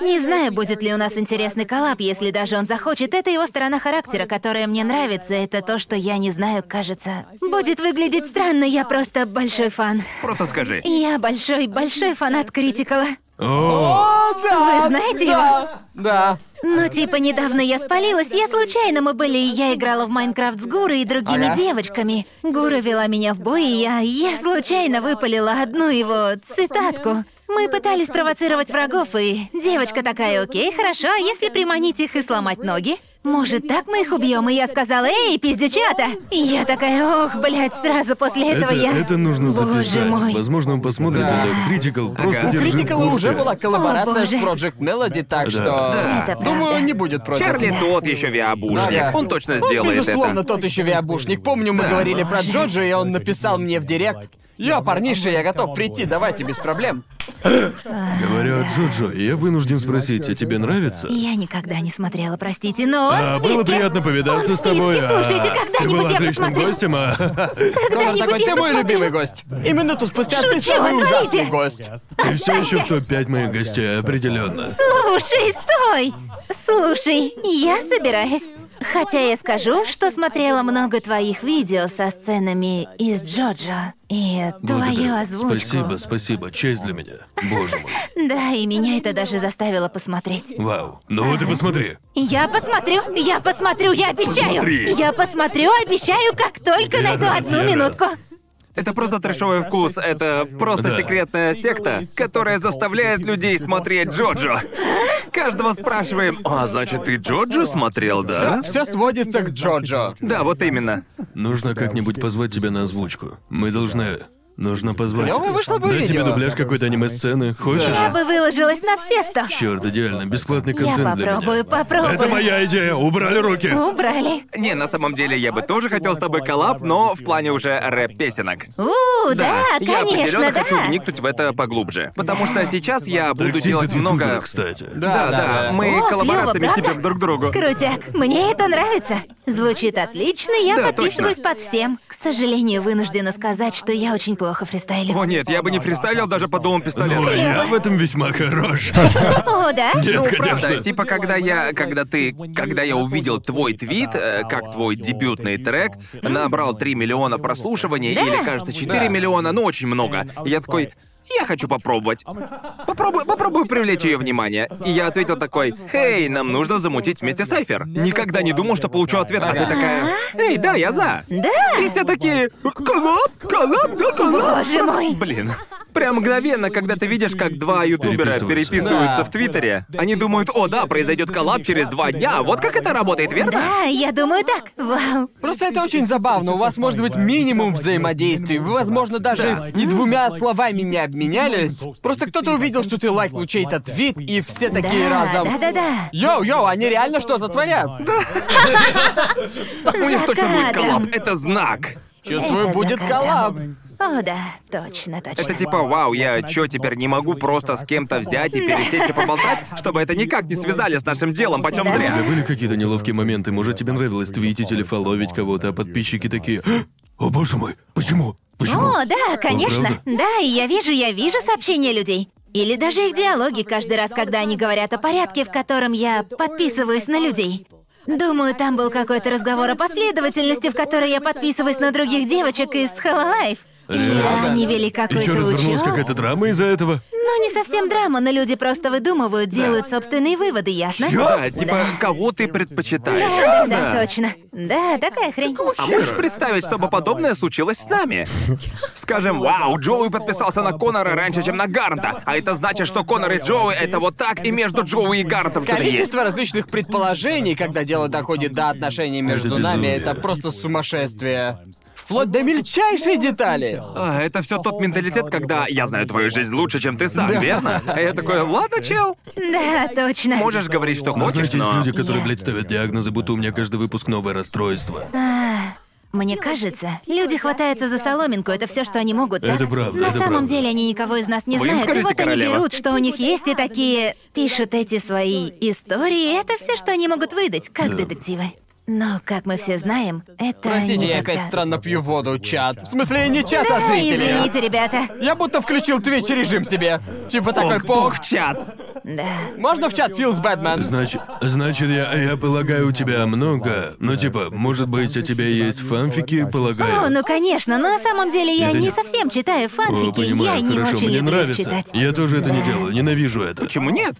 Speaker 4: Не знаю, будет ли у нас интересный коллап, если даже он захочет. Это его сторона характера, которая мне нравится. Это то, что я не знаю, кажется. Будет выглядеть странно, я просто большой фан.
Speaker 2: Просто скажи.
Speaker 4: Я большой, большой фанат Критикала.
Speaker 3: О,
Speaker 1: О, да!
Speaker 4: Вы знаете
Speaker 1: да, Да.
Speaker 4: Ну, типа, недавно я спалилась, я случайно мы были, и я играла в Майнкрафт с Гурой и другими
Speaker 1: Ага.
Speaker 4: девочками. Гура вела меня в бой, и я, я случайно выпалила одну его цитатку. Мы пытались провоцировать врагов, и девочка такая, окей, хорошо, а если приманить их и сломать ноги? Может, так мы их убьем? И я сказала, эй, пиздючата! И я такая, ох, блядь, сразу после этого
Speaker 3: это,
Speaker 4: я...
Speaker 3: это нужно
Speaker 4: Боже
Speaker 3: записать.
Speaker 4: мой.
Speaker 3: Возможно, он посмотрит
Speaker 1: Да.
Speaker 3: это. Критикал, просто
Speaker 1: У
Speaker 3: держи в
Speaker 1: Критикала
Speaker 3: курсе.
Speaker 1: уже была коллаборация с
Speaker 4: боже.
Speaker 1: Project Melody, так что...
Speaker 2: Да.
Speaker 4: Это
Speaker 1: Думаю,
Speaker 4: правда.
Speaker 1: не будет против.
Speaker 2: Чарли тот еще
Speaker 1: Да,
Speaker 2: виабушник.
Speaker 1: да.
Speaker 2: Он точно
Speaker 1: Он,
Speaker 2: сделает
Speaker 1: безусловно,
Speaker 2: это.
Speaker 1: тот еще виабушник. Помню, мы говорили про Джорджа, и он написал мне в директ. Я, парниша, я готов прийти, давайте без проблем.
Speaker 3: Говоря о Джоджо, я вынужден спросить, а тебе нравится?
Speaker 4: Я никогда не смотрела, простите, но он
Speaker 3: А,
Speaker 4: в списке.
Speaker 3: было приятно
Speaker 4: Он в
Speaker 3: повидаться с
Speaker 4: списке.
Speaker 3: тобой. а.
Speaker 4: Слушайте,
Speaker 3: Ты был
Speaker 4: когда-нибудь я
Speaker 3: отличным
Speaker 4: посмотрю.
Speaker 3: гостем, а
Speaker 1: Конор
Speaker 4: Когда-нибудь
Speaker 1: такой,
Speaker 4: я
Speaker 1: ты мой
Speaker 4: посмотрю».
Speaker 1: любимый гость. И минуту спустя ты
Speaker 4: Шучу,
Speaker 1: самый ужасный
Speaker 4: отвалите.
Speaker 1: гость.
Speaker 3: ты все еще в топ-5 моих гостей, определенно.
Speaker 4: Слушай, стой! Слушай, я собираюсь. Хотя я скажу, что смотрела много твоих видео со сценами из Джоджо. И твою
Speaker 3: Благодарю.
Speaker 4: озвучку.
Speaker 3: Спасибо, спасибо. Честь для меня. Боже мой.
Speaker 4: Да, и меня это даже заставило посмотреть.
Speaker 3: Вау. Ну вот и посмотри.
Speaker 4: Я посмотрю, я посмотрю, я обещаю!
Speaker 2: Посмотри.
Speaker 4: Я посмотрю, обещаю, как только
Speaker 3: Я
Speaker 4: найду
Speaker 3: рад,
Speaker 4: одну
Speaker 3: я рад.
Speaker 4: минутку.
Speaker 2: Это просто трешовый вкус. Это просто
Speaker 3: Да.
Speaker 2: секретная секта, которая заставляет людей смотреть Джоджо. Каждого спрашиваем, а значит ты Джоджо смотрел, да?
Speaker 1: Все сводится к Джорджо.
Speaker 2: Да, вот именно.
Speaker 3: Нужно как-нибудь позвать тебя на озвучку. Мы должны... Нужно позвать.
Speaker 1: Клёво вышло бы
Speaker 3: Дать тебе
Speaker 1: видео.
Speaker 3: дубляж какой-то аниме-сцены. Хочешь?
Speaker 4: Я бы выложилась на все сто.
Speaker 3: Черт, идеально. Бесплатный
Speaker 4: Я
Speaker 3: контент для
Speaker 4: попробую,
Speaker 3: меня.
Speaker 4: попробую.
Speaker 3: Это моя идея. Убрали руки.
Speaker 4: Убрали.
Speaker 2: Не, на самом деле я бы тоже хотел с тобой коллаб, но в плане уже рэп-песенок.
Speaker 4: У, да,
Speaker 2: я
Speaker 4: конечно,
Speaker 2: определенно
Speaker 4: да.
Speaker 2: хочу вникнуть в это поглубже. Потому что сейчас я буду
Speaker 3: Такси
Speaker 2: делать
Speaker 3: ты
Speaker 2: много.
Speaker 3: ютубер, кстати.
Speaker 2: Да,
Speaker 1: Да,
Speaker 2: да,
Speaker 1: да.
Speaker 2: мы
Speaker 4: О,
Speaker 2: коллаборациями
Speaker 4: клёво,
Speaker 2: стебем
Speaker 4: правда?
Speaker 2: друг другу.
Speaker 4: Крутяк, мне это нравится. Звучит отлично, я
Speaker 2: Да,
Speaker 4: подписываюсь под всем. К сожалению, вынуждена сказать, что я очень плохо фристайлю.
Speaker 2: О нет, я бы не фристайлил даже по дому
Speaker 3: Ну, а
Speaker 2: пистолета.
Speaker 3: я в этом весьма хорош.
Speaker 4: О, да?
Speaker 3: Нет,
Speaker 2: Ну, правда,
Speaker 3: конечно.
Speaker 2: типа, когда я, когда ты, когда я увидел твой твит, э, как твой дебютный трек, набрал 3 миллиона прослушиваний, или, кажется, 4
Speaker 1: Да.
Speaker 2: миллиона, ну, очень много. Я такой, я хочу попробовать. Попробуй, попробуй привлечь ее внимание. И я ответил такой, «Хей, нам нужно замутить вместе сайфер». Никогда не думал, что получу ответ, а ты такая, «Эй, да, я за».
Speaker 4: Да.
Speaker 2: И все такие, «Коллаб, коллаб, да, коллаб».
Speaker 4: Боже мой.
Speaker 2: Блин. Прям мгновенно, когда ты видишь, как два ютубера
Speaker 3: Переписываются.
Speaker 2: переписываются
Speaker 1: Да.
Speaker 2: в Твиттере, они думают, о да, произойдет коллаб через два дня, вот как это работает, верно?
Speaker 4: Да, А, я думаю так. Вау.
Speaker 1: Просто это очень забавно. У вас может быть минимум взаимодействий. Вы, возможно, даже
Speaker 2: Да.
Speaker 1: ни двумя словами не обменялись. Просто кто-то увидел, что ты лайкнул чей-то твит, и все такие
Speaker 4: Да,
Speaker 1: разом.
Speaker 4: да, да, да.
Speaker 1: Йоу-йоу, они реально что-то творят.
Speaker 2: У них точно будет
Speaker 4: кадром.
Speaker 2: коллаб, это знак.
Speaker 1: Чувствую,
Speaker 4: Это
Speaker 1: будет
Speaker 4: за
Speaker 1: коллаб.
Speaker 4: О, да, точно, точно.
Speaker 2: Это типа, вау, я чё, теперь не могу просто с кем-то взять и пересечь и поболтать, чтобы это никак не связали с нашим делом, почем
Speaker 3: У
Speaker 2: зря.
Speaker 3: тебя были какие-то неловкие моменты? Может, тебе нравилось твитить или фоловить кого-то, а подписчики такие... «А, О боже мой, почему? Почему?
Speaker 4: О, да, конечно.
Speaker 3: Ну, правда?
Speaker 4: Да, и я вижу, я вижу сообщения людей. Или даже их диалоги каждый раз, когда они говорят о порядке, в котором я подписываюсь на людей. Думаю, там был какой-то разговор о последовательности, в которой я подписываюсь на других девочек из Хололайф. И
Speaker 3: Реально?
Speaker 4: они вели
Speaker 3: И что,
Speaker 4: какой-то
Speaker 3: развернулась
Speaker 4: учет.
Speaker 3: какая-то драма из-за этого?
Speaker 4: Ну, не совсем драма, но люди просто выдумывают, делают собственные выводы, ясно?
Speaker 2: Да, типа, кого ты предпочитаешь?
Speaker 4: Да, да, точно. Да, такая хрень.
Speaker 2: А можешь представить, чтобы подобное случилось с нами? Скажем, вау, Джоуи подписался на Конора раньше, чем на Гарнта. А это значит, что Конор и Джоуи — это вот так, и между Джоуи и Гарнтом что-то есть.
Speaker 1: Количество различных предположений, когда дело доходит до отношений между
Speaker 3: Это
Speaker 1: нами,
Speaker 3: безумие.
Speaker 1: это просто сумасшествие. Вплоть до мельчайшей детали.
Speaker 2: А, это все тот менталитет, когда я знаю твою жизнь лучше, чем ты сам, верно? А я такой, ладно, чел,
Speaker 4: Да, точно.
Speaker 2: можешь говорить, что
Speaker 3: Ну,
Speaker 2: хочешь,
Speaker 3: знаете, есть
Speaker 2: но...
Speaker 3: люди, которые,
Speaker 4: Я-
Speaker 3: блядь, ставят диагнозы, будто у меня каждый выпуск новое расстройство.
Speaker 4: Мне кажется, люди хватаются за соломинку, это все, что они могут. так?
Speaker 3: Это правда,
Speaker 4: На
Speaker 3: это
Speaker 4: самом
Speaker 3: правда.
Speaker 4: деле они никого из нас не
Speaker 2: Вы им
Speaker 4: знают.
Speaker 2: скажите,
Speaker 4: и вот
Speaker 2: королева.
Speaker 4: они берут, что у них есть, и такие пишут эти свои истории. Это все, что они могут выдать, как детективы. Но, как мы все знаем, это
Speaker 1: Простите, я
Speaker 4: никогда-
Speaker 1: опять странно пью воду, чат. В смысле, не чат, а
Speaker 4: Да,
Speaker 1: зрители.
Speaker 4: извините, ребята.
Speaker 1: Я будто включил твич режим себе. Типа такой пок.
Speaker 2: Ох, чат.
Speaker 4: Да.
Speaker 1: Можно в чат Филс Бэтмен?
Speaker 3: Значит, значит, я, я полагаю, у тебя много. Ну, типа, может быть, у тебя есть фанфики, полагаю.
Speaker 4: О, ну конечно, но на самом деле я
Speaker 3: Это не-
Speaker 4: не совсем читаю
Speaker 3: О,
Speaker 4: фанфики,
Speaker 3: Э, понимаю,
Speaker 4: я не
Speaker 3: хорошо,
Speaker 4: очень
Speaker 3: мне
Speaker 4: люблю их
Speaker 3: нравится.
Speaker 4: читать.
Speaker 3: Я тоже это не
Speaker 4: Да.
Speaker 3: делаю, ненавижу это.
Speaker 2: Почему нет?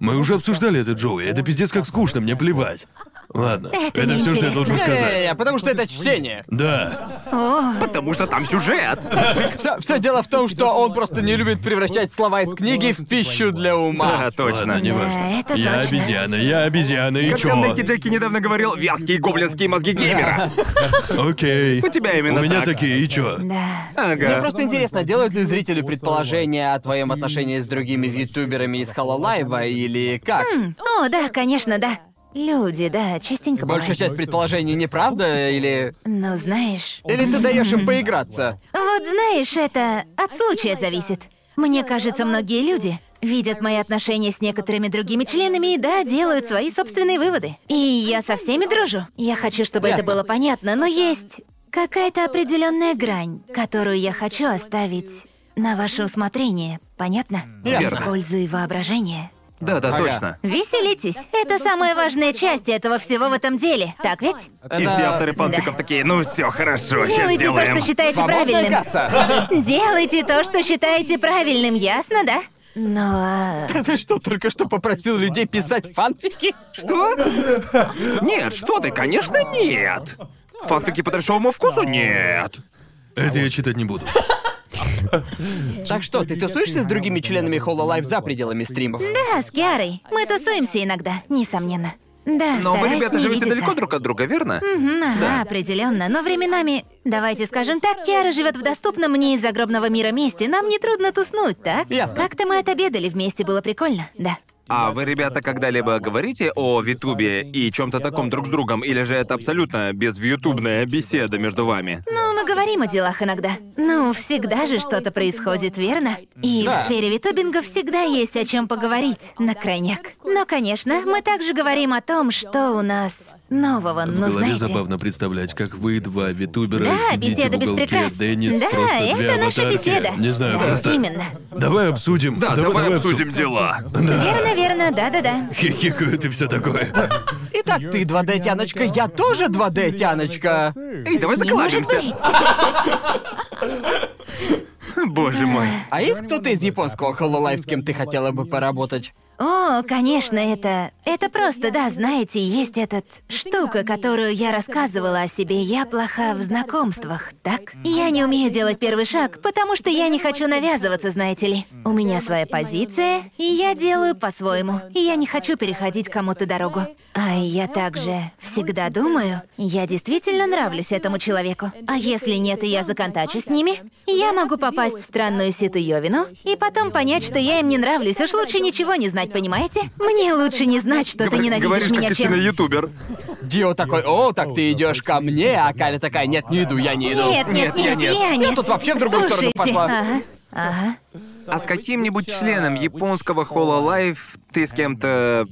Speaker 3: Мы уже обсуждали это, Джоуи. Это пиздец как скучно, мне плевать. Ладно,
Speaker 4: Это
Speaker 3: все, что я
Speaker 4: неинтересно.
Speaker 3: должен сказать.
Speaker 1: Не-не-не, потому что это чтение.
Speaker 3: Да.
Speaker 2: Потому что там сюжет.
Speaker 1: Все, дело в том, что он просто не любит превращать слова из книги в пищу для ума.
Speaker 2: Да, А, точно.
Speaker 3: Ладно, не
Speaker 4: Да,
Speaker 3: важно.
Speaker 4: это
Speaker 3: Я
Speaker 4: точно.
Speaker 3: обезьяна, я обезьяна, и
Speaker 2: Как
Speaker 3: чё?
Speaker 2: там Ники Джеки недавно говорил, вязкие гоблинские мозги геймера.
Speaker 3: Окей.
Speaker 2: У тебя именно
Speaker 3: У меня
Speaker 2: так.
Speaker 3: такие, и чё?
Speaker 4: Да.
Speaker 1: Мне
Speaker 2: Ага.
Speaker 1: просто интересно, делают ли зрители предположения о твоем отношении с другими витуберами из Хололайва или как?
Speaker 4: О, да, конечно, да. Люди, да, частенько
Speaker 1: Большая
Speaker 4: бывает.
Speaker 1: часть предположений неправда или...
Speaker 4: Ну, знаешь...
Speaker 1: Или ты даешь им поиграться?
Speaker 4: Вот знаешь, это от случая зависит. Мне кажется, многие люди видят мои отношения с некоторыми другими членами и, да, делают свои собственные выводы. И я со всеми дружу. Я хочу, чтобы это
Speaker 1: Ясно.
Speaker 4: было понятно, но есть какая-то определенная грань, которую я хочу оставить на ваше усмотрение. Понятно?
Speaker 1: Ясно.
Speaker 4: Используй воображение.
Speaker 2: Да, да,
Speaker 1: Ага.
Speaker 2: точно.
Speaker 4: Веселитесь. Это самая важная часть этого всего в этом деле. Так ведь?
Speaker 2: И
Speaker 1: Это
Speaker 2: все авторы фанфиков
Speaker 4: Да.
Speaker 2: такие, ну все, хорошо, сейчас
Speaker 4: Делайте то,
Speaker 2: сделаем.
Speaker 4: что считаете
Speaker 1: Свободная
Speaker 4: правильным.
Speaker 1: касса!
Speaker 4: Делайте то, что считаете правильным, ясно, да? Ну, а...
Speaker 1: Ты что, только что попросил людей писать фанфики?
Speaker 2: Что? Нет, что ты, конечно, нет. Фанфики по трешовому вкусу? Нет.
Speaker 3: Это я читать не буду.
Speaker 1: Так что, ты тусуешься с другими членами Хололайв за пределами стримов?
Speaker 4: Да, с Киарой. Мы тусуемся иногда, несомненно. Да,
Speaker 2: Но вы,
Speaker 4: стараюсь
Speaker 2: ребята,
Speaker 4: не
Speaker 2: живете
Speaker 4: видеться.
Speaker 2: далеко друг от друга, верно?
Speaker 4: Мгм, ага, определенно. Но временами, давайте скажем так, Киара живет в доступном мне из загробного мира месте. Нам нетрудно туснуть, так?
Speaker 1: Ясно.
Speaker 4: Как-то мы отобедали вместе, было прикольно, да.
Speaker 2: А вы, ребята, когда-либо говорите о Витубе и чем-то таком друг с другом, или же это абсолютно безвьютубная беседа между вами?
Speaker 4: Ну, мы говорим о делах иногда. Ну, всегда же что-то происходит, верно? И
Speaker 1: Да.
Speaker 4: в сфере витубинга всегда есть о чем поговорить, на крайняк. Но, конечно, мы также говорим о том, что у нас нового,
Speaker 3: В
Speaker 4: ну,
Speaker 3: голове
Speaker 4: знаете.
Speaker 3: забавно представлять, как вы два витубера
Speaker 4: Да,
Speaker 3: сидите
Speaker 4: беседа
Speaker 3: в
Speaker 4: без
Speaker 3: уголке,
Speaker 4: прикрас.
Speaker 3: Деннис
Speaker 4: Да,
Speaker 3: просто
Speaker 4: это
Speaker 3: две
Speaker 4: наша
Speaker 3: аватарки.
Speaker 4: беседа.
Speaker 3: Не знаю,
Speaker 4: Да,
Speaker 3: просто...
Speaker 4: Именно.
Speaker 3: Давай обсудим.
Speaker 2: Да, давай,
Speaker 3: обсу-
Speaker 2: обсудим дела.
Speaker 4: Верно, верно, да-да-да.
Speaker 3: Хихикают и все такое.
Speaker 1: Итак, ты 2D-тяночка, я тоже 2D-тяночка.
Speaker 2: Эй, давай
Speaker 4: Не может
Speaker 2: закладимся.
Speaker 4: быть.
Speaker 2: Боже мой.
Speaker 1: А есть кто-то из японского Хололайв, с кем ты хотела бы поработать?
Speaker 4: О, конечно, это... Это просто, да, знаете, есть этот... Штука, которую я рассказывала о себе. Я плоха в знакомствах, так? Я не умею делать первый шаг, потому что я не хочу навязываться, знаете ли. У меня своя позиция, и я делаю по-своему. И я не хочу переходить кому-то дорогу. А я также всегда думаю, я действительно нравлюсь этому человеку. А если нет, и я законтачу с ними, я могу попасть в странную ситуёвину и потом понять, что я им не нравлюсь. Уж лучше ничего не знать, понимаете? Мне лучше не знать, что ты
Speaker 2: Говор-
Speaker 4: ненавидишь
Speaker 2: Говоришь, как
Speaker 4: меня, чем...
Speaker 2: истинный ютубер.
Speaker 1: Дио такой, о, так ты идешь ко мне, а Каля такая, нет, не иду, я не иду.
Speaker 4: Нет,
Speaker 2: Нет,
Speaker 4: нет,
Speaker 2: я
Speaker 4: нет,
Speaker 2: нет.
Speaker 4: я нет.
Speaker 1: тут вообще в другую сторону
Speaker 4: Слушайте,
Speaker 1: пошла.
Speaker 4: Ага. Ага.
Speaker 2: А с каким-нибудь членом японского Хололайф ты с кем-то...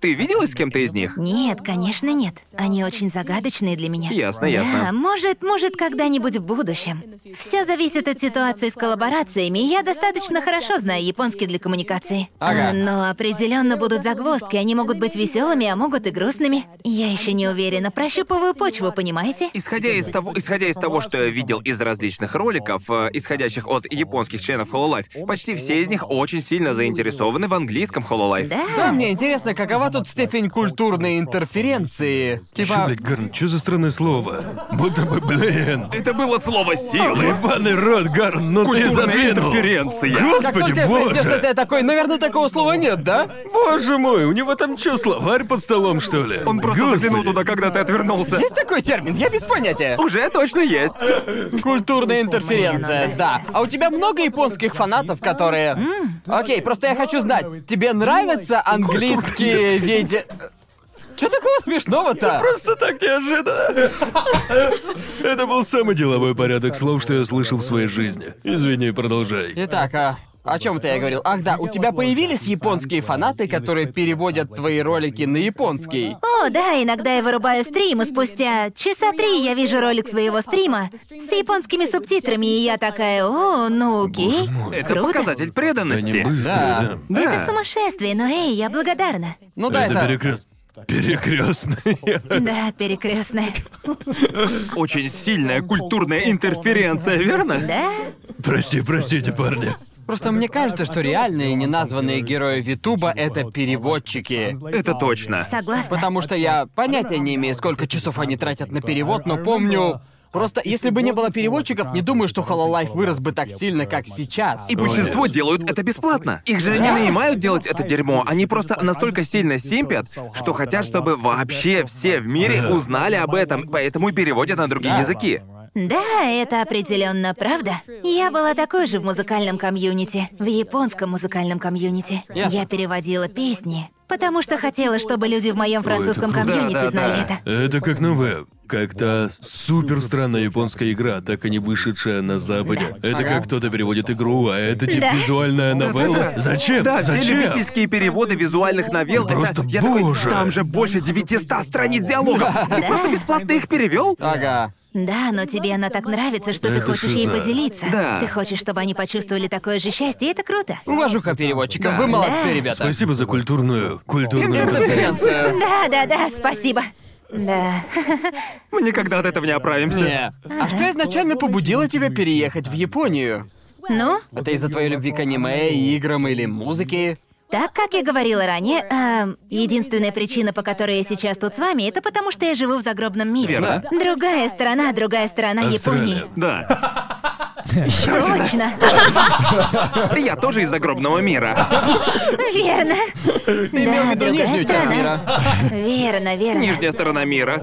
Speaker 2: Ты виделась с кем-то из них?
Speaker 4: Нет, конечно, нет. Они очень загадочные для меня.
Speaker 2: Ясно, Ну, ясно.
Speaker 4: Да, может, может, когда-нибудь в будущем. Все зависит от ситуации с коллаборациями. и Я достаточно хорошо знаю японский для коммуникации.
Speaker 1: Ага.
Speaker 4: А, Но определенно будут загвоздки. Они могут быть веселыми, а могут и грустными. Я еще не уверена. Прощупываю почву, понимаете?
Speaker 2: Исходя из того, исходя из того, что я видел из различных роликов, э, исходящих от японских членов Hololive, почти все из них очень сильно заинтересованы в английском Hololive.
Speaker 4: Да.
Speaker 1: Да, мне интересно, какова тут степень культурной интерференции?
Speaker 3: Чё,
Speaker 1: Типа,
Speaker 3: блядь, Гарн, что за странное слово? Будто бы, блин.
Speaker 2: Это было слово силы.
Speaker 3: Ебаный рот, Гарн, ну ты
Speaker 2: Культурная
Speaker 3: задвинул.
Speaker 2: интерференция.
Speaker 1: как только
Speaker 3: Господи,
Speaker 1: я произнес это,
Speaker 3: боже.
Speaker 1: я такой, наверное, такого слова нет, да?
Speaker 3: Боже мой, у него там что, словарь под столом, что ли?
Speaker 2: Он просто
Speaker 3: Господи.
Speaker 2: заглянул туда, когда ты отвернулся.
Speaker 1: Есть такой термин, я без понятия.
Speaker 2: Уже точно есть.
Speaker 1: Культурная интерференция, да. А у тебя много японских фанатов, которые... Окей, просто я хочу знать, тебе нравятся английские виде... Что такого смешного-то?
Speaker 3: Просто так неожиданно. Это был самый деловой порядок слов, что я слышал в своей жизни. Извини, продолжай.
Speaker 1: Итак, а... О чем то я говорил? Ах да, у тебя появились японские фанаты, которые переводят твои ролики на японский.
Speaker 4: О, да, иногда я вырубаю стрим, и спустя часа три я вижу ролик своего стрима с японскими субтитрами, и я такая, о, ну окей.
Speaker 2: Это А.
Speaker 4: Круто.
Speaker 2: показатель
Speaker 3: Они
Speaker 2: преданности.
Speaker 1: Да.
Speaker 3: быстрые, да.
Speaker 4: Это сумасшествие, но эй, я благодарна.
Speaker 1: Ну да,
Speaker 3: это
Speaker 1: это...
Speaker 3: перекрест... перекрестный.
Speaker 4: Да, перекрестная.
Speaker 2: Очень сильная культурная интерференция, верно?
Speaker 4: Да?
Speaker 3: Прости, простите, парни.
Speaker 1: Просто мне кажется, что реальные неназванные герои Витуба — это переводчики.
Speaker 2: Это точно.
Speaker 4: Согласна.
Speaker 1: Потому что я понятия не имею, сколько часов они тратят на перевод, но помню... Просто если бы не было переводчиков, не думаю, что Hololive вырос бы так сильно, как сейчас.
Speaker 2: И большинство делают это бесплатно. Их же не нанимают делать это дерьмо. Они просто настолько сильно симпят, что хотят, чтобы вообще все в мире узнали об этом, поэтому и переводят на другие языки.
Speaker 4: Да, это определенно правда. Я была такой же в музыкальном комьюнити, в японском музыкальном комьюнити.
Speaker 1: Ясно.
Speaker 4: Я переводила песни, потому что хотела, чтобы люди в моем французском
Speaker 3: круто.
Speaker 4: комьюнити
Speaker 2: Да-да-да.
Speaker 4: знали это.
Speaker 3: Это как новая, как то супер странная японская игра, так и не вышедшая на Западе. Это как кто-то переводит игру, а это типа
Speaker 4: Да.
Speaker 3: визуальная новелла. Зачем?
Speaker 2: Да, все
Speaker 3: Зачем?
Speaker 2: любительские переводы визуальных новелл,
Speaker 3: Просто
Speaker 2: это... Я такой,
Speaker 3: боже!
Speaker 2: там же больше 900 страниц диалогов. Ты просто бесплатно их перевел?
Speaker 1: Ага.
Speaker 4: Да, но тебе она так нравится, что ты
Speaker 3: Это
Speaker 4: хочешь ей
Speaker 3: шиза.
Speaker 4: поделиться.
Speaker 2: Да.
Speaker 4: Ты хочешь, чтобы они почувствовали такое же счастье, и это круто.
Speaker 1: Уважуха переводчикам,
Speaker 2: Да.
Speaker 1: вы молодцы,
Speaker 4: Да.
Speaker 1: ребята.
Speaker 3: Спасибо за культурную, культурную
Speaker 1: Интерференция.
Speaker 4: Да, да, да, спасибо. Да.
Speaker 2: Мы никогда от этого не оправимся.
Speaker 1: Не. А что изначально побудило тебя переехать в Японию?
Speaker 4: Ну,
Speaker 1: Это из-за твоей любви к аниме, играм или музыке?
Speaker 4: Так как я говорила ранее, эм, единственная причина, по которой я сейчас тут с вами, это потому что я живу в загробном мире.
Speaker 2: Верно.
Speaker 4: Другая сторона, другая сторона
Speaker 3: Австралия.
Speaker 4: Японии.
Speaker 2: Да.
Speaker 4: Точно.
Speaker 2: Я тоже из загробного мира.
Speaker 4: Верно.
Speaker 1: Ты имел в
Speaker 4: Да,
Speaker 1: виду нижнюю
Speaker 4: другая
Speaker 1: часть
Speaker 4: сторона.
Speaker 1: мира.
Speaker 4: Верно, верно.
Speaker 2: Нижняя сторона мира.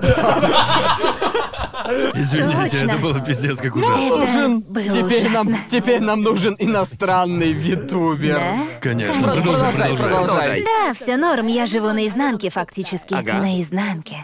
Speaker 3: Извините,
Speaker 4: Точно.
Speaker 3: это было пиздец как ужасно.
Speaker 1: Нужен.
Speaker 4: было
Speaker 1: Теперь нам,
Speaker 4: ужасно.
Speaker 1: теперь нам нужен иностранный витубер.
Speaker 4: Да?
Speaker 3: Конечно,
Speaker 1: Про-
Speaker 3: продолжай,
Speaker 1: продолжай,
Speaker 3: продолжай.
Speaker 1: продолжай.
Speaker 4: Да, все норм, я живу наизнанке фактически.
Speaker 2: Ага.
Speaker 4: Наизнанке.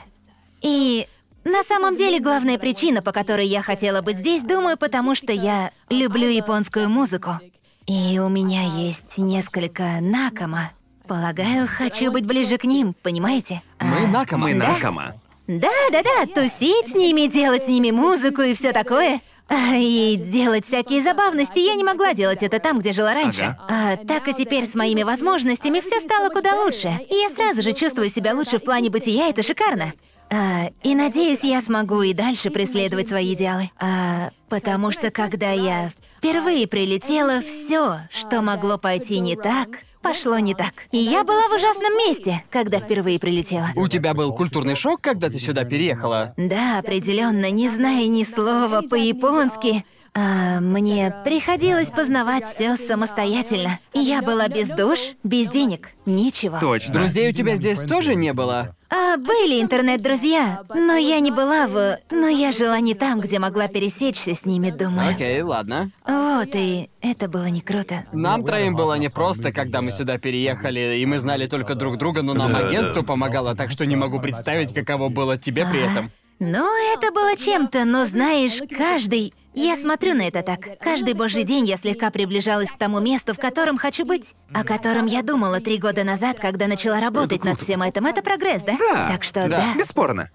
Speaker 4: И на самом деле главная причина, по которой я хотела быть здесь, думаю, потому что я люблю японскую музыку. И у меня есть несколько накома. Полагаю, хочу быть ближе к ним, понимаете? А,
Speaker 1: Мы
Speaker 2: Мы
Speaker 1: накомы.
Speaker 2: накома.
Speaker 4: Да, да, да, тусить с ними, делать с ними музыку и все такое. А, И делать всякие забавности я не могла делать это там, где жила раньше. А, так и теперь с моими возможностями все стало куда лучше. И я сразу же чувствую себя лучше в плане бытия, это шикарно. А, и надеюсь, я смогу и дальше преследовать свои идеалы. А, потому что когда я впервые прилетела, все, что могло пойти не так, пошло не так. И я была в ужасном месте, когда впервые прилетела.
Speaker 1: У тебя был культурный шок, когда ты сюда переехала?
Speaker 4: Да, определенно, не зная ни слова по-японски. а, мне приходилось познавать все самостоятельно. Я была без душ, без денег, ничего.
Speaker 2: Точно.
Speaker 1: Друзей у тебя здесь тоже не было?
Speaker 4: А, были интернет-друзья, но я не была в... Но я жила не там, где могла пересечься с ними, думаю.
Speaker 1: Окей, ладно.
Speaker 4: Вот, и это было не круто.
Speaker 1: Нам троим было непросто, когда Ну, мы сюда переехали, и мы знали только друг друга, но нам агентство помогало, так что не могу представить, каково было тебе при этом.
Speaker 4: Ну, это было чем-то, но знаешь, каждый... Я смотрю на это так. Каждый божий день я слегка приближалась к тому месту, в котором хочу быть. О котором я думала три года назад, когда начала работать над всем этим. Это прогресс, да?
Speaker 2: Да,
Speaker 4: Так
Speaker 1: да.
Speaker 4: что, да.
Speaker 2: Бесспорно.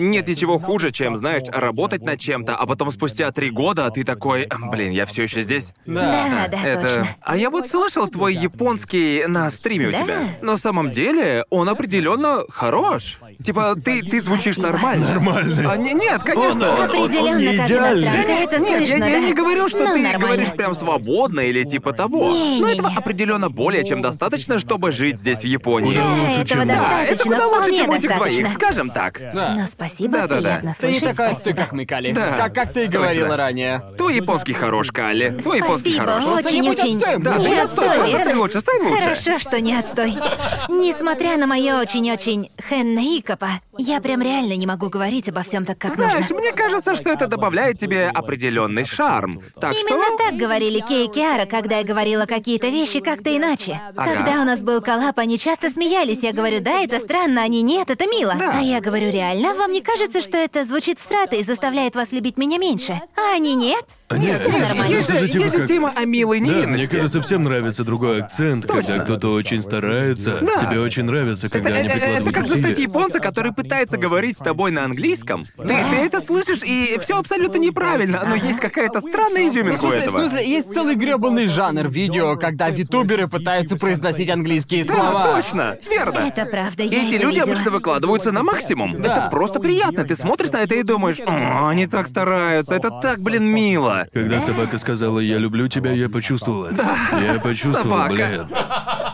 Speaker 2: Нет ничего хуже, чем, знаешь, работать над чем-то, а потом спустя три года ты такой, «Эм, блин, я все еще здесь.
Speaker 4: Да, да,
Speaker 2: Это.
Speaker 4: точно.
Speaker 2: А я вот слышал твой японский на стриме у
Speaker 4: Да.
Speaker 2: тебя. На самом деле он определенно хорош. Типа ты ты звучишь нормально.
Speaker 3: Нормально.
Speaker 2: А, не- нет, конечно. он- он-
Speaker 3: он
Speaker 4: Определенно,
Speaker 3: не
Speaker 4: как
Speaker 3: идеальный.
Speaker 4: иностранка, это
Speaker 2: Нет,
Speaker 4: слышно,
Speaker 2: я, я
Speaker 4: да.
Speaker 2: не говорю, что
Speaker 4: Ну,
Speaker 2: ты
Speaker 4: нормально.
Speaker 2: говоришь прям свободно или типа того.
Speaker 4: Не,
Speaker 2: Но
Speaker 4: не,
Speaker 2: этого
Speaker 4: не.
Speaker 2: определенно более чем достаточно, чтобы жить здесь в Японии.
Speaker 3: Да,
Speaker 4: Да,
Speaker 3: лучше,
Speaker 4: этого
Speaker 3: чем-
Speaker 2: Да, это
Speaker 4: достаточно,
Speaker 2: куда лучше,
Speaker 4: вполне
Speaker 2: чем у этих двоих,
Speaker 4: достаточно.
Speaker 2: скажем так.
Speaker 4: Но спасибо,
Speaker 2: Да-да-да.
Speaker 4: приятно
Speaker 1: Ты не
Speaker 4: слышать.
Speaker 1: такая
Speaker 4: спасибо.
Speaker 1: как мы, Кали.
Speaker 2: Да.
Speaker 1: Как, как ты и говорила ранее.
Speaker 2: Твой японский хорош, Кали. Твой японский
Speaker 4: Спасибо,
Speaker 2: хорош.
Speaker 1: Что-нибудь
Speaker 4: очень-очень.
Speaker 1: отстаем, да,
Speaker 4: не
Speaker 2: ты
Speaker 4: отстой,
Speaker 2: отстой,
Speaker 4: верно?
Speaker 2: стой лучше, стой лучше.
Speaker 4: Хорошо, что не отстой. Несмотря на мое очень-очень хэнна икопа, я прям реально не могу говорить обо всем так, как
Speaker 2: Знаешь,
Speaker 4: нужно.
Speaker 2: мне кажется, что это добавляет тебе определенный шарм. Так
Speaker 4: Именно
Speaker 2: что.
Speaker 4: так говорили Кей и Киара, когда я говорила какие-то вещи как-то иначе.
Speaker 2: Ага.
Speaker 4: Когда у нас был коллап, они часто смеялись. Я говорю, да, это странно, они нет, это мило. А я говорю, реально, вам не кажется, что это звучит всрато и заставляет вас любить меня меньше? А они нет?
Speaker 3: Нет,
Speaker 4: Всё
Speaker 3: нет,
Speaker 4: нормально.
Speaker 3: нет,
Speaker 2: Есть же,
Speaker 3: Слушайте, вы
Speaker 2: есть же
Speaker 3: как-
Speaker 2: тема о милой
Speaker 3: Да, мне
Speaker 2: невинности.
Speaker 3: кажется, всем нравится другой акцент, когда кто-то очень старается. Тебе очень нравится, когда
Speaker 2: Э,
Speaker 3: они
Speaker 2: э, э, это
Speaker 3: прикладывают
Speaker 2: как застать
Speaker 3: усилия.
Speaker 2: японца, который пытается говорить с тобой на английском, ты, ты это слышишь, и все абсолютно неправильно, но есть какая-то странная
Speaker 1: Ну, в
Speaker 2: изюминка у
Speaker 1: смысле, в
Speaker 2: этого.
Speaker 1: смысле, есть целый грёбаный жанр видео, когда витуберы пытаются произносить английские слова.
Speaker 2: Да, точно, верно.
Speaker 4: Это правда, я
Speaker 2: Эти
Speaker 4: это
Speaker 2: люди
Speaker 4: видела.
Speaker 2: обычно выкладываются на максимум.
Speaker 1: Да.
Speaker 2: Это просто приятно. Ты смотришь на это и думаешь, «О, они так стараются, это так, блин, мило.
Speaker 3: Когда собака сказала «я люблю тебя», я почувствовал это. Я почувствовал,
Speaker 2: Собака.
Speaker 3: блин.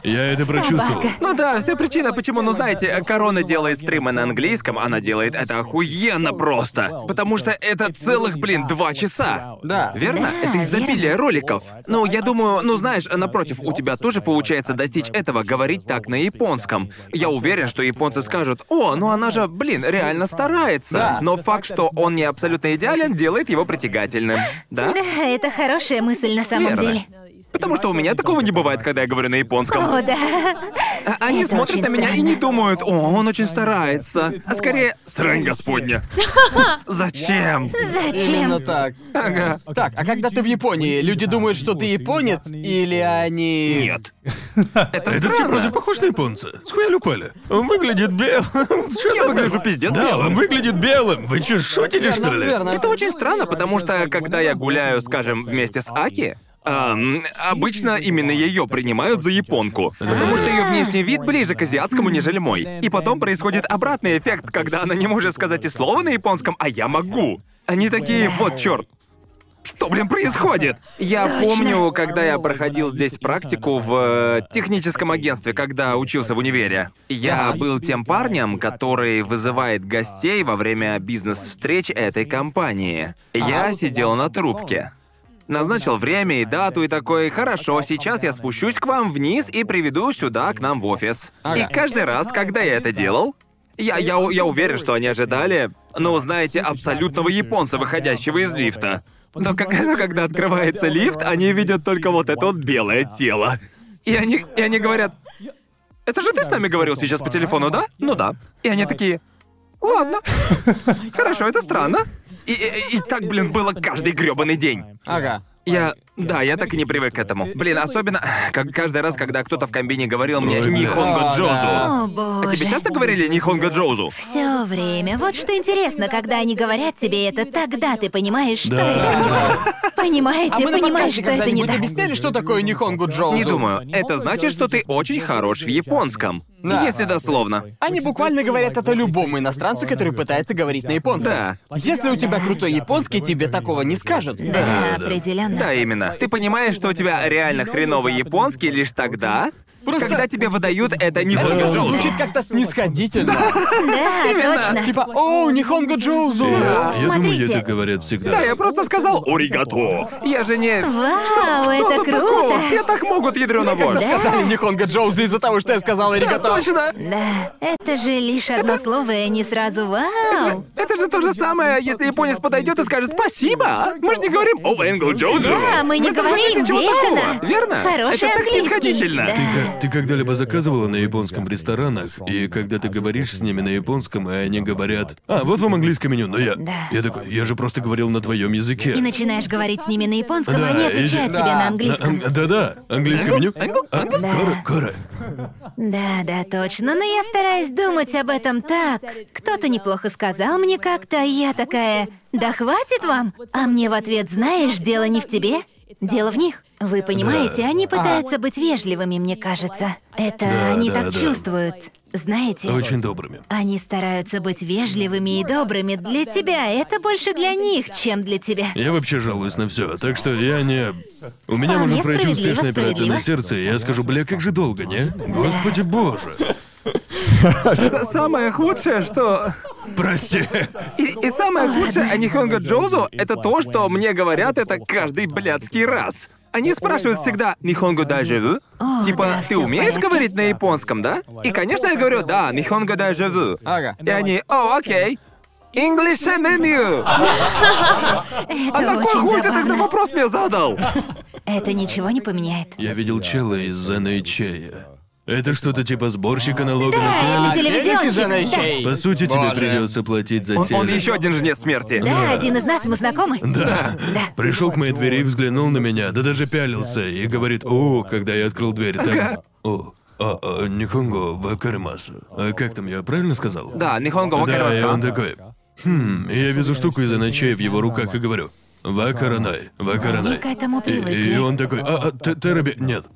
Speaker 3: Я это прочувствовал.
Speaker 2: Ну да, вся причина, почему, ну знаете, Корона делает стримы на английском, она делает это охуенно просто. Потому что это целых, блин, два часа.
Speaker 1: Да.
Speaker 2: Верно?
Speaker 4: Да,
Speaker 2: это изобилие роликов. Ну, я думаю, ну знаешь, напротив, у тебя тоже получается достичь этого, говорить так на японском. Я уверен, что японцы скажут, о, ну она же, блин, реально старается.
Speaker 1: Да.
Speaker 2: Но факт, что он не абсолютно идеален, делает его притягательным. Да?
Speaker 4: Да, это хорошая мысль на самом
Speaker 2: А? Верно.
Speaker 4: деле.
Speaker 2: Потому что у меня такого не бывает, когда я говорю на японском.
Speaker 4: О, да.
Speaker 2: А Они
Speaker 4: Это
Speaker 2: смотрят
Speaker 4: очень
Speaker 2: на меня и
Speaker 4: странно.
Speaker 2: не думают, о, он очень старается. А скорее, срань господня. Зачем?
Speaker 1: Именно
Speaker 4: Зачем?
Speaker 1: так.
Speaker 2: Ага.
Speaker 1: Так, а когда ты в Японии, люди думают, что ты японец, или они...
Speaker 2: Нет. Это
Speaker 3: Этот тип типа разве
Speaker 2: странно.
Speaker 3: похож на японца? Схуяли упали. Он выглядит белым. Чё
Speaker 2: Я
Speaker 3: надо?
Speaker 2: выгляжу пиздец
Speaker 3: Да,
Speaker 2: белым.
Speaker 3: он выглядит белым. Вы что, шутите,
Speaker 1: Верно,
Speaker 3: что ли?
Speaker 1: верно.
Speaker 2: Это очень странно, потому что когда я гуляю, скажем, вместе с Аки, эм, обычно именно ее принимают за японку. Потому что ее внешний вид ближе к азиатскому, нежели мой. И потом происходит обратный эффект, когда она не может сказать и слова на японском, а я могу. Они такие, вот черт. Что, блин, происходит? Я
Speaker 4: Точно.
Speaker 2: помню, когда я проходил здесь практику в э, техническом агентстве, когда учился в универе. Я был тем парнем, который вызывает гостей во время бизнес-встреч этой компании. Я сидел на трубке. Назначил время и дату и такой, хорошо, сейчас я спущусь к вам вниз и приведу сюда к нам в офис.
Speaker 1: Ага.
Speaker 2: И каждый раз, когда я это делал, я, я, у- я уверен, что они ожидали, ну, знаете, абсолютного японца, выходящего из лифта. Но как- но когда открывается лифт, они видят только вот это вот белое тело. И они, и они говорят, это же ты с нами говорил сейчас по телефону, да? Ну да. И они такие, ладно, хорошо, это странно. И, и- и так, блин, было каждый грёбаный день.
Speaker 1: Ага.
Speaker 2: Я... Да, я так и не привык к этому. Блин, особенно как каждый раз, когда кто-то в комбине говорил мне
Speaker 3: Ой, да.
Speaker 2: «Нихонго
Speaker 1: А, да.
Speaker 2: Джозу».
Speaker 4: О,
Speaker 2: А тебе
Speaker 4: боже.
Speaker 2: часто говорили «Нихонго Джозу»?
Speaker 4: Все время. Вот что интересно, когда они говорят тебе это, тогда ты понимаешь, что
Speaker 3: Да.
Speaker 4: это. Понимаете,
Speaker 1: А мы на
Speaker 4: понимаешь,
Speaker 1: подкасте
Speaker 4: что это не
Speaker 1: когда-нибудь
Speaker 4: так.
Speaker 1: объясняли, что такое Нихонго Джоузу?
Speaker 2: Не думаю. Это значит, что ты очень хорош в японском.
Speaker 1: Да.
Speaker 2: Если дословно.
Speaker 1: Они буквально говорят это любому иностранцу, который пытается говорить на японском.
Speaker 2: Да.
Speaker 1: Если у тебя крутой японский, тебе такого не скажут.
Speaker 4: Да, определенно.
Speaker 2: Да, именно. Ты понимаешь, что у тебя реально хреновый японский лишь тогда,
Speaker 1: Просто-
Speaker 2: когда тебе выдают это «Нихонго
Speaker 1: Это
Speaker 2: Джозу».
Speaker 1: звучит как-то снисходительно.
Speaker 4: Да, точно.
Speaker 1: Типа, оу, Нихонго Джоузу!
Speaker 3: Я, я думаю, ей
Speaker 4: Смотрите.
Speaker 3: так говорят всегда.
Speaker 2: Да, я просто сказал «Оригато». Я же не...
Speaker 4: Вау, это
Speaker 2: Что тут такого?
Speaker 4: круто.
Speaker 2: Все так могут, ядрёна вошь.
Speaker 4: Да.
Speaker 1: Сказали Нихонго Джоузу из-за того, что я сказал Эригато.
Speaker 2: Точно.
Speaker 4: Да, это же лишь одно слово, и они сразу вау.
Speaker 2: Это же то же самое, если японец подойдет и скажет «Спасибо». а? Мы же не говорим «О, Энгл Джоузу».
Speaker 4: Да, А мы не
Speaker 2: В этом же нет
Speaker 4: говорим,
Speaker 2: ничего
Speaker 4: верно.
Speaker 2: такого, верно?
Speaker 4: Хороший
Speaker 2: Это так
Speaker 4: английский,
Speaker 2: снисходительно.
Speaker 4: да.
Speaker 3: Ты, ка- ты когда-либо заказывала на японском в ресторанах, и когда ты говоришь с ними на японском, и они говорят, а, вот вам английское меню, но я...
Speaker 4: Да.
Speaker 3: Я такой, я же просто говорил на твоем языке.
Speaker 4: И начинаешь говорить с ними на японском,
Speaker 3: Э, Да,
Speaker 4: а они
Speaker 3: и-
Speaker 4: отвечают
Speaker 1: да.
Speaker 4: тебе на
Speaker 3: А,
Speaker 4: английском.
Speaker 3: ан- Да-да, английское меню. А, Кора, Кора.
Speaker 4: Да, да, точно. Но я стараюсь думать об этом так. Кто-то неплохо сказал мне как-то, и я такая, да хватит вам. А мне в ответ, знаешь, дело не в тебе, дело в них. Вы понимаете, они пытаются быть вежливыми, мне кажется. Это
Speaker 3: Да,
Speaker 4: они
Speaker 3: да,
Speaker 4: так
Speaker 3: да.
Speaker 4: чувствуют. Знаете?
Speaker 3: Очень добрыми.
Speaker 4: Они стараются быть вежливыми и добрыми для тебя. Это больше для них, чем для тебя.
Speaker 3: Я вообще жалуюсь на все, так что я не... У меня
Speaker 4: Вполне
Speaker 3: может пройти
Speaker 4: справедливо,
Speaker 3: успешная операция на
Speaker 4: справедливо.
Speaker 3: сердце, и я скажу, бля, как же долго, не? Господи боже.
Speaker 2: С- Самое худшее, что...
Speaker 3: Прости.
Speaker 2: И, и самое худшее о Нихонго Джозу — это то, что мне говорят это каждый блядский раз. Они спрашивают всегда «Нихонго дайжеву?»
Speaker 4: О,
Speaker 2: Типа,
Speaker 4: да,
Speaker 2: ты
Speaker 4: всё в
Speaker 2: умеешь
Speaker 4: порядке.
Speaker 2: говорить на японском, да? И, конечно, я говорю «Да, Нихонго дайжеву».
Speaker 1: Ага.
Speaker 2: И они «О, окей». English menu!
Speaker 4: Это
Speaker 2: А такой
Speaker 4: очень
Speaker 2: хуй ты тогда
Speaker 4: забавно.
Speaker 2: вопрос мне задал!
Speaker 4: Это ничего не поменяет.
Speaker 3: Я видел чела из NHA. Это что-то типа сборщика налогов.
Speaker 4: Да,
Speaker 1: А,
Speaker 4: или телевизионщик. Да.
Speaker 1: Телевизионщик.
Speaker 3: По сути, тебе
Speaker 1: Боже.
Speaker 3: придется платить за
Speaker 2: Он,
Speaker 3: телек.
Speaker 2: еще один жнец смерти.
Speaker 4: Да, один из нас, мы знакомы. Да.
Speaker 3: Пришел к моей двери и взглянул на меня, да даже пялился, и говорит, о, когда я открыл дверь, там... О, А, а, Нихонго Вакаримасу. А как там я правильно сказал?
Speaker 2: Да, Нихонго
Speaker 3: Да, и он
Speaker 2: Вакаримасу.
Speaker 3: такой. Хм, и я вижу штуку из ночей в его руках и говорю. Вакаранай,
Speaker 4: Мы
Speaker 3: Вакаранай.
Speaker 4: к этому
Speaker 3: И, и
Speaker 4: привыкли.
Speaker 3: он такой, а, а ты, ты раби- Нет.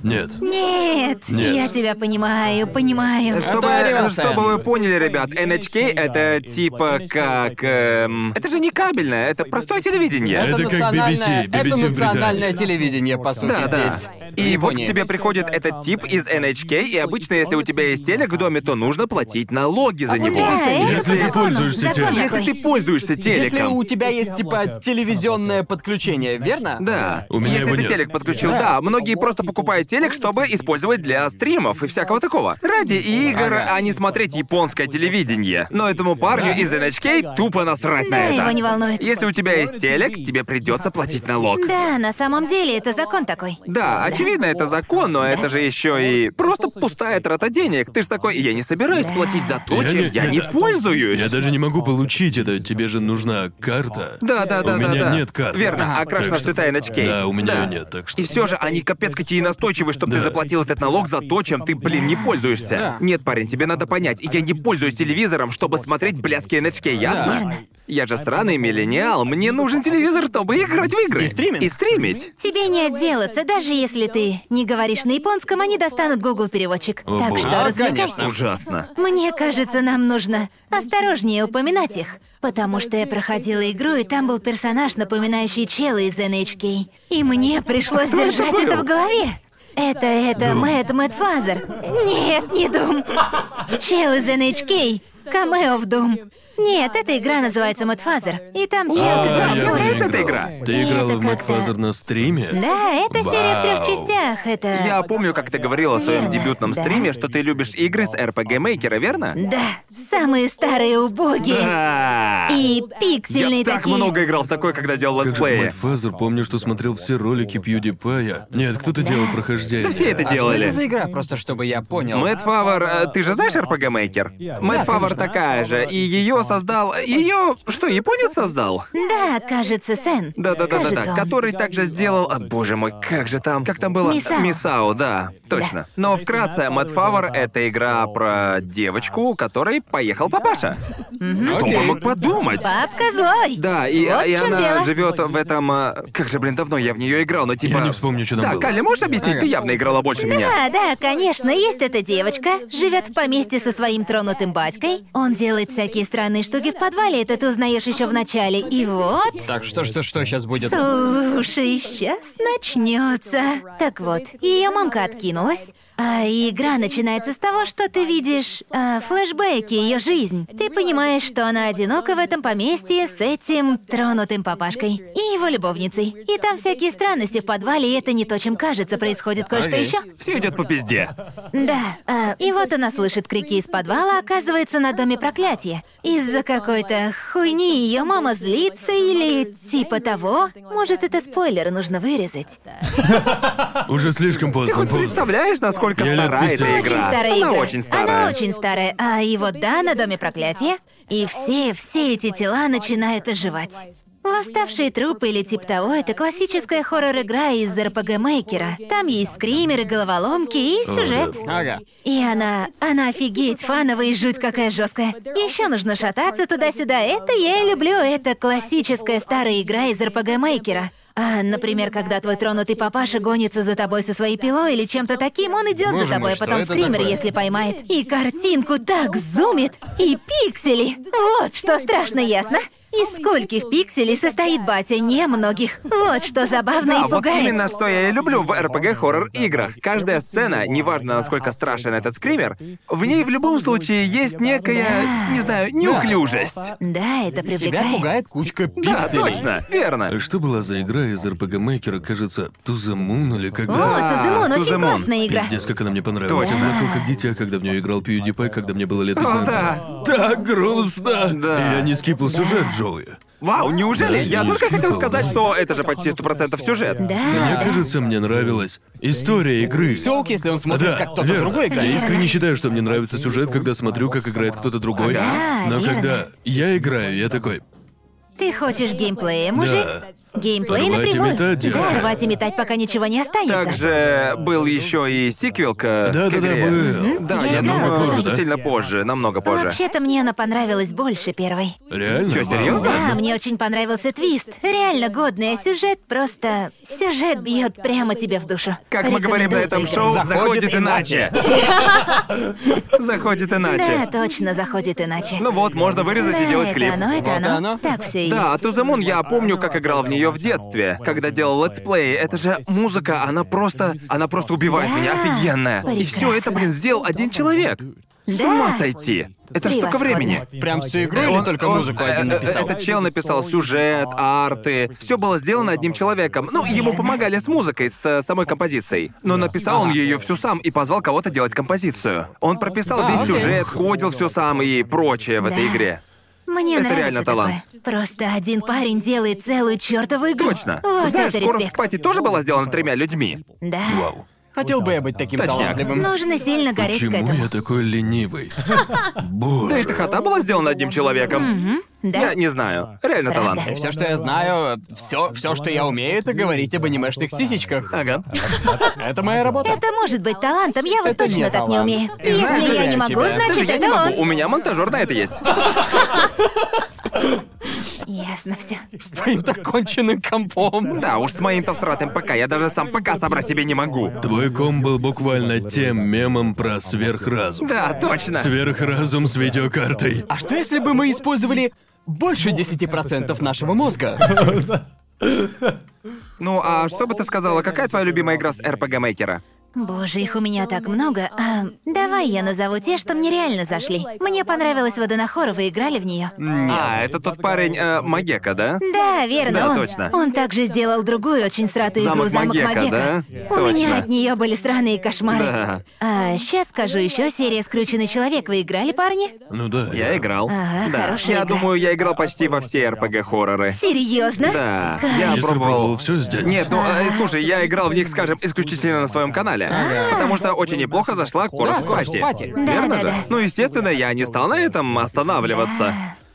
Speaker 3: Нет.
Speaker 4: Нет,
Speaker 3: Нет.
Speaker 4: я тебя понимаю, понимаю.
Speaker 2: Чтобы,
Speaker 1: орёт,
Speaker 2: чтобы
Speaker 1: Сэм.
Speaker 2: вы поняли, ребят, NHK это типа как... эм, это же не кабельное, это простое телевидение.
Speaker 3: Это как BBC, BBC в
Speaker 1: это
Speaker 3: Британии.
Speaker 1: национальное телевидение, по сути,
Speaker 2: Да, да.
Speaker 1: здесь. в
Speaker 2: И вот к
Speaker 1: Японии.
Speaker 2: тебе приходит этот тип из NHK, и обычно, если у тебя есть телек в доме, то нужно платить налоги за него.
Speaker 4: Да, это
Speaker 3: Если
Speaker 4: по
Speaker 3: ты
Speaker 4: закону.
Speaker 3: пользуешься
Speaker 4: Закон
Speaker 3: теле-
Speaker 2: Если
Speaker 4: такой.
Speaker 2: ты пользуешься
Speaker 1: Если у
Speaker 2: телеком.
Speaker 1: тебя есть, типа, телевизионное подключение, верно?
Speaker 2: Да.
Speaker 3: У меня
Speaker 2: Если
Speaker 3: его
Speaker 2: ты
Speaker 3: нет.
Speaker 2: телек подключил,
Speaker 1: Да.
Speaker 2: да, многие просто покупают телек, чтобы использовать для стримов и всякого такого. Ради игр,
Speaker 1: Ага.
Speaker 2: а не смотреть японское телевидение. Но этому парню из NHK тупо насрать
Speaker 4: Да,
Speaker 2: на это.
Speaker 4: его не волнует.
Speaker 2: Если у тебя есть телек, тебе придется платить налог.
Speaker 4: Да, на самом деле это закон такой.
Speaker 2: Да, очевидно, это закон, но это же еще и просто пустая трата денег. Ты ж такой, я не собираюсь платить за то,
Speaker 3: Я
Speaker 2: чем
Speaker 3: не-
Speaker 2: я не пользуюсь.
Speaker 3: Я даже не могу получить это, тебе же нужна карта.
Speaker 2: Да, да, да,
Speaker 3: У
Speaker 2: да,
Speaker 3: меня
Speaker 2: да.
Speaker 3: нет карты.
Speaker 2: Верно, а
Speaker 3: Так что-
Speaker 2: красноцветая NHK.
Speaker 3: Да, у меня её нет, так что-
Speaker 2: И все же они капец какие настойчивы, чтобы ты
Speaker 3: Да.
Speaker 2: заплатил этот налог за то, чем ты, блин, не пользуешься.
Speaker 1: Да.
Speaker 2: Нет, парень, тебе надо понять, я не пользуюсь телевизором, чтобы смотреть блядские NHK, ясно?
Speaker 4: Верно.
Speaker 2: Я же странный миллениал, мне нужен телевизор, чтобы играть в игры.
Speaker 1: И стриминг.
Speaker 2: И стримить.
Speaker 4: Тебе не отделаться, даже если ты не говоришь на японском, они достанут Google переводчик.
Speaker 3: О,
Speaker 4: так
Speaker 3: боже.
Speaker 4: что
Speaker 1: А,
Speaker 4: развлекайся.
Speaker 1: конечно.
Speaker 2: Ужасно.
Speaker 4: Мне кажется, нам нужно осторожнее упоминать их. Потому что я проходила игру, и там был персонаж, напоминающий чела из NHK. И мне пришлось держать это в голове. Это, это Мэтт Мэтт Фазер. Нет, не Дум. Чел из NHK. Камео в Дум. Нет, эта игра называется Мэтт Фазер. И там чел,
Speaker 3: А,
Speaker 2: Да, мне
Speaker 4: который...
Speaker 3: я в неё
Speaker 2: нравится эта
Speaker 3: играл.
Speaker 2: игра.
Speaker 3: Ты играла
Speaker 4: Это
Speaker 3: в Мэтт
Speaker 4: как-то-
Speaker 3: Фазер на стриме?
Speaker 4: Да, это серия в трех
Speaker 3: Вау.
Speaker 4: частях. Это...
Speaker 2: Я помню, как ты говорила о своем
Speaker 4: Верно,
Speaker 2: дебютном
Speaker 4: да.
Speaker 2: стриме, что ты любишь игры с RPG Мейкера, верно?
Speaker 4: Да, самые старые убогие.
Speaker 2: Да.
Speaker 4: И пиксельные
Speaker 2: Я так
Speaker 4: такие.
Speaker 2: много играл в такое, когда делал
Speaker 3: Как же
Speaker 2: летсплеи.
Speaker 3: Мэтт Фазер, помню, что смотрел все ролики Пьюдипая. Нет, кто-то делал прохождение.
Speaker 2: Да все это
Speaker 1: А что
Speaker 2: делали.
Speaker 1: это за игра, просто чтобы я понял?
Speaker 2: Мэтт Фавор, э, ты же знаешь RPG Мейкер? Мэтт Фавор такая же, и ее создал... Ее... Что, японец создал?
Speaker 4: Да, кажется, Сен. Кажется,
Speaker 2: Да-да-да-да-да,
Speaker 4: он.
Speaker 2: который также сделал... О, боже мой, как же там... Как там было?
Speaker 4: Мисао.
Speaker 2: Мисао, да, точно. Но вкратце, Мэтт Фавор — это игра про девочку, у которой поехал папаша. Кто бы
Speaker 1: Окей.
Speaker 2: мог подумать?
Speaker 4: Папка злой.
Speaker 2: Да, и, а,
Speaker 4: Вот
Speaker 2: и
Speaker 4: в чем
Speaker 2: она
Speaker 4: дело.
Speaker 2: живет в этом. а, Как же, блин, давно я в нее играл, но типа.
Speaker 3: Я не вспомню, что там
Speaker 2: Да,
Speaker 3: было.
Speaker 2: Калли, можешь объяснить? Ты явно играла больше меня.
Speaker 4: А, Да, да, конечно, есть эта девочка, живет в поместье со своим тронутым батькой. Он делает всякие странные штуки в подвале, это ты узнаешь еще в начале. И вот.
Speaker 1: Так, что, что, что сейчас будет?
Speaker 4: Слушай, сейчас начнется. Так вот, ее мамка откинулась. А игра начинается с того, что ты видишь а, флешбеки ее жизнь. Ты понимаешь, что она одинока в этом поместье с этим тронутым папашкой и его любовницей. И там всякие странности в подвале, и это не то, чем кажется, происходит кое-что
Speaker 1: Окей.
Speaker 4: еще.
Speaker 2: Все идет по пизде.
Speaker 4: Да, а, и вот она слышит крики из подвала, оказывается, на доме проклятие. Из-за какой-то хуйни ее мама злится или типа того. Может, это спойлер, нужно вырезать.
Speaker 3: Уже слишком
Speaker 2: Ты
Speaker 3: поздно.
Speaker 2: хоть
Speaker 3: поздно.
Speaker 2: представляешь, насколько
Speaker 3: Я лет
Speaker 2: старая
Speaker 3: пятьдесят.
Speaker 2: эта
Speaker 4: Очень
Speaker 2: игра?
Speaker 4: старая
Speaker 2: Она
Speaker 4: игра.
Speaker 2: очень старая.
Speaker 4: Она очень старая. А и вот да, на доме проклятия. И все, все эти тела начинают оживать. Восставшие трупы или типа того — это классическая хоррор-игра из РПГ-мейкера. Там есть скримеры, головоломки и сюжет.
Speaker 1: Ага.
Speaker 4: И она, она офигеть, фановая и жуть какая жесткая. Еще нужно шататься туда-сюда. Это я и люблю. Это классическая старая игра из РПГ Мейкера. А, например, когда твой тронутый папаша гонится за тобой со своей пилой или чем-то таким, он идет
Speaker 1: Боже
Speaker 4: за тобой,
Speaker 1: мой,
Speaker 4: а
Speaker 1: что
Speaker 4: потом
Speaker 1: это
Speaker 4: скример,
Speaker 1: такое?
Speaker 4: если поймает. И картинку так зумит, и пиксели. Вот что страшно ясно. Из скольких пикселей состоит батя, не многих. Вот что
Speaker 2: Да,
Speaker 4: забавно и
Speaker 2: А вот
Speaker 4: пугает.
Speaker 2: именно что я и люблю в RPG хоррор играх. Каждая сцена, неважно насколько страшен этот скример, в ней в любом случае есть некая, не знаю, неуклюжесть.
Speaker 4: Да,
Speaker 1: Тебя
Speaker 4: это привлекает.
Speaker 1: пугает кучка
Speaker 2: Да,
Speaker 1: пикселей.
Speaker 2: точно, верно.
Speaker 3: А Что была за игра из РПГ-мейкера, кажется, Тузамун или
Speaker 4: О,
Speaker 3: когда?
Speaker 4: Туземон,
Speaker 2: Да,
Speaker 4: очень
Speaker 2: Туземон.
Speaker 4: классная игра.
Speaker 3: Пиздец, как она мне понравилась.
Speaker 2: Точно.
Speaker 3: Я плакал как дитя, когда в нее играл PewDiePie, когда мне было лет 15.
Speaker 2: да.
Speaker 3: Так грустно!
Speaker 2: Да.
Speaker 3: И я не скипал сюжет Джоуи.
Speaker 2: Вау, неужели?
Speaker 3: Да,
Speaker 2: Я
Speaker 3: я
Speaker 2: только
Speaker 3: не
Speaker 2: хотел
Speaker 3: слышал.
Speaker 2: сказать, что это же почти 100% сюжет.
Speaker 4: Да,
Speaker 3: Мне
Speaker 4: да.
Speaker 3: кажется, мне нравилась история игры.
Speaker 1: Все ок, если он смотрит,
Speaker 3: Да,
Speaker 1: как кто-то
Speaker 3: верно.
Speaker 1: другой
Speaker 3: Я
Speaker 1: играет.
Speaker 3: искренне считаю, что мне нравится сюжет, когда смотрю, как играет кто-то другой.
Speaker 4: Ага.
Speaker 3: Но
Speaker 4: Да, верно.
Speaker 3: когда я играю, я такой,
Speaker 4: Ты хочешь геймплея, мужик?
Speaker 3: да,
Speaker 4: Геймплей
Speaker 3: Рвать и
Speaker 4: напрямую.
Speaker 3: метать дело.
Speaker 4: Да, рвать и метать, пока ничего не останется.
Speaker 2: Также был еще и сиквел к,
Speaker 3: Да,
Speaker 2: к
Speaker 3: да, да,
Speaker 2: игре.
Speaker 3: был.
Speaker 2: Да,
Speaker 4: Я
Speaker 2: я
Speaker 4: играла
Speaker 2: думаю,
Speaker 3: тоже, да?
Speaker 2: сильно позже, намного позже.
Speaker 4: Вообще-то мне она понравилась больше первой.
Speaker 3: Реально?
Speaker 2: Чё,
Speaker 3: Мало.
Speaker 2: серьёзно?
Speaker 4: Да, мне очень понравился твист. Реально годный, а сюжет просто... Сюжет бьет прямо тебе в душу.
Speaker 2: Как мы говорим на этом шоу,
Speaker 4: Рекомендую
Speaker 1: Заходит
Speaker 2: заходит иначе. Заходит
Speaker 4: поиграть.
Speaker 2: иначе.
Speaker 4: Да, точно, заходит иначе.
Speaker 2: Ну вот, можно вырезать и
Speaker 4: да,
Speaker 2: делать
Speaker 4: это
Speaker 2: клип.
Speaker 4: оно, это
Speaker 1: Вот
Speaker 4: оно.
Speaker 1: оно.
Speaker 4: Так все и
Speaker 2: Да,
Speaker 4: есть.
Speaker 2: Тузамун я помню, как играл в нее в детстве, когда делал летсплей. Это же музыка, она просто, она просто убивает
Speaker 4: Да,
Speaker 2: меня, офигенная. И все это,
Speaker 4: прекрасно.
Speaker 2: блин, сделал один человек. С
Speaker 4: Да.
Speaker 2: ума сойти. Это штука
Speaker 4: Превосходно.
Speaker 2: времени.
Speaker 1: Прям всю игру или
Speaker 2: Он-
Speaker 1: только
Speaker 2: он-
Speaker 1: музыку
Speaker 2: э,
Speaker 1: один
Speaker 2: э,
Speaker 1: написал?
Speaker 2: Этот чел написал сюжет, арты. Все было сделано одним человеком. Ну, ему помогали с музыкой, с э, самой композицией. Но написал он ее всю сам и позвал кого-то делать композицию. Он прописал
Speaker 1: Да,
Speaker 2: весь
Speaker 1: А, окей.
Speaker 2: сюжет, кодил все сам и прочее в этой
Speaker 4: Да.
Speaker 2: игре.
Speaker 4: Мне
Speaker 2: это
Speaker 4: нравится
Speaker 2: реально
Speaker 4: такое. Просто один парень делает целую чертову игру.
Speaker 2: Точно.
Speaker 4: Вот
Speaker 2: Знаешь,
Speaker 4: это
Speaker 2: Коров в
Speaker 4: респект.
Speaker 2: Пати тоже была сделана тремя людьми.
Speaker 4: Да.
Speaker 1: Хотел бы я быть таким
Speaker 2: Точняк.
Speaker 1: талантливым.
Speaker 4: Нужно сильно гореть к
Speaker 3: Почему
Speaker 4: этому.
Speaker 3: я такой ленивый?
Speaker 2: Да и
Speaker 3: Боже.
Speaker 2: хата была сделана одним человеком.
Speaker 4: Да.
Speaker 2: Я не знаю. Реально
Speaker 4: Правда.
Speaker 2: талант.
Speaker 1: Все, что я знаю, все, все, что я умею, это говорить об анимешных сисечках.
Speaker 2: Ага.
Speaker 1: Это моя работа.
Speaker 4: Это может быть талантом, я вот
Speaker 1: Это
Speaker 4: точно
Speaker 1: не
Speaker 4: так не
Speaker 1: талант.
Speaker 4: умею.
Speaker 1: И знаешь,
Speaker 4: Если я не
Speaker 1: уверяю
Speaker 4: могу,
Speaker 1: тебя,
Speaker 2: Даже
Speaker 4: значит
Speaker 2: я
Speaker 4: это
Speaker 2: не могу.
Speaker 4: он.
Speaker 2: У меня монтажер на это есть.
Speaker 4: Ясно все.
Speaker 1: С твоим-то конченным компом.
Speaker 2: Да, уж с моим-то всратым пока. Я даже сам пока собрать себе не могу.
Speaker 3: Твой ком был буквально тем мемом про сверхразум.
Speaker 2: Да, точно.
Speaker 3: Сверхразум с видеокартой.
Speaker 1: А что если бы мы использовали больше 10% нашего мозга?
Speaker 2: Ну, а что бы ты сказала, какая твоя любимая игра с RPG Мейкера?
Speaker 4: Боже, их у меня так много. А, давай я назову те, что мне реально зашли. Мне понравилась Водонахора, вы играли в нее.
Speaker 2: А, это тот парень э, Магека, да?
Speaker 4: Да, верно,
Speaker 2: Да,
Speaker 4: он.
Speaker 2: точно.
Speaker 4: Он также сделал другую очень сратую игру
Speaker 2: Замок
Speaker 4: Замок
Speaker 2: Магека,
Speaker 4: Магека.
Speaker 2: да?
Speaker 4: У меня
Speaker 2: Точно.
Speaker 4: от нее были сраные кошмары.
Speaker 2: Да.
Speaker 4: А, сейчас скажу еще серия Скрученный человек. Вы играли, парни?
Speaker 3: Ну да.
Speaker 2: Я играл.
Speaker 4: Ага,
Speaker 2: да.
Speaker 4: хорошая
Speaker 2: Я
Speaker 4: игра.
Speaker 2: думаю, я играл почти во все RPG хорроры.
Speaker 4: Серьезно?
Speaker 2: Да.
Speaker 4: Как?
Speaker 2: Я
Speaker 3: Мистер
Speaker 2: пробовал.
Speaker 3: пробовал все здесь.
Speaker 2: Нет, ну э, слушай, я играл в них, скажем, исключительно на своем канале. Потому что очень неплохо зашла Коров
Speaker 1: Да, Corpse Party. Да,
Speaker 2: Верно
Speaker 4: да,
Speaker 2: же?
Speaker 4: да.
Speaker 2: Ну, естественно, я не стал на этом останавливаться.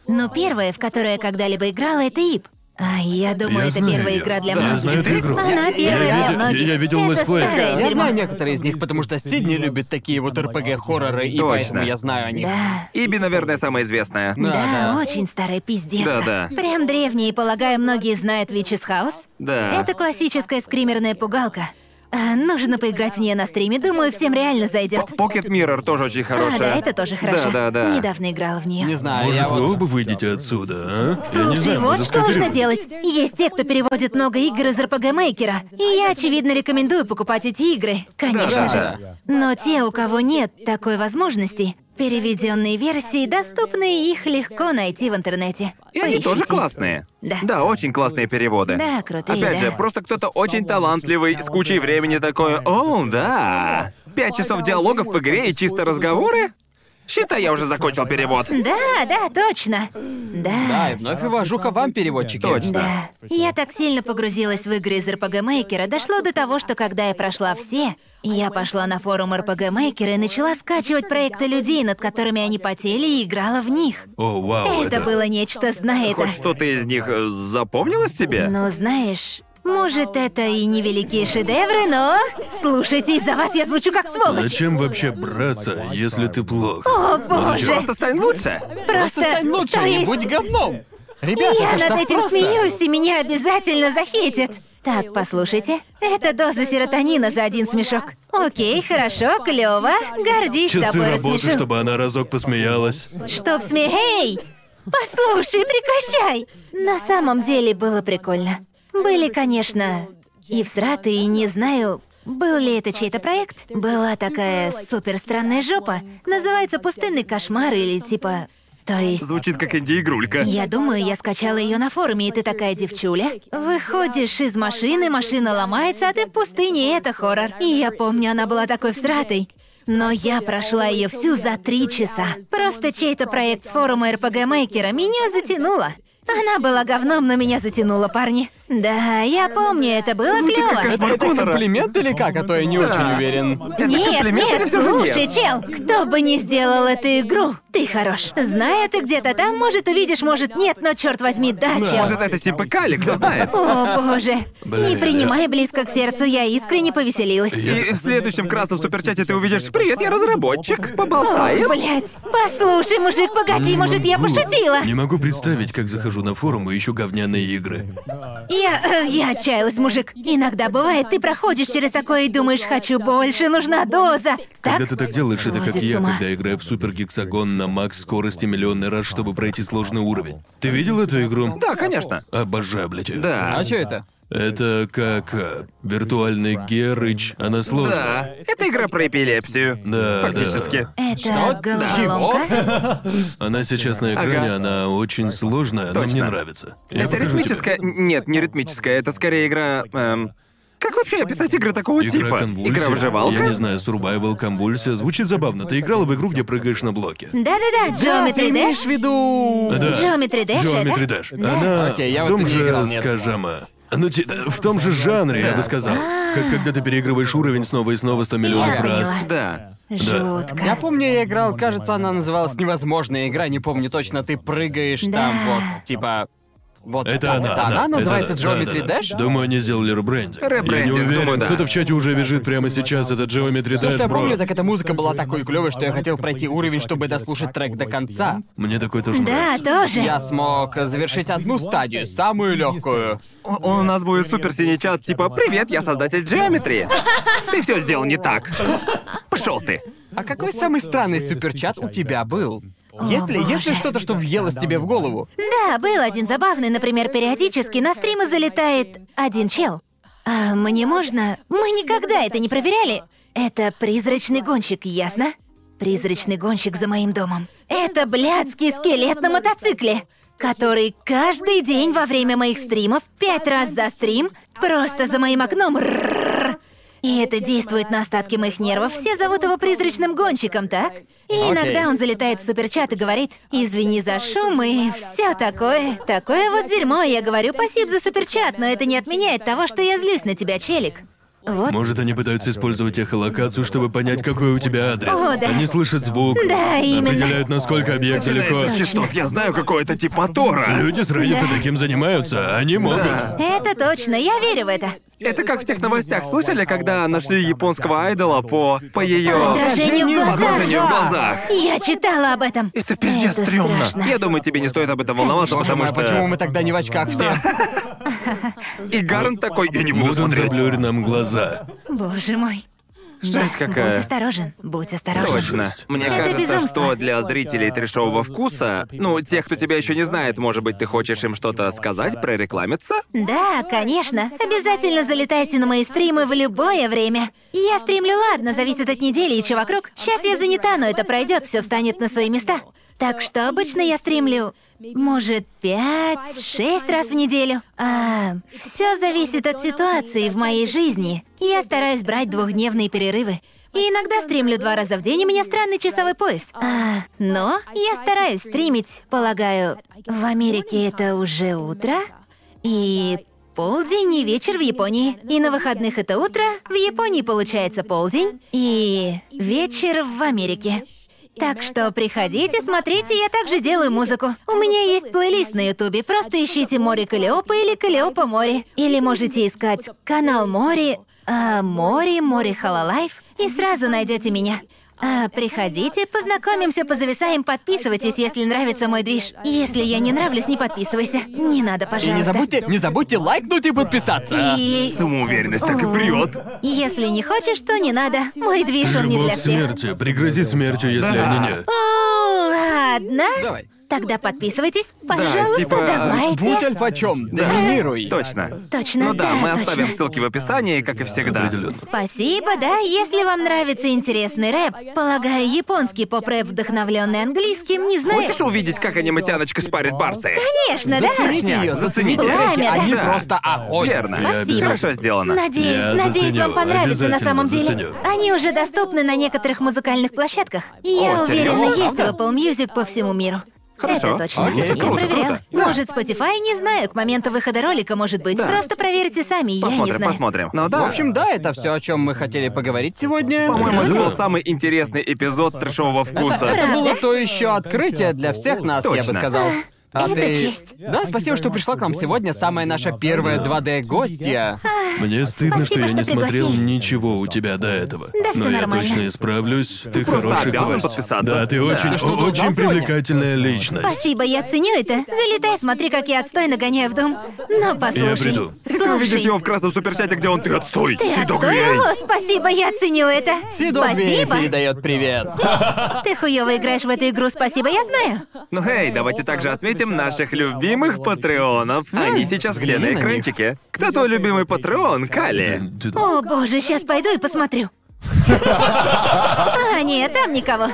Speaker 4: Но первая, в которую я когда-либо играла, это Ип. А я думаю,
Speaker 3: Я
Speaker 4: это
Speaker 3: знаю
Speaker 4: первая
Speaker 3: её.
Speaker 4: игра для
Speaker 3: Да, я
Speaker 4: многих.
Speaker 3: знаю эту игру.
Speaker 4: Она
Speaker 3: Я
Speaker 4: первая для
Speaker 3: видел-
Speaker 4: многих.
Speaker 3: я видел
Speaker 4: это
Speaker 3: летсплей.
Speaker 4: старое
Speaker 1: Я
Speaker 4: дерьмо.
Speaker 1: знаю некоторые из них, потому что Сидни любит такие вот РПГ-хорроры, и
Speaker 2: Точно.
Speaker 1: поэтому я знаю о них.
Speaker 4: Да.
Speaker 2: Иби, наверное, самая известная.
Speaker 1: Да,
Speaker 4: Да,
Speaker 1: да.
Speaker 4: очень старый пиздец.
Speaker 2: Да, да.
Speaker 4: Прям древний, и, полагаю, многие знают Witch's House.
Speaker 2: Да.
Speaker 4: Это классическая скримерная пугалка. А, нужно поиграть в нее на стриме, думаю, всем реально зайдет.
Speaker 2: Pocket Mirror тоже очень
Speaker 4: А, да,
Speaker 2: хорошая.
Speaker 4: это тоже хорошо.
Speaker 2: Да, да, да.
Speaker 4: Недавно играла в нее.
Speaker 1: Не знаю,
Speaker 3: Может,
Speaker 1: А я
Speaker 3: вы
Speaker 1: вот...
Speaker 3: оба выйдете отсюда, а? Я не
Speaker 4: Слушай,
Speaker 3: знаю,
Speaker 4: вот
Speaker 3: может,
Speaker 4: что нужно
Speaker 3: скооперируем.
Speaker 4: делать. Есть те, кто переводит много игр из РПГ-мейкера. И я, очевидно, рекомендую покупать эти игры, конечно
Speaker 2: Да,
Speaker 4: же. Но те, у кого нет такой возможности, переведенные версии доступны, их легко найти в интернете.
Speaker 2: И они
Speaker 4: Поищите.
Speaker 2: тоже классные.
Speaker 4: Да.
Speaker 2: Да, очень классные переводы.
Speaker 4: Да, крутые,
Speaker 2: Опять же,
Speaker 4: да.
Speaker 2: просто кто-то очень талантливый, с кучей времени такое. О, да. Пять часов диалогов в игре и чисто разговоры? Считай, я уже закончил перевод.
Speaker 4: Да, да, точно. Да.
Speaker 1: Да, и вновь вывожу к вам переводчики.
Speaker 2: Точно.
Speaker 4: Да. Я так сильно погрузилась в игры из РПГ-мейкера, дошло до того, что когда я прошла все, я пошла на форум РПГ-мейкера и начала скачивать проекты людей, над которыми они потели, и играла в них.
Speaker 3: О, вау,
Speaker 4: Это было нечто, знай это.
Speaker 2: Хоть что-то из них э, запомнилось тебе?
Speaker 4: Ну, знаешь, может, это и невеликие шедевры, но... Слушайте, из-за вас я звучу как сволочь.
Speaker 3: Зачем вообще браться, если ты плох?
Speaker 4: О, боже,
Speaker 2: Просто стань лучше.
Speaker 4: просто...
Speaker 1: Стань лучше,
Speaker 4: То
Speaker 1: не
Speaker 4: есть,
Speaker 1: будь говном. Ребята,
Speaker 4: я
Speaker 1: это ж
Speaker 4: над
Speaker 1: так
Speaker 4: этим
Speaker 1: просто.
Speaker 4: смеюсь, и меня обязательно захейтят. Так, послушайте, это доза серотонина за один смешок. Окей, хорошо, клево. Гордись
Speaker 3: Часы
Speaker 4: собой,
Speaker 3: работы,
Speaker 4: рассмешил.
Speaker 3: чтобы она разок посмеялась.
Speaker 4: Чтоб сме... Эй! Послушай, прекращай! На самом деле было прикольно. Были, конечно, и всраты, и не знаю, был ли это чей-то проект. Была такая супер странная жопа. Называется «Пустынный кошмар» или типа... То есть...
Speaker 2: Звучит как инди-игрулька.
Speaker 4: Я думаю, я скачала ее на форуме, и ты такая девчуля. Выходишь из машины, машина ломается, а ты в пустыне, и это хоррор. И я помню, она была такой всратой. Но я прошла ее всю за три часа. Просто чей-то проект с форума РПГ Мейкера меня затянуло. Она была говном, но меня затянула, парни. Да, я помню, это было
Speaker 2: Звучит как
Speaker 4: клево.
Speaker 2: кошмар.
Speaker 1: Это, это
Speaker 2: Конора.
Speaker 1: комплимент или как? А то я не
Speaker 2: Да.
Speaker 1: очень уверен.
Speaker 2: Это
Speaker 4: Нет,
Speaker 2: комплимент или
Speaker 4: нет,
Speaker 2: всё же нет?
Speaker 4: слушай, чел, кто бы ни сделал эту игру, ты хорош. Знаю, ты где-то там, может, увидишь, может, нет, но черт возьми, да, чел.
Speaker 2: Ну, Может, это симпокали, кто знает.
Speaker 4: О, боже.
Speaker 3: Блин,
Speaker 4: Не принимай близко к сердцу, я искренне повеселилась.
Speaker 2: И в следующем красном суперчате ты увидишь «Привет, я разработчик,
Speaker 4: О,
Speaker 2: поболтаем».
Speaker 3: А,
Speaker 4: блядь. Послушай, мужик, погоди, может, я пошутила.
Speaker 3: Не могу представить, как захожу на форум и ищу говняные игры.
Speaker 4: Я, э, я отчаялась, мужик. Иногда бывает, ты проходишь через такое и думаешь, хочу больше, нужна доза.
Speaker 3: Когда
Speaker 4: Так?
Speaker 3: ты так делаешь, это как
Speaker 4: Сводит с
Speaker 3: я,
Speaker 4: ума.
Speaker 3: когда играю в Супер Гексагон на макс скорости миллионный раз, чтобы пройти сложный уровень. Ты видел эту игру?
Speaker 2: Да, конечно.
Speaker 3: Обожаю, блядь. её.
Speaker 2: Да.
Speaker 1: А что это?
Speaker 3: Это как э, виртуальный Герыч. Она сложная.
Speaker 2: Да. Это игра про эпилепсию.
Speaker 3: Да,
Speaker 2: Фактически.
Speaker 4: Это головоломка?
Speaker 1: Чего?
Speaker 3: Она сейчас на экране,
Speaker 2: Ага.
Speaker 3: она очень сложная, но
Speaker 2: Точно.
Speaker 3: мне нравится. Я
Speaker 2: Это
Speaker 3: покажу тебе.
Speaker 2: ритмическая... Нет, не ритмическая, это скорее игра... эм, Как вообще описать игры такого
Speaker 3: Игра
Speaker 2: типа?
Speaker 3: конвульсия.
Speaker 2: Игра
Speaker 3: Я не
Speaker 2: выживалка?
Speaker 3: знаю, сурвайвал, конвульсия. Звучит забавно. Ты играла в игру, где прыгаешь на блоке.
Speaker 4: Да-да-да, Geometry
Speaker 1: ты имеешь в
Speaker 4: Dash.
Speaker 1: виду...
Speaker 3: Да.
Speaker 4: Geometry Dash,
Speaker 3: Geometry
Speaker 4: это?
Speaker 3: Dash. Она
Speaker 1: Окей, я
Speaker 3: в
Speaker 1: вот
Speaker 3: том
Speaker 1: и не
Speaker 3: же,
Speaker 1: играл, нет.
Speaker 3: скажем, ну, ти- в том же жанре, я бы сказал. Как когда ты переигрываешь уровень снова и снова 100 миллионов раз.
Speaker 4: А. поняла.
Speaker 2: Да.
Speaker 4: Жутко.
Speaker 1: Я помню, я играл, кажется, она называлась «Невозможная игра», не помню точно, ты прыгаешь там вот, типа... Вот
Speaker 3: Это
Speaker 1: так
Speaker 3: она.
Speaker 1: вот. Она называется
Speaker 3: Это- да,
Speaker 1: Geometry
Speaker 3: да, да.
Speaker 1: Dash?
Speaker 3: Думаю, они сделали ребрендинг. Я не
Speaker 2: Ребрендинг,
Speaker 3: уверен.
Speaker 2: думаю, да.
Speaker 3: Кто-то в чате уже вяжет прямо сейчас этот Geometry
Speaker 1: Все,
Speaker 3: Dash,
Speaker 1: что я
Speaker 3: бро.
Speaker 1: помню, так эта музыка была такой клевой, что я хотел пройти уровень, чтобы дослушать трек до конца.
Speaker 3: Мне такой тоже
Speaker 4: Да,
Speaker 3: нравится.
Speaker 4: тоже.
Speaker 1: Я смог завершить одну стадию, самую легкую.
Speaker 2: У, у нас будет супер синий чат, типа «Привет, я создатель джеометрии». Ты все сделал не так. Пошел ты.
Speaker 1: А какой самый странный суперчат у тебя был? Если, если
Speaker 4: боже.
Speaker 1: что-то, что въелось тебе в голову.
Speaker 4: Да, был один забавный, например, периодически на стримы залетает один чел. А мне можно? Мы никогда это не проверяли. Это призрачный гонщик, ясно? Призрачный гонщик за моим домом. Это блядский скелет на мотоцикле, который каждый день во время моих стримов, пять раз за стрим, просто за моим окном. ррррр. И это действует на остатки моих нервов. Все зовут его призрачным гонщиком, так? И иногда он залетает в суперчат и говорит, извини за шум и все такое. Такое вот дерьмо. Я говорю, спасибо за суперчат, но это не отменяет того, что я злюсь на тебя, челик. Вот.
Speaker 3: Может, они пытаются использовать эхолокацию, чтобы понять, какой у тебя адрес.
Speaker 4: О, да.
Speaker 3: Они слышат звук,
Speaker 4: Да, именно.
Speaker 3: определяют, насколько объект далеко.
Speaker 2: Начинается с частот, я знаю, какой это тип мотора.
Speaker 3: Люди с Reddit таким занимаются, а они могут.
Speaker 2: Да.
Speaker 4: Это точно, я верю в это.
Speaker 2: Это как в тех новостях, слышали, когда нашли японского айдола по... по ее...
Speaker 4: Отражение в глазах.
Speaker 2: Отражение в глазах.
Speaker 4: Я читала об этом.
Speaker 2: Это пиздец
Speaker 4: Это
Speaker 2: стрёмно. а
Speaker 4: страшно.
Speaker 2: Я думаю, тебе не стоит об этом волноваться, потому
Speaker 1: Потому
Speaker 2: что...
Speaker 1: Почему мы тогда не в очках все?
Speaker 2: И Гарн такой, я не буду
Speaker 3: Вот он
Speaker 2: смотреть.
Speaker 3: заблюрит нам глаза.
Speaker 4: Боже мой.
Speaker 2: Жесть
Speaker 4: Будь
Speaker 2: какая.
Speaker 4: осторожен, будь осторожен.
Speaker 2: Точно. Мне
Speaker 4: Это
Speaker 2: кажется,
Speaker 4: безумство.
Speaker 2: что для зрителей трешового вкуса, ну, тех, кто тебя еще не знает, может быть, ты хочешь им что-то сказать, прорекламиться?
Speaker 4: Да, конечно. Обязательно залетайте на мои стримы в любое время. Я стримлю, ладно, зависит от недели и чего вокруг. Сейчас я занята, но это пройдет, все встанет на свои места. Так что обычно я стримлю, может, пять-шесть раз в неделю. А, все зависит от ситуации в моей жизни. Я стараюсь брать двухдневные перерывы. И иногда стримлю два раза в день, у меня странный часовой пояс. А, но я стараюсь стримить, полагаю, в Америке это уже утро. И полдень и вечер в Японии. И на выходных это утро, в Японии получается полдень, и вечер в Америке. Так что приходите, смотрите, я также делаю музыку. У меня есть плейлист на Ютубе, просто ищите «Море Калиопа» или «Калиопа море». Или можете искать канал «Море», а, «Море», «Море Халалайф» и сразу найдете меня. А, приходите, познакомимся, позависаем, подписывайтесь, если нравится мой движ. Если я не нравлюсь, не подписывайся. Не надо, пожалуйста.
Speaker 1: И не забудьте, не забудьте лайкнуть и подписаться.
Speaker 4: И-
Speaker 2: Самоуверенность так и прет.
Speaker 4: Если не хочешь, то не надо. Мой движ, он не
Speaker 3: Бог
Speaker 4: для всех.
Speaker 3: смерти, пригрози смертью, если они не.
Speaker 4: О, Ладно.
Speaker 1: Давай.
Speaker 4: Тогда подписывайтесь. Пожалуйста,
Speaker 2: типа,
Speaker 4: давайте.
Speaker 1: Будь альфачом, доминируй.
Speaker 2: Точно.
Speaker 4: Точно,
Speaker 2: Ну да, мы
Speaker 4: точно.
Speaker 2: оставим ссылки в описании, как и всегда.
Speaker 3: Определенно.
Speaker 4: Спасибо, да. Если вам нравится интересный рэп, полагаю, японский поп-рэп, вдохновленный английским, не знаю.
Speaker 2: Хочешь увидеть, как аниматяночка спарит барсы?
Speaker 4: Конечно, Ну да.
Speaker 1: Зацените ее, зацените.
Speaker 4: Пламя, да.
Speaker 1: Они
Speaker 2: Да.
Speaker 1: просто охотятся.
Speaker 2: Верно.
Speaker 4: Спасибо.
Speaker 2: Хорошо сделано.
Speaker 4: Надеюсь,
Speaker 3: Я
Speaker 4: надеюсь,
Speaker 3: заценил,
Speaker 4: вам понравится на
Speaker 3: обязательно
Speaker 4: самом деле.
Speaker 3: заценю.
Speaker 4: Они уже доступны на некоторых музыкальных площадках. Я
Speaker 2: О,
Speaker 4: уверена,
Speaker 2: серьёзно?
Speaker 4: есть в Apple Music по всему миру.
Speaker 2: Хорошо.
Speaker 4: Это точно.
Speaker 2: Окей,
Speaker 4: Я
Speaker 2: круто,
Speaker 4: проверяла.
Speaker 2: круто.
Speaker 4: Может, Spotify, не знаю, к моменту выхода ролика, может быть.
Speaker 2: Да.
Speaker 4: Просто проверьте сами, я не
Speaker 2: Посмотрим,
Speaker 4: знаю.
Speaker 2: посмотрим. Ну
Speaker 1: В
Speaker 2: да.
Speaker 1: общем, да, это все, о чем мы хотели поговорить сегодня.
Speaker 2: По-моему, это был самый интересный эпизод трешового вкуса.
Speaker 1: Это было то еще открытие для всех нас, я бы
Speaker 2: Точно.
Speaker 1: сказал. А
Speaker 4: Это
Speaker 1: ты...
Speaker 4: честь.
Speaker 1: Да, спасибо, что пришла к нам сегодня. Самая наша первая 2D-гостья.
Speaker 3: Мне стыдно, что
Speaker 4: Спасибо,
Speaker 3: я
Speaker 4: что
Speaker 3: не смотрел
Speaker 4: пригласили.
Speaker 3: ничего у тебя до этого.
Speaker 4: Да, всё
Speaker 3: Но я
Speaker 4: нормально.
Speaker 3: точно исправлюсь. Ты,
Speaker 2: просто
Speaker 3: хороший
Speaker 2: обязан
Speaker 3: гость.
Speaker 2: подписаться.
Speaker 3: Да, ты
Speaker 2: Да.
Speaker 3: очень,
Speaker 2: Ты
Speaker 1: что-то узнал
Speaker 3: очень
Speaker 1: сегодня?
Speaker 3: привлекательная личность.
Speaker 4: Спасибо, я ценю это. Залетай, смотри, как я отстойно гоняю в дом. Но послушай.
Speaker 3: приду.
Speaker 2: И ты увидишь
Speaker 4: Слушай,
Speaker 2: его в красном суперчате, где он «Ты отстой!
Speaker 4: ты
Speaker 2: Сидок
Speaker 4: отстоил?
Speaker 2: Грей!»
Speaker 4: О, спасибо, я ценю это.
Speaker 1: Сидоби
Speaker 4: спасибо.
Speaker 1: передает привет.
Speaker 4: Ты хуёво играешь в эту игру, спасибо, я знаю.
Speaker 2: Ну эй, давайте также отметим наших любимых патреонов. Они сейчас где
Speaker 1: взгляни
Speaker 2: на
Speaker 1: на них.
Speaker 2: экранчике. Кто твой любимый патреон, Кали?
Speaker 3: Ты-
Speaker 4: О, боже, сейчас пойду и посмотрю. А, нет, там никого.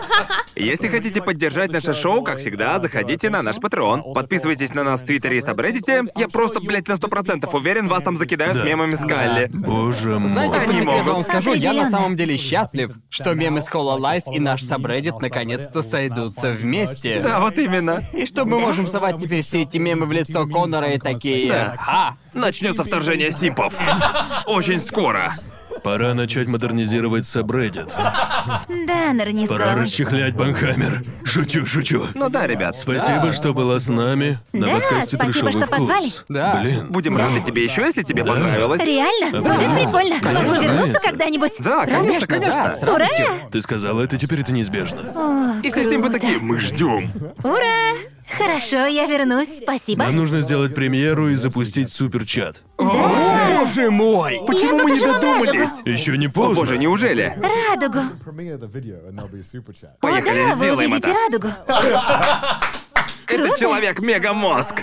Speaker 2: Если хотите поддержать наше шоу, как всегда, заходите на наш Patreon. Подписывайтесь на нас в Твиттере и Сабреддите. Я просто, блядь, на 100% уверен, вас там закидают
Speaker 3: Да.
Speaker 2: мемами с Калли.
Speaker 3: Боже мой.
Speaker 1: Знаете, по
Speaker 2: Они
Speaker 1: секрету вам
Speaker 2: могут.
Speaker 1: скажу, я на
Speaker 4: Определенно.
Speaker 1: самом деле счастлив, что мемы с Life и наш сабреддит наконец-то сойдутся вместе.
Speaker 2: Да, вот именно.
Speaker 1: И что мы можем совать теперь все эти мемы в лицо Коннора и такие... А.
Speaker 2: Да.
Speaker 1: Ха!
Speaker 2: Начнется вторжение симпов. Очень скоро.
Speaker 3: Пора начать модернизировать сабреддит.
Speaker 4: Да, Нарниско.
Speaker 3: Пора расчехлять банхаммер. Шучу, шучу.
Speaker 2: Ну да, ребят,
Speaker 3: Спасибо, что была с нами на
Speaker 4: Да,
Speaker 3: подкасте
Speaker 4: спасибо,
Speaker 3: «Трешовый
Speaker 4: что
Speaker 3: вкус».
Speaker 4: позвали.
Speaker 1: Да.
Speaker 3: Блин.
Speaker 2: будем рады тебе еще, если тебе понравилось.
Speaker 4: Реально? Будет прикольно. Могу вернуться
Speaker 3: разумеется.
Speaker 4: когда-нибудь.
Speaker 2: Да, конечно,
Speaker 1: Да,
Speaker 2: конечно.
Speaker 1: с радостью.
Speaker 3: Ты сказала это, теперь это неизбежно.
Speaker 2: И все симпы такие, мы ждем.
Speaker 4: Ура! Хорошо, я вернусь, спасибо.
Speaker 3: Нам нужно сделать премьеру и запустить суперчат.
Speaker 1: Боже мой!
Speaker 2: Почему мы не
Speaker 4: покажу вам
Speaker 2: додумались?
Speaker 3: Еще не
Speaker 2: О,
Speaker 3: поздно.
Speaker 2: боже, неужели?
Speaker 4: Радугу.
Speaker 6: Premiere the video and there'll be a super chat.
Speaker 4: О,
Speaker 2: Поехали,
Speaker 4: да, вы
Speaker 2: сделаем
Speaker 4: увидите
Speaker 2: это.
Speaker 4: радугу.
Speaker 2: Это человек мегамозг.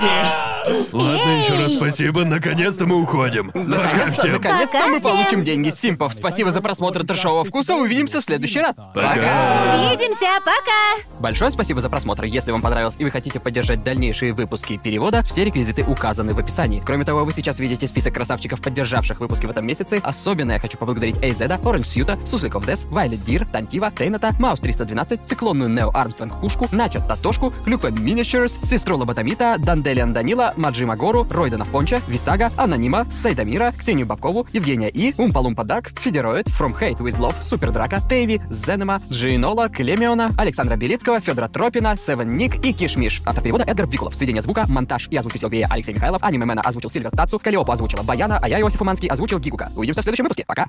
Speaker 3: Ладно, еще раз
Speaker 4: Эй!
Speaker 3: спасибо. Наконец-то мы уходим. Пока всем.
Speaker 1: А Наконец-то
Speaker 4: Пока
Speaker 1: мы
Speaker 4: всем.
Speaker 1: получим деньги с симпов. Спасибо за просмотр трешового вкуса. Увидимся в следующий раз.
Speaker 3: Пока.
Speaker 4: Увидимся, пока!
Speaker 1: Большое спасибо за просмотр. Если вам понравилось и вы хотите поддержать дальнейшие выпуски перевода, все реквизиты указаны в описании. Кроме того, вы сейчас видите список красавчиков, поддержавших выпуски в этом месяце. Особенно я хочу поблагодарить Эйзеда, Оранж Сьюта, Сусликов Дес, Вайлет Дир, Тантива, Тейната, Маус 312, Циклонную Нео Армстронг Пушку, Начо Татошку, Клюква Минишерс, Сестру Лоботомита, Данделиан Данила, Маджима Гору, Ройдана Понча, Висага, Анонима, Сайдамира, Ксению Бабкову, Евгения И, Умпалумпа Дак, Федероид, From Hate With Love, Супер Драка, Тейви, Зенема, Джинола, Клемиона, Александра Белицкого, Федора Тропина, Севен Ник и Кишмиш. Автор перевода Эдгар Викулов. Сведение звука, монтаж и озвучил Сергея Алексей Михайлов, аниме Мэна озвучил Сильвер Тацу, Калиопа озвучила Баяна, а я, Иосиф Уманский, озвучил Гигука. Увидимся в следующем выпуске. Пока!